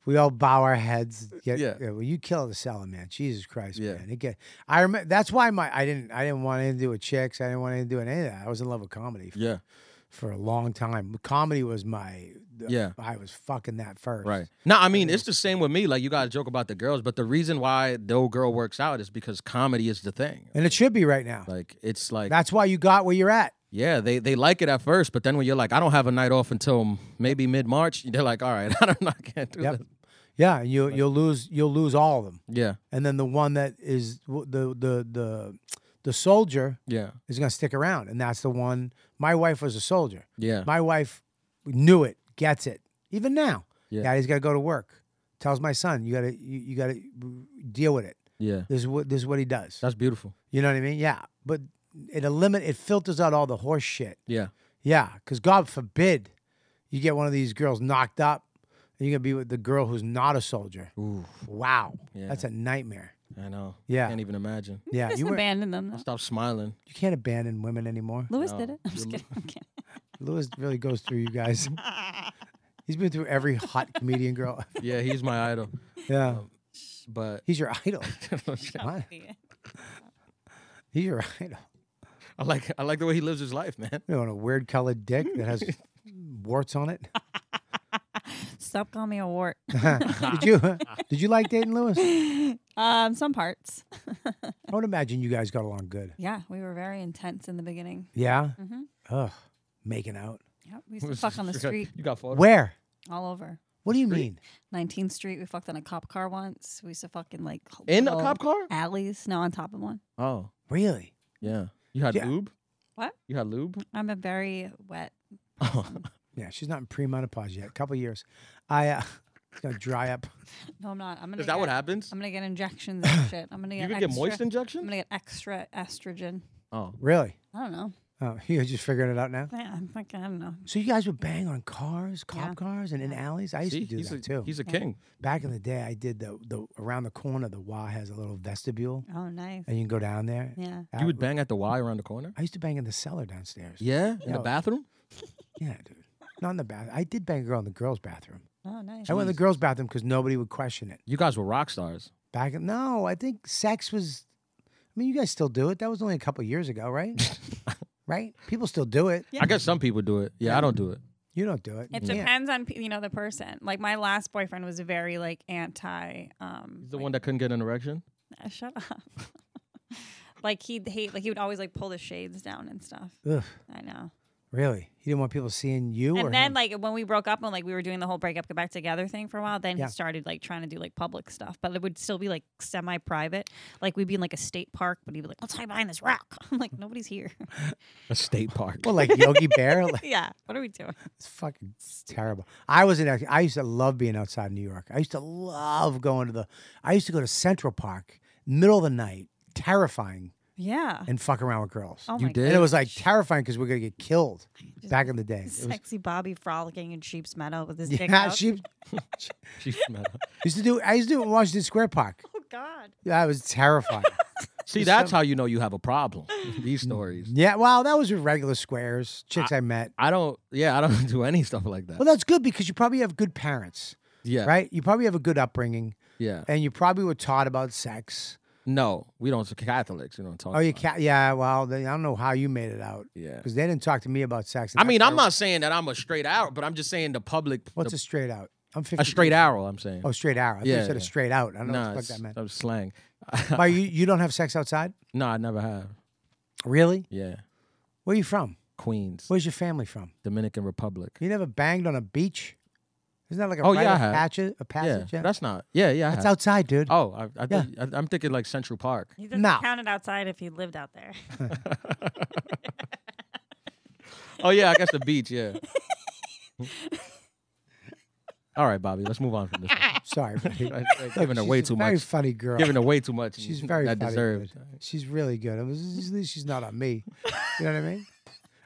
Speaker 3: we all bow our heads. Get,
Speaker 8: Yeah.
Speaker 3: Well, you kill the seller, man. Jesus Christ,
Speaker 8: Yeah.
Speaker 3: man. It get, I remember. That's why my. I didn't. I didn't want anything to do with chicks. I didn't want anything to do with any of that. I was in love with comedy. For,
Speaker 8: Yeah.
Speaker 3: For a long time, comedy was my.
Speaker 8: Yeah.
Speaker 3: I was fucking that first.
Speaker 8: Right. No, I mean it's the same with me. Like you guys joke about the girls, but the reason why no girl works out is because comedy is the thing.
Speaker 3: And it should be right now.
Speaker 8: Like it's like
Speaker 3: That's why you got where you're at.
Speaker 8: yeah, they they like it at first, but then when you're like, I don't have a night off until maybe mid March, they're like, all right, I don't know, I can't do
Speaker 3: Yep.
Speaker 8: this.
Speaker 3: Yeah, and you you'll lose you'll lose all of them,
Speaker 8: Yeah,
Speaker 3: and then the one that is w- the the the the soldier
Speaker 8: yeah,
Speaker 3: is gonna stick around, and that's the one. My wife was a soldier.
Speaker 8: yeah,
Speaker 3: My wife knew it, gets it, even now.
Speaker 8: Yeah.
Speaker 3: Daddy's got to go to work. Tells my son, you got to you, you got to deal with it.
Speaker 8: Yeah.
Speaker 3: This is what this is what he does.
Speaker 8: That's beautiful.
Speaker 3: You know what I mean? Yeah. But it elimin it filters out all the horse shit.
Speaker 8: Yeah.
Speaker 3: Yeah, because God forbid you get one of these girls knocked up and you're gonna be with the girl who's not a soldier.
Speaker 8: Ooh.
Speaker 3: Wow.
Speaker 8: Yeah.
Speaker 3: That's a nightmare.
Speaker 8: I know.
Speaker 3: Yeah.
Speaker 8: Can't even imagine.
Speaker 3: Yeah.
Speaker 7: Just
Speaker 3: you, were,
Speaker 7: abandon them. though.
Speaker 8: Stop smiling. Oh,
Speaker 3: you can't abandon women anymore.
Speaker 7: Lewis
Speaker 8: No.
Speaker 7: did it. I'm just
Speaker 8: You're-
Speaker 7: kidding. I'm kidding.
Speaker 3: Lewis really goes through you guys. He's been through every hot comedian girl.
Speaker 8: Yeah, he's my idol.
Speaker 3: Yeah.
Speaker 8: But
Speaker 3: He's your idol. What? He's your idol.
Speaker 8: I like I like the way he lives his life, man.
Speaker 3: You know, on a weird colored dick that has warts on it.
Speaker 7: Stop calling me a wart.
Speaker 3: did you did you like dating Lewis?
Speaker 7: um, some parts.
Speaker 3: I would imagine you guys got along good.
Speaker 7: yeah, we were very intense in the beginning.
Speaker 3: Yeah.
Speaker 7: Mm-hmm.
Speaker 3: Ugh, making out.
Speaker 7: Yep, we used to fuck on the
Speaker 8: You got-
Speaker 7: street
Speaker 8: You got photos.
Speaker 3: Where?
Speaker 7: all over.
Speaker 3: What do you mean?
Speaker 7: 19th Street. We fucked on a cop car once. We used to fuck in like
Speaker 8: In a
Speaker 7: little
Speaker 8: cop car?
Speaker 7: alleys. No, on top of one.
Speaker 8: Oh,
Speaker 3: Really?
Speaker 8: yeah. You had
Speaker 3: Yeah.
Speaker 8: lube?
Speaker 7: What?
Speaker 8: You had lube?
Speaker 7: I'm a very wet.
Speaker 8: Oh.
Speaker 3: Yeah, she's not in premenopause yet. A couple years. I uh, it's gonna dry up.
Speaker 7: No, I'm not. I'm gonna.
Speaker 8: Is that what
Speaker 7: get-
Speaker 8: happens?
Speaker 7: I'm gonna get injections and shit. I'm gonna get.
Speaker 8: You could
Speaker 7: extra,
Speaker 8: get moist
Speaker 7: I'm
Speaker 8: injection?
Speaker 7: gonna get extra estrogen.
Speaker 8: Oh.
Speaker 3: Really?
Speaker 7: I don't know.
Speaker 3: Oh, you're just figuring it out now.
Speaker 7: Yeah, I'm like, I don't know.
Speaker 3: So you guys would bang on cars, cop
Speaker 7: Yeah.
Speaker 3: cars, and in alleys. I used
Speaker 8: See,
Speaker 3: to do
Speaker 8: he's
Speaker 3: that
Speaker 8: a,
Speaker 3: too.
Speaker 8: He's a king.
Speaker 3: Back in the day, I did the the around the corner. The Y has a little vestibule,
Speaker 7: Oh, nice.
Speaker 3: and you can go down there.
Speaker 7: Yeah.
Speaker 3: Uh,
Speaker 8: You would bang at the Y around the corner?
Speaker 3: I used to bang in the cellar downstairs.
Speaker 8: Yeah? In
Speaker 3: Yeah.
Speaker 8: the bathroom?
Speaker 3: Yeah, dude. Not in the bath. I did bang a girl in the girls' bathroom.
Speaker 7: Oh, nice.
Speaker 3: I went in the girls' bathroom because nobody would question it.
Speaker 8: You guys were rock stars.
Speaker 3: Back in, no, I think sex was. I mean, you guys still do it. That was only a couple years ago, right? right? People still do it.
Speaker 8: I guess some people do it. Yeah, I don't do it.
Speaker 3: You don't do it.
Speaker 7: It
Speaker 3: You can't.
Speaker 7: depends on pe- you know the person. Like my last boyfriend was very like anti. Um,
Speaker 8: He's the one that couldn't get an erection?
Speaker 7: uh, shut up. like he'd hate. Like he would always like pull the shades down and stuff.
Speaker 3: Ugh,
Speaker 7: I know.
Speaker 3: really? He didn't want people seeing you. or
Speaker 7: And then
Speaker 3: him?
Speaker 7: like when we broke up and like we were doing the whole breakup get back together thing for a while, then
Speaker 3: Yeah.
Speaker 7: he started like trying to do like public stuff, but it would still be like semi private. Like we'd be in like a state park, but he'd be like, "Let's hide behind this rock." I'm like, "Nobody's here."
Speaker 8: A state park.
Speaker 3: well, like Yogi Bear. Like,
Speaker 7: yeah. What are we doing?
Speaker 3: it's fucking terrible. I was in. I used to love being outside New York. I used to love going to the. I used to go to Central Park middle of the night, terrifying,
Speaker 7: Yeah.
Speaker 3: and fuck around with girls.
Speaker 7: Oh
Speaker 8: You
Speaker 7: my
Speaker 8: did?
Speaker 3: And it was like terrifying because we're gonna get killed back in the day. It was,
Speaker 7: Sexy Bobby frolicking in sheep's meadow with his dick
Speaker 3: yeah,
Speaker 7: out.
Speaker 3: she
Speaker 8: She
Speaker 3: used to do. I used to do it in Washington Square Park.
Speaker 7: oh God.
Speaker 3: That was terrifying.
Speaker 8: See, that's how you know you have a problem. These stories.
Speaker 3: yeah, well, that was with regular squares, chicks
Speaker 8: Ah.
Speaker 3: I, met.
Speaker 8: I don't. Yeah, I don't do any stuff like that.
Speaker 3: Well, that's good because you probably have good parents,
Speaker 8: yeah.
Speaker 3: right? You probably have a good upbringing,
Speaker 8: Yeah.
Speaker 3: and you probably were taught about sex.
Speaker 8: No, we don't. Catholics, you don't talk.
Speaker 3: Oh, you
Speaker 8: about it.
Speaker 3: can't. Yeah, well, then I don't know how you made it out
Speaker 8: Yeah.
Speaker 3: because they didn't talk to me about sex. and
Speaker 8: I
Speaker 3: that's
Speaker 8: mean,
Speaker 3: why-
Speaker 8: I'm not saying that I'm a straight arrow, but I'm just saying the public.
Speaker 3: What's
Speaker 8: the-
Speaker 3: a straight out? I'm 50
Speaker 8: a straight arrow? I'm saying.
Speaker 3: Oh, straight arrow. I thought you
Speaker 8: Yeah,
Speaker 3: said a
Speaker 8: yeah.
Speaker 3: straight out. I don't know
Speaker 8: nah,
Speaker 3: what the fuck
Speaker 8: it's-
Speaker 3: that meant.
Speaker 8: that was slang.
Speaker 3: Why, you, you don't have sex outside?
Speaker 8: no, I never have.
Speaker 3: Really?
Speaker 8: Yeah,
Speaker 3: Where are you from?
Speaker 8: Queens,
Speaker 3: Where's your family from?
Speaker 8: Dominican Republic.
Speaker 3: You never banged on a beach? Isn't that like a
Speaker 8: Oh,
Speaker 3: rite
Speaker 8: yeah, I
Speaker 3: of
Speaker 8: have.
Speaker 3: passage? A
Speaker 8: Yeah,
Speaker 3: passage? Yeah,
Speaker 8: that's not. Yeah, yeah. I
Speaker 3: That's
Speaker 8: have.
Speaker 3: outside, dude.
Speaker 8: Oh, I, I thought- I, I'm thinking like Central Park.
Speaker 7: He
Speaker 3: doesn't No.
Speaker 7: count it outside if he lived out there.
Speaker 8: Oh yeah, I guess the beach. Yeah. All right, Bobby. Let's move on from this. one.
Speaker 3: Sorry, buddy.
Speaker 8: I- I- giving her
Speaker 3: She's
Speaker 8: way
Speaker 3: a
Speaker 8: too
Speaker 3: very
Speaker 8: much.
Speaker 3: funny girl.
Speaker 8: Giving her way too much.
Speaker 3: She's very
Speaker 8: that
Speaker 3: funny.
Speaker 8: deserved.
Speaker 3: dude. She's really good. I was, she's not on me. You know what I mean?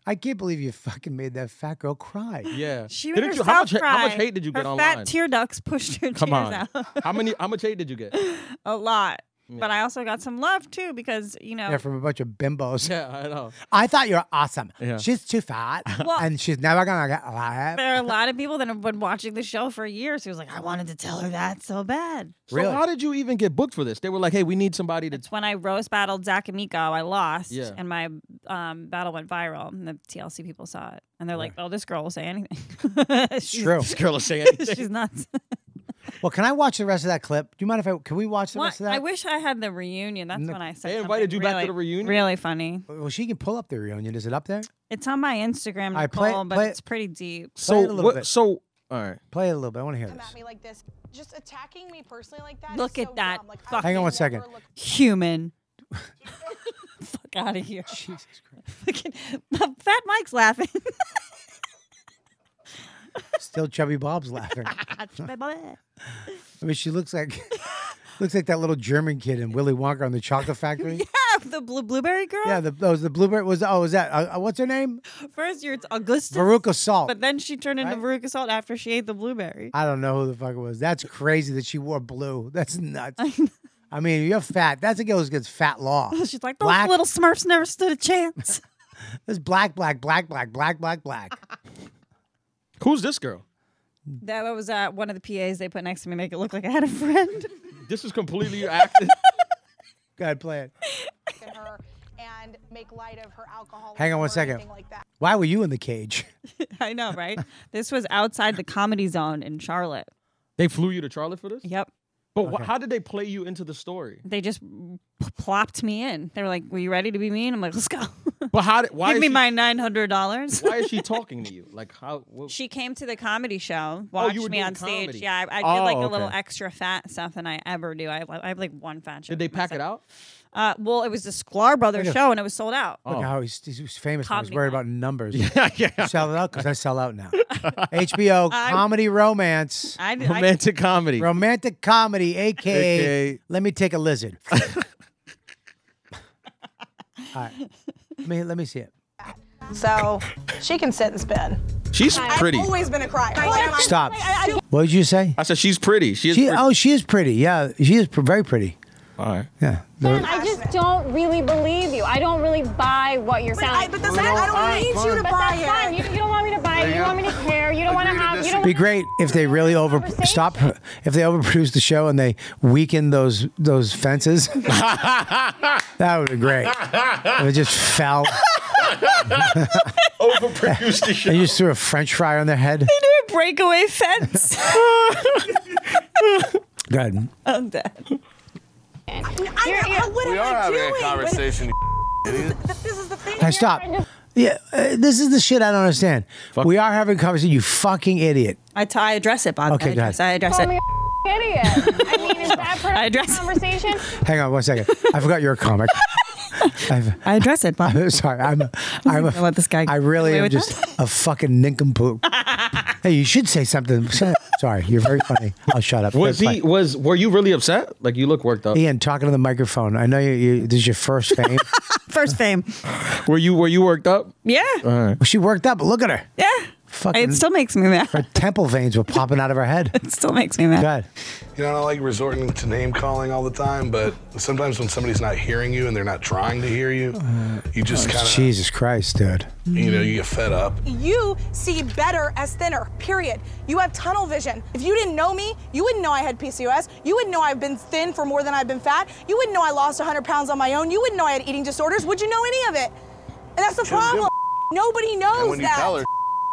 Speaker 3: I can't believe you fucking made that fat girl cry.
Speaker 8: Yeah.
Speaker 7: She
Speaker 8: Didn't
Speaker 7: made
Speaker 8: you, how much
Speaker 7: herself
Speaker 8: ha- how much
Speaker 7: cry.
Speaker 8: hate did you
Speaker 7: Her
Speaker 8: get
Speaker 7: fat
Speaker 8: online?
Speaker 7: tear ducts pushed her
Speaker 8: Come
Speaker 7: tears
Speaker 8: on.
Speaker 7: out
Speaker 8: how many how much hate did you get?
Speaker 7: a lot. But
Speaker 8: Yeah.
Speaker 7: I also got some love too because you know.
Speaker 3: Yeah, from a bunch of bimbos.
Speaker 8: Yeah, I know.
Speaker 3: I thought you were awesome.
Speaker 8: Yeah.
Speaker 3: She's too fat,
Speaker 7: Well-
Speaker 3: and she's never gonna get alive.
Speaker 7: there are a lot of people that have been watching the show for years who was like, I wanted to tell her that so bad.
Speaker 8: So
Speaker 3: Really?
Speaker 8: how did you even get booked for this? They were like, "Hey, we need somebody to."
Speaker 7: It's when I roast battled Zach and Miko, I lost,
Speaker 8: Yeah.
Speaker 7: and my um, battle went viral, and the TLC people saw it, and they're like, "Oh, this girl will say anything." it's
Speaker 3: true.
Speaker 8: This girl is saying
Speaker 7: She's nuts.
Speaker 3: Well, can I watch the rest of that clip? Do you mind if I can we watch the
Speaker 7: What?
Speaker 3: rest of that?
Speaker 7: I wish I had the reunion. That's
Speaker 3: No.
Speaker 7: when I said
Speaker 8: They
Speaker 7: something
Speaker 8: invited you back to
Speaker 7: really-
Speaker 8: the reunion?
Speaker 7: Really funny.
Speaker 3: well, she can pull up the reunion. Is it up there?
Speaker 7: It's on my Instagram,
Speaker 3: I
Speaker 7: Nicole,
Speaker 3: play-
Speaker 7: but
Speaker 3: play-
Speaker 7: it's pretty
Speaker 3: Play it
Speaker 7: deep.
Speaker 3: a
Speaker 8: So
Speaker 3: little
Speaker 8: what?
Speaker 3: bit.
Speaker 8: So all right.
Speaker 3: Play it a little bit. I want to hear
Speaker 10: Come at
Speaker 3: this.
Speaker 10: me like this, just attacking me personally like that.
Speaker 7: Look
Speaker 10: is
Speaker 7: at
Speaker 10: so
Speaker 7: that
Speaker 10: Dumb. Like, I
Speaker 7: fucking-
Speaker 3: Hang on
Speaker 10: would
Speaker 3: one second.
Speaker 10: never look-
Speaker 7: Human. Fuck out of here. uh,
Speaker 3: Jesus Christ.
Speaker 7: Fucking- Fat Mike's laughing.
Speaker 3: Still chubby Bob's laughing. I mean, she looks like looks like that little German kid in Willy Wonka on the Chocolate Factory. yeah.
Speaker 7: Ah, the blue blueberry girl.
Speaker 3: the those the blueberry was oh was that uh, uh, what's her name?
Speaker 7: First year it's Augusta,
Speaker 3: Veruca Salt.
Speaker 7: but then she turned into Veruca Salt after she ate the blueberry.
Speaker 3: I don't know who the fuck it was. That's crazy that she wore blue. That's nuts. I mean, you're fat. That's a girl who gets fat law.
Speaker 7: She's like, those
Speaker 3: Black-
Speaker 7: little Smurfs never stood a chance.
Speaker 3: It's black, black, black, black, black, black, black.
Speaker 8: Who's this girl?
Speaker 7: that was uh, one of the PAs they put next to me, make it look like I had a friend.
Speaker 8: This is completely acted.
Speaker 3: Go ahead, play it.
Speaker 10: and make light of her alcohol.
Speaker 3: Hang on one second. Why were you in the cage?
Speaker 7: I know, right? this was outside the comedy zone in Charlotte.
Speaker 8: They flew you to Charlotte for this?
Speaker 7: Yep.
Speaker 8: But wh- how did they play you into the story?
Speaker 7: They just p- plopped me in. They were like, "Were you ready to be mean?" I'm like, "Let's go."
Speaker 8: But how did why
Speaker 7: Give
Speaker 8: is
Speaker 7: me
Speaker 8: she,
Speaker 7: my nine hundred dollars.
Speaker 8: why is she talking to you? Like how what,
Speaker 7: She came to the comedy show,
Speaker 8: Oh,
Speaker 7: watched
Speaker 8: you were
Speaker 7: me
Speaker 8: doing
Speaker 7: on stage.
Speaker 8: comedy.
Speaker 7: Yeah, I, I did like
Speaker 8: Oh,
Speaker 7: a little
Speaker 8: okay.
Speaker 7: extra fat stuff than I ever do. I, have- I have like one fat show.
Speaker 8: did they pack it out?
Speaker 7: Uh, well, it was the Sklar Brothers
Speaker 3: Look at-
Speaker 7: show and it was sold out.
Speaker 8: Oh.
Speaker 3: Look how he's, he's famous. now. He's
Speaker 7: Comedy
Speaker 3: worried about numbers. Yeah, yeah. Sell it out because I sell out now. HBO
Speaker 7: I-
Speaker 3: comedy romance,
Speaker 7: I,
Speaker 8: Oh,
Speaker 7: I-
Speaker 8: Romantic comedy.
Speaker 3: romantic comedy, aka,
Speaker 8: AKA.
Speaker 3: let me take a lizard. All right, let me let me see it.
Speaker 10: So she can sit and spin.
Speaker 8: She's pretty.
Speaker 10: I've always been a crier.
Speaker 3: Stop.
Speaker 10: I- I-
Speaker 3: What did you say?
Speaker 8: I said she's pretty. She is
Speaker 3: She,
Speaker 8: pretty.
Speaker 3: oh, she is pretty. Yeah, she is pr- very pretty.
Speaker 8: All right.
Speaker 3: Yeah. The-
Speaker 11: I just don't really believe you. I don't really buy what you're selling.
Speaker 10: I- but that's
Speaker 7: Oh,
Speaker 10: not- I don't
Speaker 11: Fine,
Speaker 10: need you
Speaker 11: fine.
Speaker 10: to
Speaker 11: But
Speaker 10: buy
Speaker 11: that's
Speaker 10: it.
Speaker 11: Fine. You, you don't want me to buy it. You don't want me to care. You don't want to have. You don't
Speaker 3: be great if they really over stop if they overproduce the show and they weaken those those fences. that would be great. If it just fell.
Speaker 8: Overproduced the
Speaker 3: They just threw a French fry on their head.
Speaker 7: I do a breakaway fence.
Speaker 3: Go ahead.
Speaker 7: I'm dead.
Speaker 10: I- what am
Speaker 5: We
Speaker 10: I
Speaker 5: are having
Speaker 10: doing?
Speaker 5: a conversation.
Speaker 10: This is the thing.
Speaker 3: Hey, stop. Yeah, uh, this is the shit I don't understand. We are having a conversation. You fucking idiot.
Speaker 7: I, t- I address it, Bob.
Speaker 3: Okay,
Speaker 7: I
Speaker 3: go
Speaker 7: address,
Speaker 3: ahead.
Speaker 7: I address
Speaker 11: Call
Speaker 7: it.
Speaker 11: me a idiot. I mean, is that part
Speaker 7: I
Speaker 11: of the
Speaker 7: address-
Speaker 11: conversation?
Speaker 3: Hang on one second. I forgot you're a comic. I've,
Speaker 7: I address it, Bob.
Speaker 3: I'm sorry. I'm. I'm a,
Speaker 7: gonna let this guy
Speaker 3: I
Speaker 7: get
Speaker 3: really
Speaker 7: away
Speaker 3: am
Speaker 7: with
Speaker 3: just a fucking nincompoop. hey, you should say something. Say- Sorry, you're very funny. I'll shut up.
Speaker 8: Was
Speaker 3: That's fine.
Speaker 8: he was were you really upset? Like you look worked up.
Speaker 3: Ian talking to the microphone? I know you. you this is your first fame.
Speaker 7: First fame.
Speaker 8: Were you were you worked up?
Speaker 7: Yeah.
Speaker 3: Well, she worked up. Look at her.
Speaker 7: Yeah.
Speaker 3: Fucking
Speaker 7: It still makes me mad.
Speaker 3: her temple veins were popping out of her head.
Speaker 7: It still makes me mad.
Speaker 3: God,
Speaker 4: You know, I don't like resorting to name calling all the time, but sometimes when somebody's not hearing you and they're not trying to hear you,
Speaker 7: Uh,
Speaker 4: you just
Speaker 7: oh,
Speaker 4: kind of,
Speaker 3: Jesus Christ, dude.
Speaker 4: you know, you get fed up.
Speaker 10: You see better as thinner, period. You have tunnel vision. If you didn't know me, you wouldn't know I had PCOS. You wouldn't know I've been thin for more than I've been fat. You wouldn't know I lost 100 pounds on my own. You wouldn't know I had eating disorders. Would you know any of it? And that's the problem. Nobody knows
Speaker 5: And when you
Speaker 10: that.
Speaker 5: tell her,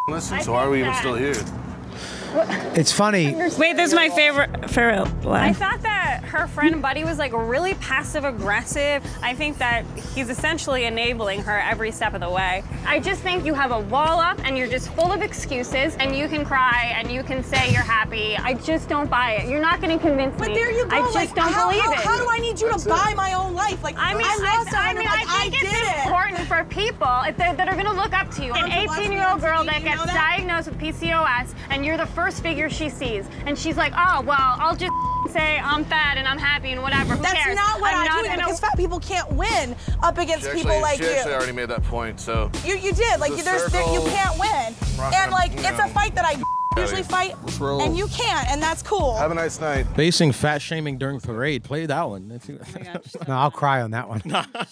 Speaker 5: listen, so why are we even still here?
Speaker 3: It's funny.
Speaker 7: Wait, this is my favorite favorite
Speaker 9: I
Speaker 7: line.
Speaker 9: thought that her friend Buddy was like really passive aggressive. I think that he's essentially enabling her every step of the way.
Speaker 11: I just think you have a wall up and you're just full of excuses and you can cry and you can say you're happy. I just don't buy it. You're not going to convince me.
Speaker 10: But there you go.
Speaker 11: I just
Speaker 10: like,
Speaker 11: don't
Speaker 10: how,
Speaker 11: believe
Speaker 10: how,
Speaker 11: it.
Speaker 10: How do I need you to buy my own life? Like
Speaker 9: I mean,
Speaker 10: I lost
Speaker 11: I
Speaker 10: 100.
Speaker 11: mean, I
Speaker 10: like,
Speaker 11: think
Speaker 10: did
Speaker 11: it's
Speaker 10: it.
Speaker 11: important for people if they're, that are going to look up to you. An
Speaker 10: Aren't you
Speaker 11: 18 year old
Speaker 10: lesbians?
Speaker 11: girl
Speaker 10: Do
Speaker 11: that
Speaker 10: you
Speaker 11: gets
Speaker 10: know that?
Speaker 11: diagnosed with PCOS and you're the first figure she sees, and she's like, oh, well, I'll just say I'm fat and I'm happy and whatever. Who
Speaker 10: That's
Speaker 11: cares?
Speaker 10: not what
Speaker 11: I'm
Speaker 10: I'm,
Speaker 11: not
Speaker 10: doing
Speaker 11: gonna-
Speaker 10: because fat people can't win up against
Speaker 5: She
Speaker 10: people
Speaker 5: actually-
Speaker 10: like
Speaker 5: she
Speaker 10: you.
Speaker 5: actually already made that point, so.
Speaker 10: You, you did. Like,
Speaker 5: It's a
Speaker 10: there's, there, you
Speaker 5: circle.
Speaker 10: can't win.
Speaker 5: Rock on,
Speaker 10: And, like,
Speaker 5: you
Speaker 10: it's
Speaker 5: know.
Speaker 10: a fight that I usually
Speaker 5: here.
Speaker 10: fight,
Speaker 5: Let's roll.
Speaker 10: and you can't, and that's cool.
Speaker 5: Have a nice night.
Speaker 8: Facing fat shaming during parade. Play that one. That's-
Speaker 3: No, I'll cry on that one.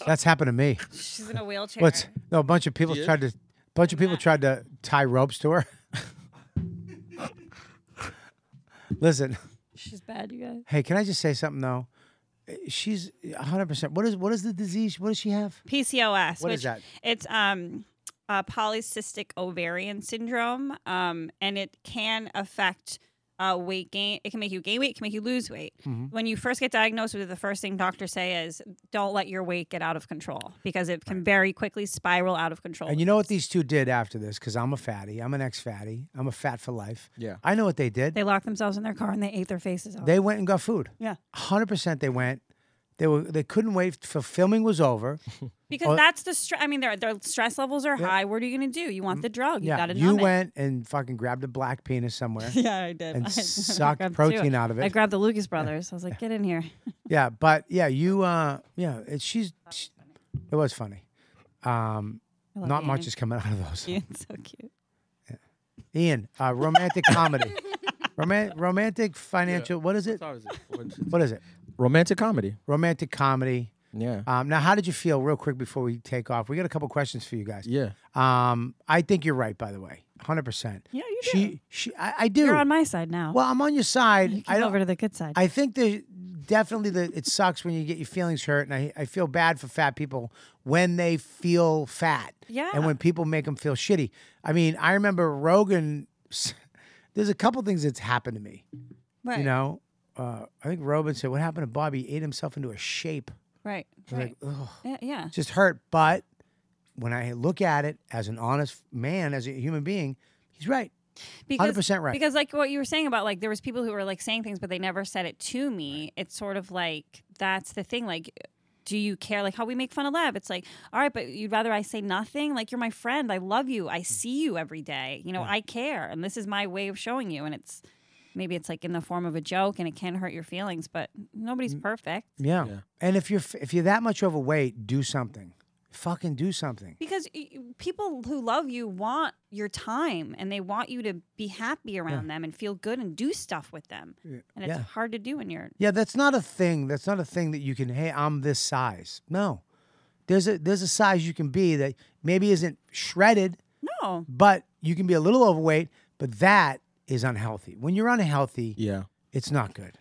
Speaker 3: That's happened to me.
Speaker 7: She's in a wheelchair.
Speaker 3: What's no? A bunch of people
Speaker 8: She is?
Speaker 3: tried to. bunch of people tried to tie ropes to her. Listen.
Speaker 7: She's bad, you guys.
Speaker 3: Hey, can I just say something though? She's 100. percent What is what is the disease? What does she have?
Speaker 7: PCOS.
Speaker 3: What
Speaker 7: which
Speaker 3: is that?
Speaker 7: It's um, uh, polycystic ovarian syndrome, um, and it can affect uh, weight gain. It can make you gain weight. It can make you lose weight.
Speaker 3: Mm-hmm.
Speaker 7: When you first get diagnosed with it, the first thing doctors say is, "Don't let your weight get out of control because it can very quickly spiral out of control."
Speaker 3: And you know what these two did after this? Because I'm a fatty. I'm an ex-fatty. I'm a fat for life.
Speaker 8: Yeah.
Speaker 3: I know what they did.
Speaker 7: they locked themselves in their car and they ate their faces off.
Speaker 3: They went and got food.
Speaker 7: yeah.
Speaker 3: 100% they went. They were they couldn't wait till filming was over.
Speaker 7: Because
Speaker 3: Or-
Speaker 7: that's the stress. I mean, their their stress levels are
Speaker 3: Yeah.
Speaker 7: high. What are you gonna do? You want the drug? You
Speaker 3: Mm-hmm. yeah,
Speaker 7: gotta
Speaker 3: you
Speaker 7: numb it.
Speaker 3: went and fucking grabbed a black penis somewhere.
Speaker 7: Yeah, I did.
Speaker 3: And
Speaker 7: I- I
Speaker 3: sucked
Speaker 7: grabbed two.
Speaker 3: protein out of it.
Speaker 7: I grabbed the Lucas Brothers. I was like, get in here.
Speaker 3: Yeah, but yeah, you uh yeah, it, she's she- it was funny. Um
Speaker 7: I love
Speaker 3: not much
Speaker 7: Ian.
Speaker 3: is coming out of those.
Speaker 7: Ian's so cute.
Speaker 3: Ian, uh romantic comedy. Roman- romantic financial what is it? What is it?
Speaker 8: Romantic comedy.
Speaker 3: Romantic comedy.
Speaker 8: Yeah.
Speaker 3: Um now how did you feel real quick before we take off? We got a couple questions for you guys.
Speaker 8: Yeah.
Speaker 3: Um I think you're right by the way. 100%.
Speaker 7: Yeah, you do.
Speaker 3: She she I, I do.
Speaker 7: You're on my side now.
Speaker 3: Well, I'm on your side. I
Speaker 7: I
Speaker 3: don't-
Speaker 7: over to the good side.
Speaker 3: I think there's definitely the it sucks when you get your feelings hurt, and I, I feel bad for fat people when they feel fat.
Speaker 7: Yeah.
Speaker 3: And when people make them feel shitty. I mean, I remember Rogan. There's a couple things that's happened to me.
Speaker 7: Right.
Speaker 3: You know, uh, I think Rogan said, "What happened to Bobby? He ate himself into a shape."
Speaker 7: right.
Speaker 3: I was like, ugh
Speaker 7: Yeah, yeah.
Speaker 3: just hurt. But when I look at it as an honest man, as a human being, he's right.
Speaker 7: Because-
Speaker 3: 100% right.
Speaker 7: Because like what you were saying about like there was people who were like saying things but they never said it to me. It's sort of like that's the thing. Like, do you care? Like how we make fun of Lev. It's like, all right, but you'd rather I say nothing. Like you're my friend. I love you.
Speaker 3: Mm.
Speaker 7: I see you every day. You know, I care, and this is my way of showing you. And it's maybe it's like in the form of a joke, and it can hurt your feelings, but
Speaker 3: Mm.
Speaker 7: nobody's perfect.
Speaker 3: Yeah. And if you're f- if you're that much overweight, do something. Fucking do something.
Speaker 7: Because y- y- people who love you want your time and they want you to be happy around them and feel good and do stuff with them. And it's
Speaker 3: Yeah.
Speaker 7: hard to do when you're
Speaker 3: Yeah, that's not a thing. That's not a thing that you can. Hey, I'm this size. No, there's a there's a size you can be that maybe isn't shredded,
Speaker 7: no.
Speaker 3: but you can be a little overweight. But that is unhealthy. When you're unhealthy,
Speaker 8: yeah,
Speaker 3: it's not good.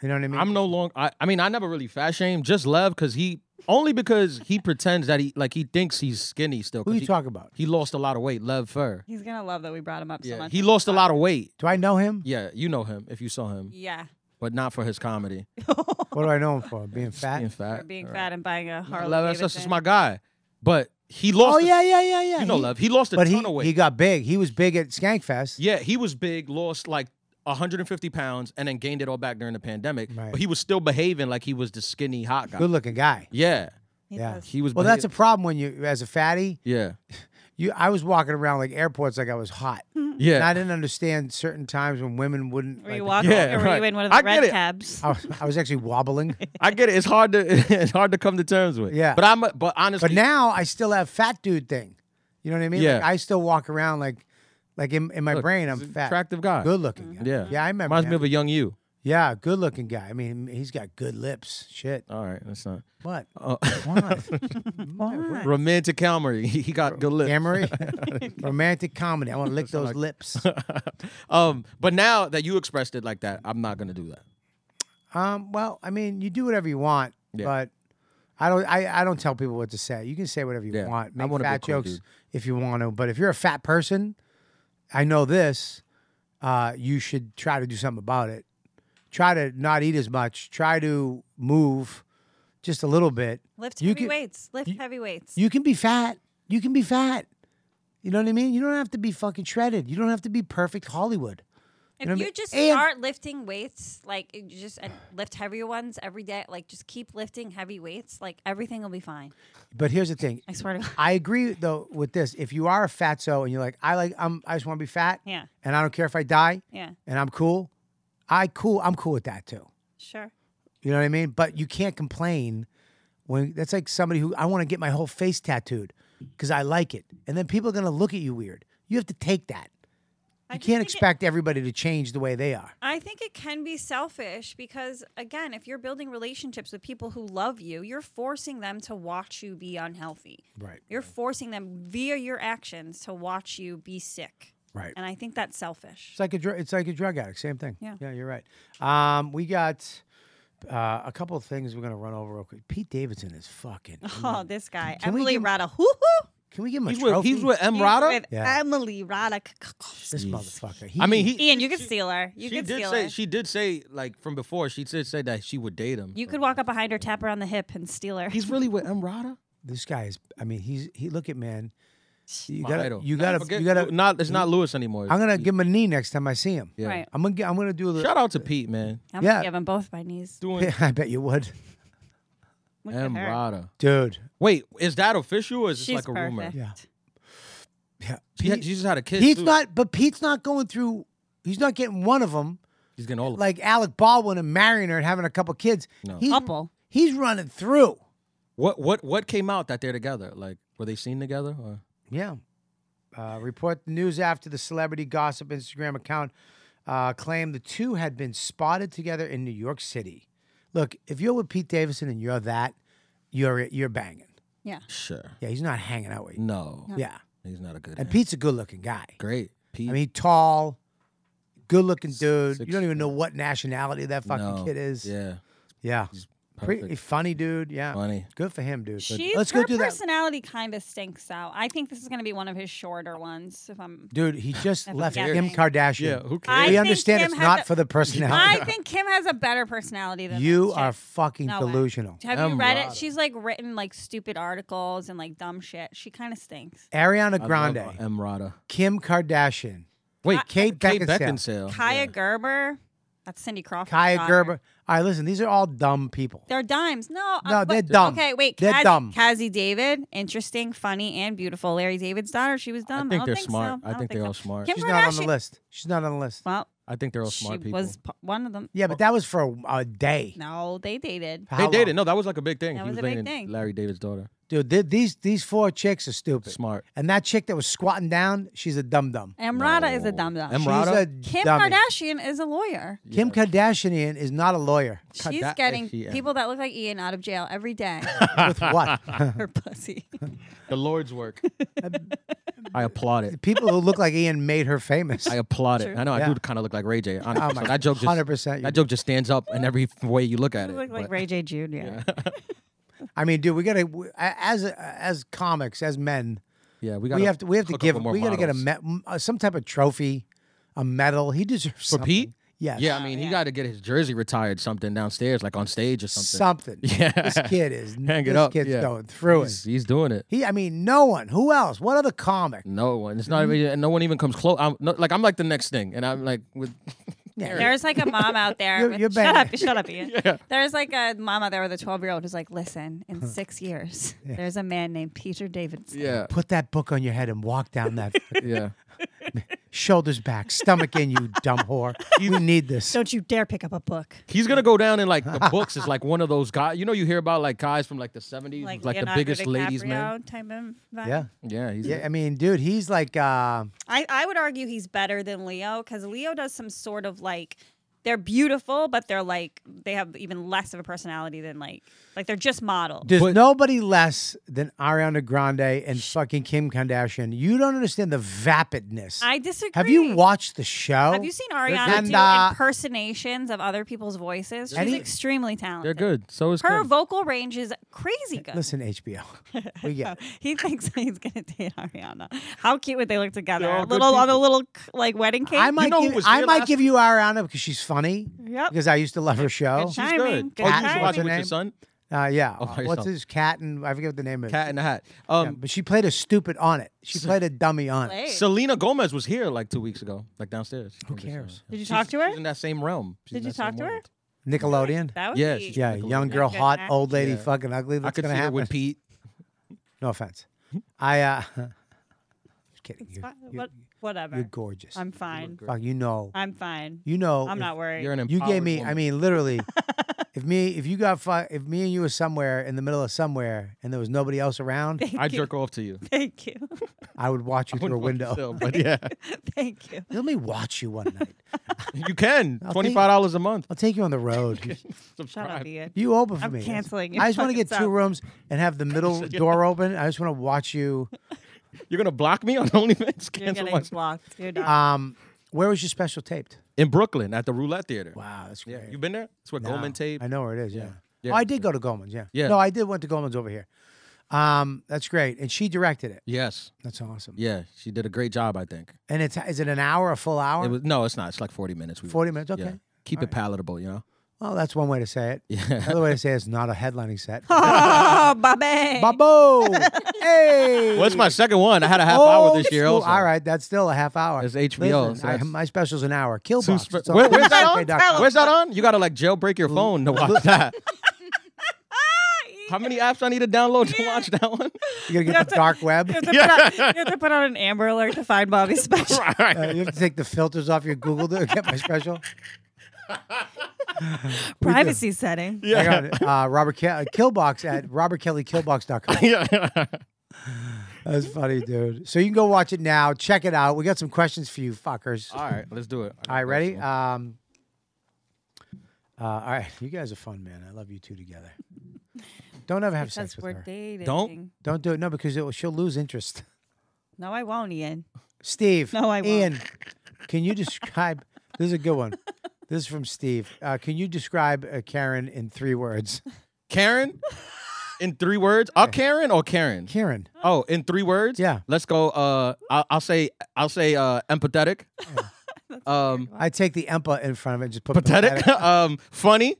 Speaker 3: You know what I mean?
Speaker 8: I'm no longer. I, I mean, I never really fat shamed. Just Lev because he only because he pretends that he like he thinks he's skinny still.
Speaker 3: Who
Speaker 8: 'cause
Speaker 3: you
Speaker 8: he-
Speaker 3: talking about?
Speaker 8: He lost a lot of weight. Lev Fur.
Speaker 7: He's gonna love that we brought him up so
Speaker 8: Yeah,
Speaker 7: much.
Speaker 8: he lost a lot of weight.
Speaker 3: Do I know him?
Speaker 8: Yeah, you know him if you saw him,
Speaker 7: yeah.
Speaker 8: but not for his comedy.
Speaker 3: what do I know him for? Being fat.
Speaker 8: Being fat.
Speaker 7: For being fat and buying a Harley.
Speaker 8: Lev, that's, that's
Speaker 7: Davidson.
Speaker 8: just my guy. But he lost.
Speaker 3: Oh
Speaker 8: a-
Speaker 3: yeah, yeah, yeah, yeah.
Speaker 8: You know, Lev. He lost a
Speaker 3: but
Speaker 8: ton
Speaker 3: he,
Speaker 8: of weight.
Speaker 3: He got big. He was big at Skankfest.
Speaker 8: Yeah, he was big, lost like 150 pounds, and then gained it all back during the pandemic. But he was still behaving like he was the skinny hot guy.
Speaker 3: Good looking guy.
Speaker 8: Yeah.
Speaker 3: yeah,
Speaker 8: He was.
Speaker 3: Well,
Speaker 8: behav-
Speaker 3: that's a problem when you as a fatty.
Speaker 8: Yeah.
Speaker 3: You, I was walking around like airports like I was hot.
Speaker 8: Yeah.
Speaker 3: and I didn't understand certain times when women wouldn't.
Speaker 7: Were you
Speaker 3: like-
Speaker 7: walking
Speaker 8: Yeah,
Speaker 7: or were
Speaker 8: right.
Speaker 7: you in one of the
Speaker 8: I get
Speaker 7: red
Speaker 8: it.
Speaker 7: cabs?
Speaker 3: I was, I was actually wobbling.
Speaker 8: I get it. It's hard to it's hard to come to terms with.
Speaker 3: Yeah.
Speaker 8: But I'm. a- But honestly.
Speaker 3: But now I still have fat dude thing. You know what I mean?
Speaker 8: Yeah.
Speaker 3: Like I still walk around like, like in, in my
Speaker 8: Look,
Speaker 3: brain, I'm
Speaker 8: he's an
Speaker 3: fat.
Speaker 8: attractive guy.
Speaker 3: Good looking.
Speaker 7: Mm-hmm.
Speaker 3: guy.
Speaker 8: Yeah.
Speaker 3: Yeah, I remember.
Speaker 8: Reminds me
Speaker 3: him.
Speaker 8: of a young you.
Speaker 3: yeah, good looking guy. I mean, he's got good lips. Shit.
Speaker 8: All right. That's not.
Speaker 3: What?
Speaker 8: Uh,
Speaker 3: Why?
Speaker 8: romantic Calmery. He got good lips.
Speaker 3: Amory? Romantic comedy. I want to lick those lips.
Speaker 8: um. But now that you expressed it like that, I'm not gonna do that.
Speaker 3: Um, well, I mean, you do whatever you want,
Speaker 8: Yeah.
Speaker 3: but I don't. I, I don't tell people what to say. You can say whatever you
Speaker 8: Yeah.
Speaker 3: want.
Speaker 8: I
Speaker 3: Make
Speaker 8: wanna be a
Speaker 3: fat
Speaker 8: cool
Speaker 3: jokes
Speaker 8: dude.
Speaker 3: if you want to, but if you're a fat person, I know this. Uh, you should try to do something about it. Try to not eat as much. Try to move just a little bit.
Speaker 7: Lift
Speaker 3: you
Speaker 7: heavy
Speaker 3: can,
Speaker 7: weights. Lift heavy weights.
Speaker 3: You can be fat. You can be fat. You know what I mean? You don't have to be fucking shredded. You don't have to be perfect Hollywood.
Speaker 7: If
Speaker 3: know what I
Speaker 7: you
Speaker 3: mean?
Speaker 7: just
Speaker 3: And-
Speaker 7: start lifting weights, like you just and lift heavier ones every day, like just keep lifting heavy weights, like everything will be fine.
Speaker 3: But here's the thing.
Speaker 7: I swear to God.
Speaker 3: I agree though with this. If you are a fatso and you're like, I like, I'm, I just want to be fat,
Speaker 7: Yeah.
Speaker 3: and I don't care if I die,
Speaker 7: Yeah.
Speaker 3: and I'm cool. I cool. I'm cool with that too.
Speaker 7: Sure.
Speaker 3: You know what I mean? But you can't complain when that's like somebody who I want to get my whole face tattooed because I like it, and then people are gonna look at you weird. You have to take that. You can't expect everybody to change the way they are.
Speaker 7: I think it can be selfish because, again, if you're building relationships with people who love you, you're forcing them to watch you be unhealthy.
Speaker 3: Right.
Speaker 7: You're forcing them via your actions to watch you be sick.
Speaker 3: Right.
Speaker 7: And I think that's selfish.
Speaker 3: It's like a dr- it's like a drug addict. Same thing.
Speaker 7: Yeah.
Speaker 3: Yeah, you're right. Um, we got uh, a couple of things we're gonna run over real quick. Pete Davidson is fucking.
Speaker 7: Oh, this guy,
Speaker 3: mm. Can we
Speaker 7: Emily
Speaker 3: give-
Speaker 7: Rada. Hoo hoo.
Speaker 3: Can we give him a
Speaker 8: He's with-
Speaker 3: trophy?
Speaker 8: he's with M. Rada?
Speaker 7: With
Speaker 3: Yeah.
Speaker 7: Emily Rada.
Speaker 3: This motherfucker. He
Speaker 8: I mean,
Speaker 3: can-
Speaker 8: he.
Speaker 7: Ian, you could steal her. You
Speaker 8: she
Speaker 7: could
Speaker 8: did
Speaker 7: steal
Speaker 8: say
Speaker 7: her.
Speaker 8: she did say like from before she did say that she would date him.
Speaker 7: You could walk up behind her, tap her on the hip, and steal her.
Speaker 8: He's really with M. Rada.
Speaker 3: this guy is. I mean, he's he. Look at man. You
Speaker 8: My
Speaker 3: gotta.
Speaker 8: idol.
Speaker 3: You
Speaker 8: Nah,
Speaker 3: gotta.
Speaker 8: forget-
Speaker 3: you gotta.
Speaker 8: Not it's not Lewis anymore.
Speaker 3: I'm gonna give him a knee next time I see him.
Speaker 8: Yeah.
Speaker 7: Right.
Speaker 3: I'm gonna. gi- I'm gonna do a little.
Speaker 8: Shout out to Pete, man.
Speaker 7: I'm
Speaker 3: Yeah.
Speaker 7: gonna give him both my knees.
Speaker 8: Doing
Speaker 3: I bet you would.
Speaker 7: Look at
Speaker 8: M.
Speaker 7: her.
Speaker 8: Rada.
Speaker 3: Dude.
Speaker 8: Wait, is that official or is this
Speaker 7: She's
Speaker 8: like a rumor?
Speaker 7: perfect.
Speaker 3: Yeah. Yeah.
Speaker 8: She, had, she just had a kid.
Speaker 3: Pete's
Speaker 8: too.
Speaker 3: not, but Pete's not going through. He's not getting one of them.
Speaker 8: He's getting all of them.
Speaker 3: Like Alec Baldwin and marrying her and having a couple kids.
Speaker 8: No.
Speaker 3: He's, couple. He's running through.
Speaker 8: What what what came out that they're together? Like were they seen together? Or?
Speaker 3: Yeah. Uh, report the news after the celebrity gossip Instagram account uh, claimed the two had been spotted together in New York City. Look, if you're with Pete Davidson and you're that, you're you're banging.
Speaker 7: Yeah.
Speaker 8: Sure.
Speaker 3: Yeah, he's not hanging out with you.
Speaker 8: No.
Speaker 3: Yeah.
Speaker 8: He's not a good.
Speaker 3: And Pete's a good looking guy.
Speaker 8: Great. Pete.
Speaker 3: I mean, tall, good looking dude. you don't even know what nationality that fucking
Speaker 8: No.
Speaker 3: kid is.
Speaker 8: Yeah.
Speaker 3: Yeah. Pretty
Speaker 8: perfect.
Speaker 3: funny dude. Yeah.
Speaker 8: Funny.
Speaker 3: Good for him, dude.
Speaker 7: She's,
Speaker 3: Let's
Speaker 7: her
Speaker 3: go do that.
Speaker 7: personality kind of stinks out. I think this is going to be one of his shorter ones. If I'm
Speaker 3: Dude, he just
Speaker 7: If I'm
Speaker 3: left
Speaker 7: guessing.
Speaker 3: Kim Kardashian.
Speaker 8: Yeah, who
Speaker 7: I
Speaker 3: We
Speaker 7: think
Speaker 3: understand
Speaker 7: Kim
Speaker 3: it's
Speaker 7: had
Speaker 3: not
Speaker 7: the-
Speaker 3: for the personality.
Speaker 7: I think Kim has a better personality than
Speaker 3: You
Speaker 7: this chick.
Speaker 3: are fucking
Speaker 7: No way.
Speaker 3: delusional.
Speaker 7: Have you read it? She's like written like stupid articles and like dumb shit. She kind of stinks.
Speaker 3: Ariana
Speaker 8: I
Speaker 3: Grande,
Speaker 8: love M. Rada.
Speaker 3: Kim Kardashian.
Speaker 8: Wait,
Speaker 3: Kate
Speaker 8: Kate
Speaker 3: Beckinsale.
Speaker 8: Beckinsale.
Speaker 7: Kaya Gerber, that's Cindy Crawford.
Speaker 3: Kaya Gerber. All right, listen, these are all dumb people.
Speaker 7: They're dimes. No, uh,
Speaker 3: No,
Speaker 7: but-
Speaker 3: they're dumb.
Speaker 7: Okay, wait.
Speaker 3: They're
Speaker 7: Kaz-
Speaker 3: dumb.
Speaker 7: Kazi David, interesting, funny, and beautiful. Larry David's daughter. She was dumb.
Speaker 8: think
Speaker 7: don't
Speaker 8: they're
Speaker 7: so.
Speaker 8: smart. I
Speaker 7: don't
Speaker 8: think they're all
Speaker 7: so.
Speaker 8: smart.
Speaker 7: Kim
Speaker 3: She's not on the
Speaker 7: Kardashian-
Speaker 3: list. She's not on the list.
Speaker 7: Well,
Speaker 8: I think they're all
Speaker 7: she
Speaker 8: smart people.
Speaker 7: was p- one of them.
Speaker 3: Yeah, but that was for a- a day.
Speaker 7: No, they dated.
Speaker 3: For
Speaker 8: they
Speaker 3: how
Speaker 8: dated. No, that was like a big thing.
Speaker 7: That
Speaker 8: he
Speaker 7: was
Speaker 8: was,
Speaker 7: a big
Speaker 8: dating
Speaker 7: thing.
Speaker 8: Larry David's daughter.
Speaker 3: Dude, th- these these four chicks are stupid.
Speaker 8: Smart.
Speaker 3: And that chick that was squatting down, she's a dum dum.
Speaker 7: Emrata is a dumb dumb.
Speaker 3: She's a
Speaker 7: Kim
Speaker 3: dummy.
Speaker 7: Kardashian is a lawyer.
Speaker 3: Kim Kardashian is not a lawyer.
Speaker 7: She's getting people that look like Ian out of jail every day.
Speaker 3: with what?
Speaker 7: Her pussy.
Speaker 8: The Lord's work. I applaud it.
Speaker 3: People who look like Ian made her famous.
Speaker 8: I applaud it.
Speaker 3: True.
Speaker 8: I know I
Speaker 3: Yeah. Oh
Speaker 8: do kind of look like Ray J. Honestly.
Speaker 3: my
Speaker 8: so that joke just
Speaker 3: 100% you
Speaker 8: that joke just stands up in every way you look at it.
Speaker 7: look like
Speaker 8: but-
Speaker 7: Ray J. Jr. Yeah.
Speaker 3: I mean, dude, we gotta w- a- as a- as comics, as men,
Speaker 8: Yeah, we
Speaker 3: we,
Speaker 8: got.
Speaker 3: have to we have to give we gotta get a
Speaker 8: medal
Speaker 3: me- m- uh, some type of trophy, a medal. He deserves
Speaker 8: for
Speaker 3: something.
Speaker 8: Pete.
Speaker 3: Yes.
Speaker 8: Yeah, I mean, he got to get his jersey retired, something downstairs, like on stage or something.
Speaker 3: Something.
Speaker 8: Yeah,
Speaker 3: This kid is-
Speaker 8: Hang
Speaker 3: this
Speaker 8: it up.
Speaker 3: kid's
Speaker 8: yeah.
Speaker 3: going through it.
Speaker 8: He's- He's doing it.
Speaker 3: He, I mean, no one. Who else? What other comic?
Speaker 8: No one. It's
Speaker 3: Mm-hmm.
Speaker 8: not even. And no one even comes close. I'm no, like I'm like the next thing, and I'm like with.
Speaker 7: There's like a mom out there.
Speaker 3: You're-
Speaker 7: with-
Speaker 3: you're
Speaker 7: shut
Speaker 3: banging.
Speaker 7: up, shut up, Ian.
Speaker 8: Yeah.
Speaker 7: There's like a mom out there with a 12 year old who's like, listen, in six years, there's a man named Peter Davidson.
Speaker 8: Yeah.
Speaker 3: Put that book on your head and walk down that.
Speaker 8: Yeah.
Speaker 3: Shoulders back, stomach in, you dumb whore. You need this.
Speaker 7: Don't you dare pick up a book.
Speaker 8: He's gonna go down in like the books is like one of those guys. You know, you hear about like guys from like the '70s, like, like the
Speaker 7: Leonardo
Speaker 8: biggest ladies man.
Speaker 7: DiCaprio Type of vibe.
Speaker 3: Yeah.
Speaker 8: Yeah, he's
Speaker 3: Yeah, I mean, dude, he's like, uh,
Speaker 7: I, I would argue he's better than Leo because Leo does some sort of like they're beautiful, but they're like they have even less of a personality than like like they're just models.
Speaker 3: there's nobody less than Ariana Grande and fucking Kim Kardashian. You don't understand the vapidness.
Speaker 7: I disagree.
Speaker 3: Have you watched the show?
Speaker 7: Have you seen Ariana
Speaker 3: Oh, And,
Speaker 7: do
Speaker 3: uh,
Speaker 7: impersonations of other people's voices? She's
Speaker 3: Any-
Speaker 7: extremely talented.
Speaker 8: They're good. So is
Speaker 7: Her
Speaker 8: Kim.
Speaker 7: vocal range is crazy good.
Speaker 3: Listen, HBO. We get it.
Speaker 7: He thinks he's gonna date Ariana. How cute would they look together?
Speaker 8: They're all
Speaker 7: A
Speaker 8: good
Speaker 7: little on a
Speaker 8: people.
Speaker 7: little like wedding cake.
Speaker 3: I might,
Speaker 8: know who
Speaker 3: give,
Speaker 8: was
Speaker 3: I
Speaker 8: here
Speaker 3: might
Speaker 8: last
Speaker 3: give
Speaker 8: week?
Speaker 3: you Ariana because she's funny.
Speaker 7: Yep.
Speaker 3: Because I used to love her show.
Speaker 8: She's
Speaker 7: timing,
Speaker 8: good.
Speaker 7: good
Speaker 8: oh, you
Speaker 3: timing.
Speaker 8: should
Speaker 3: What's
Speaker 8: watch
Speaker 3: her
Speaker 8: it with
Speaker 3: name?
Speaker 8: your son.
Speaker 3: Uh, yeah.
Speaker 8: Oh,
Speaker 3: Uh,
Speaker 8: yourself.
Speaker 3: What's his cat and I forget what the name is.
Speaker 8: Cat in the Hat.
Speaker 3: Yeah,
Speaker 8: Um,
Speaker 3: but she played a stupid on it. She played a dummy on it.
Speaker 8: Selena Gomez was here like two weeks ago, like downstairs. Who
Speaker 3: cares?
Speaker 7: Did you talk to her?
Speaker 8: She's in that same realm. She's in
Speaker 7: Did you
Speaker 8: that same
Speaker 7: talk to her?
Speaker 8: world.
Speaker 3: Nickelodeon.
Speaker 7: That would
Speaker 8: Yeah,
Speaker 7: be.
Speaker 8: she's
Speaker 3: Yeah,
Speaker 8: Nickelodeon.
Speaker 3: young girl,
Speaker 7: Good
Speaker 3: hot,
Speaker 7: match.
Speaker 3: old lady,
Speaker 8: Yeah.
Speaker 3: fucking ugly.
Speaker 8: I
Speaker 3: That's
Speaker 8: could see
Speaker 3: gonna
Speaker 8: her
Speaker 3: happen.
Speaker 8: with Pete. Hmm?
Speaker 3: No offense. I uh, just kidding. You're,
Speaker 7: Fi-
Speaker 3: you're,
Speaker 7: what- whatever.
Speaker 3: you're gorgeous.
Speaker 7: I'm fine.
Speaker 3: Fuck, you know.
Speaker 7: I'm fine.
Speaker 3: You know.
Speaker 7: I'm
Speaker 3: if-
Speaker 7: not worried.
Speaker 8: You're an
Speaker 3: You gave
Speaker 8: empowered
Speaker 3: me. I
Speaker 8: woman.
Speaker 3: mean, literally. if me, if you got, fu- if me and you were somewhere in the middle of somewhere, and there was nobody else around,
Speaker 8: I jerk off to you.
Speaker 7: Thank you.
Speaker 3: I would watch you through a
Speaker 8: Wouldn't want to
Speaker 3: window.
Speaker 8: sell, but yeah,
Speaker 7: Thank you.
Speaker 3: Let me watch you one night.
Speaker 8: you can.
Speaker 3: I'll take-
Speaker 8: Twenty five dollars a month.
Speaker 3: I'll take you on the road.
Speaker 7: Shut up, Ian.
Speaker 3: You open for
Speaker 7: I'm
Speaker 3: me.
Speaker 7: canceling your
Speaker 3: I just want to
Speaker 7: fucking
Speaker 3: get two
Speaker 7: sub.
Speaker 3: rooms and have the middle door open. I just want to watch you.
Speaker 8: You're gonna block me on OnlyFans.
Speaker 7: You're
Speaker 8: Cancel
Speaker 7: getting
Speaker 8: my
Speaker 7: blocked. You're done.
Speaker 3: Um, where was your special taped?
Speaker 8: in Brooklyn at the Roulette Theater.
Speaker 3: Wow, that's
Speaker 8: Yeah,
Speaker 3: great.
Speaker 8: you been there? It's where
Speaker 3: No,
Speaker 8: Goldman Tape.
Speaker 3: I know where it is. Yeah.
Speaker 8: Yeah.
Speaker 3: Oh, I did go to Goldman's. Yeah.
Speaker 8: Yeah.
Speaker 3: No, I did went to Goldman's over here. Um, that's great. And she directed it.
Speaker 8: Yes.
Speaker 3: That's awesome.
Speaker 8: Yeah, she did a great job. I think.
Speaker 3: And it's is it an hour, a full hour?
Speaker 8: It was no, it's not. It's like forty minutes. We
Speaker 3: 40 minutes, okay.
Speaker 8: Keep it palatable. You know.
Speaker 3: well, that's one way to say it.
Speaker 8: Yeah.
Speaker 3: Another way to say it's not a headlining set.
Speaker 7: oh, Bobby.
Speaker 3: Babo. hey.
Speaker 8: Well, it's my second one. I had a half hour this
Speaker 3: Old
Speaker 8: year.
Speaker 3: school.
Speaker 8: Also.
Speaker 3: Oh, All right, that's still a half hour.
Speaker 8: It's HBO,
Speaker 3: Listen,
Speaker 8: so
Speaker 3: I-
Speaker 8: that's-
Speaker 3: my special's an hour. Killbox.
Speaker 8: Two
Speaker 3: It's
Speaker 8: spe-
Speaker 3: on
Speaker 8: Where- where's that
Speaker 3: NBCUK.com.
Speaker 8: on? Where's that on? You gotta like jailbreak your phone to watch that. How many apps I need to download to watch that one?
Speaker 3: You gotta get the dark web.
Speaker 7: You have, to put out, you have to put out an Amber Alert to find Bobby's special.
Speaker 3: Uh, you have to take the filters off your Google to get my special.
Speaker 7: Privacy setting.
Speaker 3: I got it. uh, Robert Ke- uh, Killbox at robertkellykillbox.com.
Speaker 8: yeah.
Speaker 3: That's funny, dude. So you can go watch it now. Check it out. We got some questions for you, fuckers.
Speaker 8: All right, let's do it.
Speaker 3: All right, ready? Um, uh, all right, you guys are fun, man. I love you two together. Don't ever have sex
Speaker 7: Because
Speaker 3: with
Speaker 7: we're
Speaker 3: her.
Speaker 7: dating. Don't?
Speaker 3: Don't do it. No, because it will, she'll lose interest.
Speaker 7: No, I won't, Ian.
Speaker 3: Steve.
Speaker 7: No, I won't.
Speaker 3: Ian, can you describe? this is a good one. This is from Steve. Uh, can you describe uh, Karen in three words?
Speaker 8: Karen? In three words? A Karen or Karen?
Speaker 3: Karen.
Speaker 8: Oh, in three words?
Speaker 3: Yeah.
Speaker 8: Let's go. Uh, I'll, I'll say. I'll say. Uh, empathetic. um,
Speaker 3: I take the empa in front of it. And just put
Speaker 8: pathetic.
Speaker 3: pathetic.
Speaker 8: um, funny,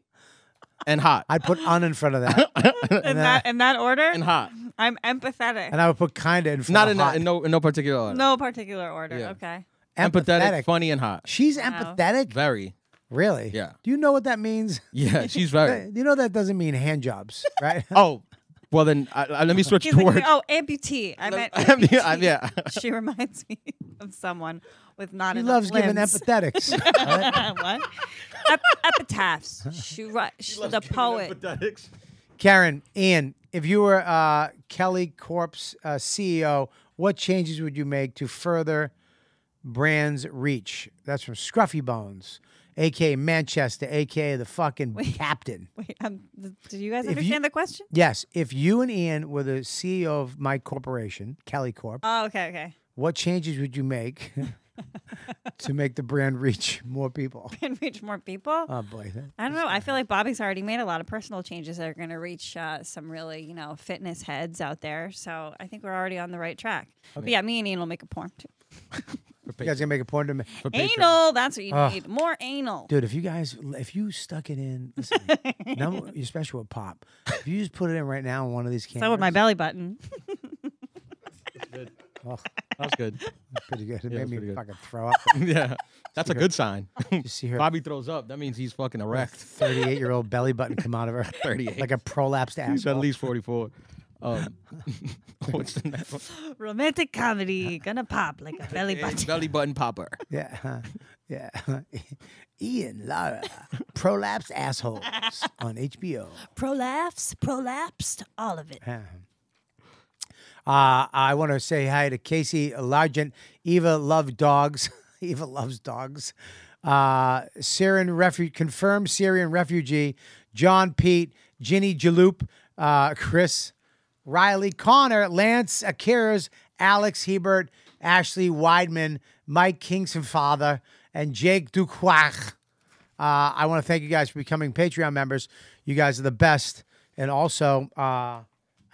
Speaker 8: and hot.
Speaker 3: I'd put un in front of that, and,
Speaker 7: In
Speaker 3: then
Speaker 7: that in that order?
Speaker 8: And hot.
Speaker 7: I'm
Speaker 3: I,
Speaker 7: empathetic.
Speaker 3: and I would put kinda in front.
Speaker 8: Not
Speaker 3: of
Speaker 8: in,
Speaker 3: hot.
Speaker 8: in no in no particular order.
Speaker 7: no particular order.
Speaker 8: Yeah.
Speaker 7: Okay.
Speaker 8: Empathetic,
Speaker 3: Empathetic.
Speaker 8: funny, and hot.
Speaker 3: She's empathetic.
Speaker 8: Very.
Speaker 3: Really?
Speaker 8: Yeah.
Speaker 3: Do you know what that means?
Speaker 8: Yeah. She's very.
Speaker 3: You know that doesn't mean hand jobs, right?
Speaker 8: oh, well then. I, I- let me switch
Speaker 7: He's
Speaker 8: to
Speaker 7: like,
Speaker 8: words.
Speaker 7: oh, amputee. I meant
Speaker 8: yeah,
Speaker 7: amputee.
Speaker 8: yeah.
Speaker 7: She reminds me of someone with not
Speaker 3: He loves
Speaker 7: enough
Speaker 3: giving
Speaker 7: limbs.
Speaker 3: empathetics.
Speaker 7: what? Ep- epitaphs. She, wri- she the poet.
Speaker 8: Empathetics.
Speaker 3: Karen, Ian, if you were uh, Kelly Corp's uh, CEO, what changes would you make to further brand's reach? That's from Scruffy Bones, aka Manchester, aka the fucking captain.
Speaker 7: Wait, um, th- do you guys
Speaker 3: If you-
Speaker 7: understand the question?
Speaker 3: Yes, if you and Ian were the CEO of my corporation, Kelly Corp,
Speaker 7: Oh, okay, okay.
Speaker 3: what changes would you make to make the brand reach more people?
Speaker 7: Can reach more people.
Speaker 3: Oh boy,
Speaker 7: I don't know. I feel like Bobby's already made a lot of personal changes that are going to reach uh, some really, you know, fitness heads out there. So I think we're already on the right track. But
Speaker 3: Okay.
Speaker 7: yeah, me and Ian will make a porn too.
Speaker 3: you guys gonna make a point to me?
Speaker 7: Anal, that's what you
Speaker 3: Ugh.
Speaker 7: need. More anal.
Speaker 3: Dude, if you guys, if you stuck it in, listen, number, your special would pop. If you just put it in right now on one of these cameras.
Speaker 7: So with my belly button.
Speaker 3: Oh,
Speaker 8: That's good.
Speaker 3: that's pretty good. It
Speaker 8: Yeah, that's
Speaker 3: made me
Speaker 8: pretty good.
Speaker 3: fucking throw up.
Speaker 8: yeah, that's a good sign.
Speaker 3: You see her
Speaker 8: Bobby throws up. That means he's fucking erect.
Speaker 3: 38 year old belly button come out of her.
Speaker 8: 38.
Speaker 3: Like a prolapsed
Speaker 8: He's
Speaker 3: asshole.
Speaker 8: at least 44. Um, what's the next one?
Speaker 7: Romantic comedy gonna pop like a belly
Speaker 8: Eh,
Speaker 7: button.
Speaker 8: Belly button popper.
Speaker 3: Yeah. huh, Yeah. Ian, Lara, prolapsed assholes on HBO.
Speaker 7: Prolapse, prolapsed, all of it.
Speaker 3: Uh, I want to say hi to Casey Largent. Eva love dogs. Eva loves dogs. Uh, Syrian refu- confirmed Syrian refugee. John Pete, Ginny Jaloop, uh, Chris, Riley Connor, Lance Akiras, Alex Hebert, Ashley Weidman, Mike Kingston father, and Jake Duquach. Uh, I want to thank you guys for becoming Patreon members. You guys are the best. And also, uh,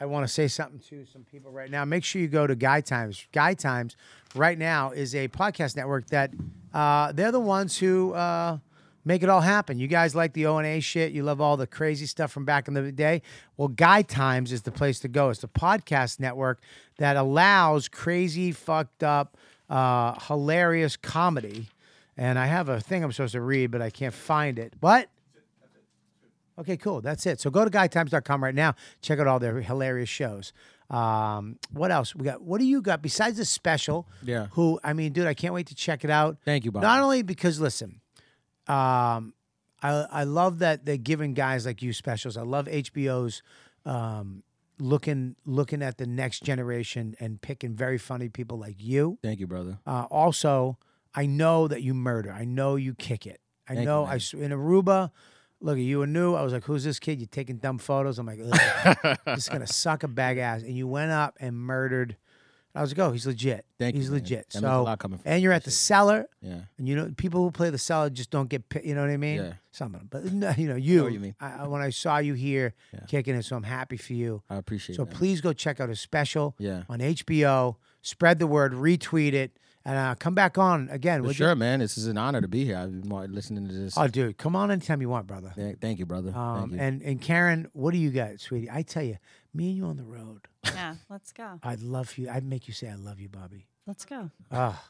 Speaker 3: I want to say something to some people right now. Make sure you go to Guy Times. Guy Times right now is a podcast network that uh, they're the ones who uh, make it all happen. You guys like the O and A shit. You love all the crazy stuff from back in the day. Well, Guy Times is the place to go. It's the podcast network that allows crazy, fucked up, uh, hilarious comedy. And I have a thing I'm supposed to read, but I can't find it. What? Okay, cool. That's it. So go to guytimes.com right now. Check out all their hilarious shows. Um, what else we got? What do you got besides the special?
Speaker 8: Yeah.
Speaker 3: Who? I mean, dude, I can't wait to check it out.
Speaker 8: Thank you, Bob.
Speaker 3: Not only because listen, um, I I love that they're giving guys like you specials. I love HBO's um, looking looking at the next generation and picking very funny people like you.
Speaker 8: Thank you, brother.
Speaker 3: Uh, also, I know that you murder. I know you kick it. I
Speaker 8: Thank you,
Speaker 3: know
Speaker 8: man.
Speaker 3: I s- in Aruba. Look, you were new. I was like, "Who's this kid? You taking dumb photos?" I'm like, "Ugh, "This is gonna suck a bag ass." And you went up and murdered. I was like, "Oh, he's legit.
Speaker 8: Thank you,
Speaker 3: he's
Speaker 8: man.
Speaker 3: legit." so,
Speaker 8: That means a lot coming from
Speaker 3: and you're at the cellar,
Speaker 8: Yeah.
Speaker 3: and you know people who play the cellar just don't get. pi- You know what I mean?
Speaker 8: Yeah.
Speaker 3: Some of them, but no, you know, you.
Speaker 8: what you mean.
Speaker 3: I, I- when I saw you here kicking it, so I'm happy for you.
Speaker 8: I appreciate
Speaker 3: So
Speaker 8: that.
Speaker 3: please go check out his special
Speaker 8: Yeah.
Speaker 3: on HBO. Spread the word, retweet it, and uh, come back on again.
Speaker 8: For
Speaker 3: would you?
Speaker 8: sure, man. This is an honor to be here. I've been wa- listening to this.
Speaker 3: Oh, dude, come on anytime you want, brother.
Speaker 8: Th- Thank you, brother.
Speaker 3: Um,
Speaker 8: Thank you.
Speaker 3: and and Karen, what do you got, sweetie? I tell you, me and you on the road.
Speaker 7: Yeah, let's go.
Speaker 3: I'd love you. I'd make you say I love you, Bobby.
Speaker 7: Let's go.
Speaker 3: Ah,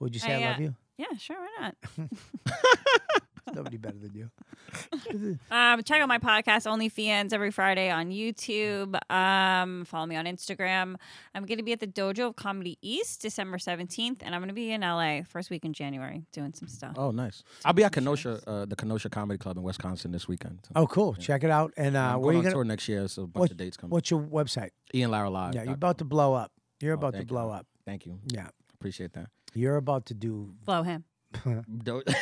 Speaker 3: would you say I,
Speaker 7: I, uh,
Speaker 3: love you?
Speaker 7: Yeah, sure, why not?
Speaker 3: Nobody better than you.
Speaker 7: Um, check out my podcast, Only Fians, every Friday on YouTube. Um, follow me on Instagram. I'm going to be at the Dojo of Comedy East December 17th, and I'm going to be in LA first week in January doing some stuff.
Speaker 8: Oh, nice. I'll be at Kenosha, uh, the Kenosha Comedy Club in Wisconsin this weekend. So
Speaker 3: Oh, cool. Check it out. And uh,
Speaker 8: I'm
Speaker 3: where
Speaker 8: going
Speaker 3: you
Speaker 8: on
Speaker 3: gonna?
Speaker 8: tour next year, so a bunch
Speaker 3: what-
Speaker 8: of dates coming.
Speaker 3: What's your website?
Speaker 8: Ian Lara Live.
Speaker 3: Yeah, you're about to blow up. You're about to
Speaker 8: Oh, thank you,
Speaker 3: blow
Speaker 8: man.
Speaker 3: up.
Speaker 8: Thank you.
Speaker 3: Yeah,
Speaker 8: Appreciate that.
Speaker 3: you're about to do.
Speaker 7: Blow him.
Speaker 8: Do-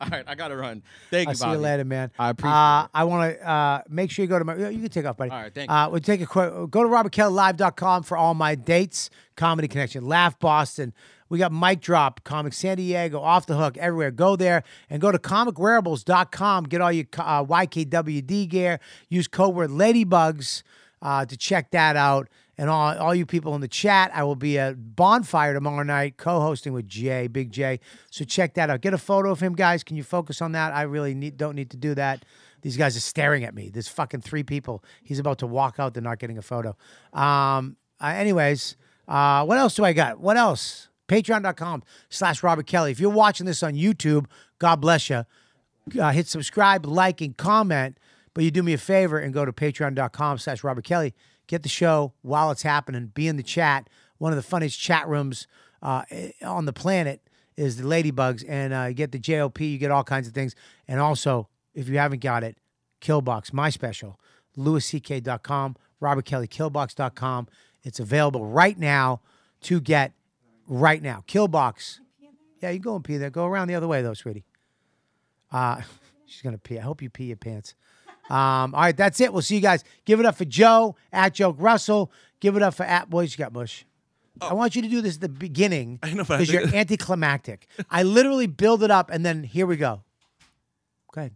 Speaker 8: All right, I gotta run. Thank
Speaker 3: I'll
Speaker 8: you.
Speaker 3: see you
Speaker 8: Bobby.
Speaker 3: later, man.
Speaker 8: I appreciate.
Speaker 3: Uh, I want to uh, make sure you go to my. You can take off, buddy. All right,
Speaker 8: thank
Speaker 3: Uh, we'll take a quick. Go to robertkellylive.com for all my dates. Comedy Connection, Laugh Boston. We got Mic Drop, Comic San Diego, Off the Hook, everywhere. Go there and go to comicwearables.com. Get all your uh, YKWD gear. Use code word Ladybugs uh, to check that out. And all, all you people in the chat, I will be at Bonfire tomorrow night, co hosting with Jay, Big Jay. So check that out. Get a photo of him, guys. Can you focus on that? I really need, don't need to do that. These guys are staring at me. There's fucking three people. He's about to walk out. They're not getting a photo. Um, uh, anyways, uh, what else do I got? What else? Patreon.com slash Robert Kelly. If you're watching this on YouTube, God bless you uh, hit subscribe, like, and comment. But you do me a favor and go to patreon.com slash Robert Kelly. Get the show while it's happening. Be in the chat. One of the funniest chat rooms uh, eh, on the planet is the Ladybugs. And uh, you get the JOP, you get all kinds of things. And also, if you haven't got it, Killbox, my special, lewisck.com, robertkellykillbox.com. It's available right now to get right now. Killbox. Yeah, you go and pee there. Go around the other way, though, sweetie. Uh, she's gonna pee. I hope you pee your pants. Um, all right, that's it. We'll see you guys. Give it up for Joe at Joe Russell. Give it up for at Boys. You got Bush. I want you to do this at the beginning
Speaker 12: Oh. I know, but I
Speaker 3: because you're
Speaker 12: think-
Speaker 3: anticlimactic. I literally build it up and then here we go. Go ahead.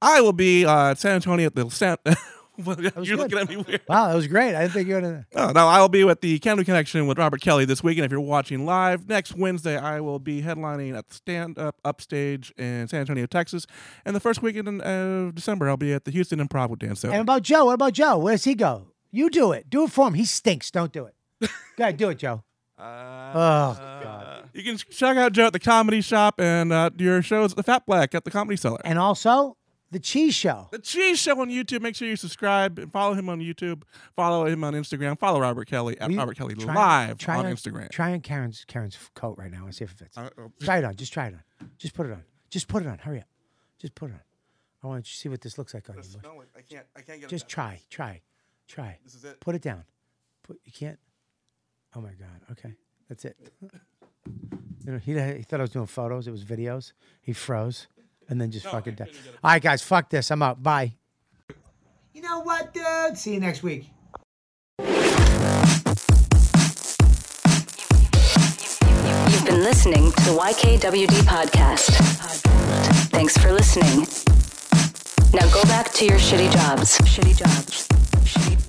Speaker 12: I will be uh, San Antonio at the San. Well,
Speaker 3: You're
Speaker 12: looking at me weird.
Speaker 3: Wow, that was great. I didn't think you were gonna.
Speaker 12: Oh, no, I will be at the Comedy Connection with Robert Kelly this weekend. If you're watching live next Wednesday, I will be headlining at the Stand Up Upstage in San Antonio, Texas. And the first weekend in uh, December, I'll be at the Houston Improv with Dan Soder.
Speaker 3: And about Joe, what about Joe? Where does he go? You do it. Do it for him. He stinks. Don't do it. Go ahead, do it, Joe.
Speaker 12: Uh,
Speaker 3: oh God.
Speaker 12: You can check out Joe at the Comedy Shop and uh, your shows at the Fat Black at the Comedy Cellar.
Speaker 3: And also the Cheese Show.
Speaker 12: The Cheese Show on YouTube. Make sure you subscribe and follow him on YouTube. Follow him on Instagram. Follow Robert Kelly at
Speaker 3: Will you
Speaker 12: Robert Kelly
Speaker 3: try-
Speaker 12: Live
Speaker 3: try
Speaker 12: on Instagram.
Speaker 3: Try on Karen's Karen's coat right now and see if it fits.
Speaker 12: Uh, uh,
Speaker 3: try it on. Just try it on. Just put it on. Just put it on. Hurry up. Just put it on. I want you to see what this looks like on you. Bush.
Speaker 12: I can't. I can't
Speaker 3: Just try. Try. Try.
Speaker 12: This is it.
Speaker 3: Put it down. Put. You can't. Oh my God. Okay. That's it. You know, he, he thought I was doing photos. It was videos. He froze, and then just fucking died. All right, guys. Fuck this. I'm out. Bye. You know what, dude? See you next week.
Speaker 13: You've been listening to the YKWD podcast. Thanks for listening. Now go back to your shitty jobs. Shitty jobs. Shitty jobs.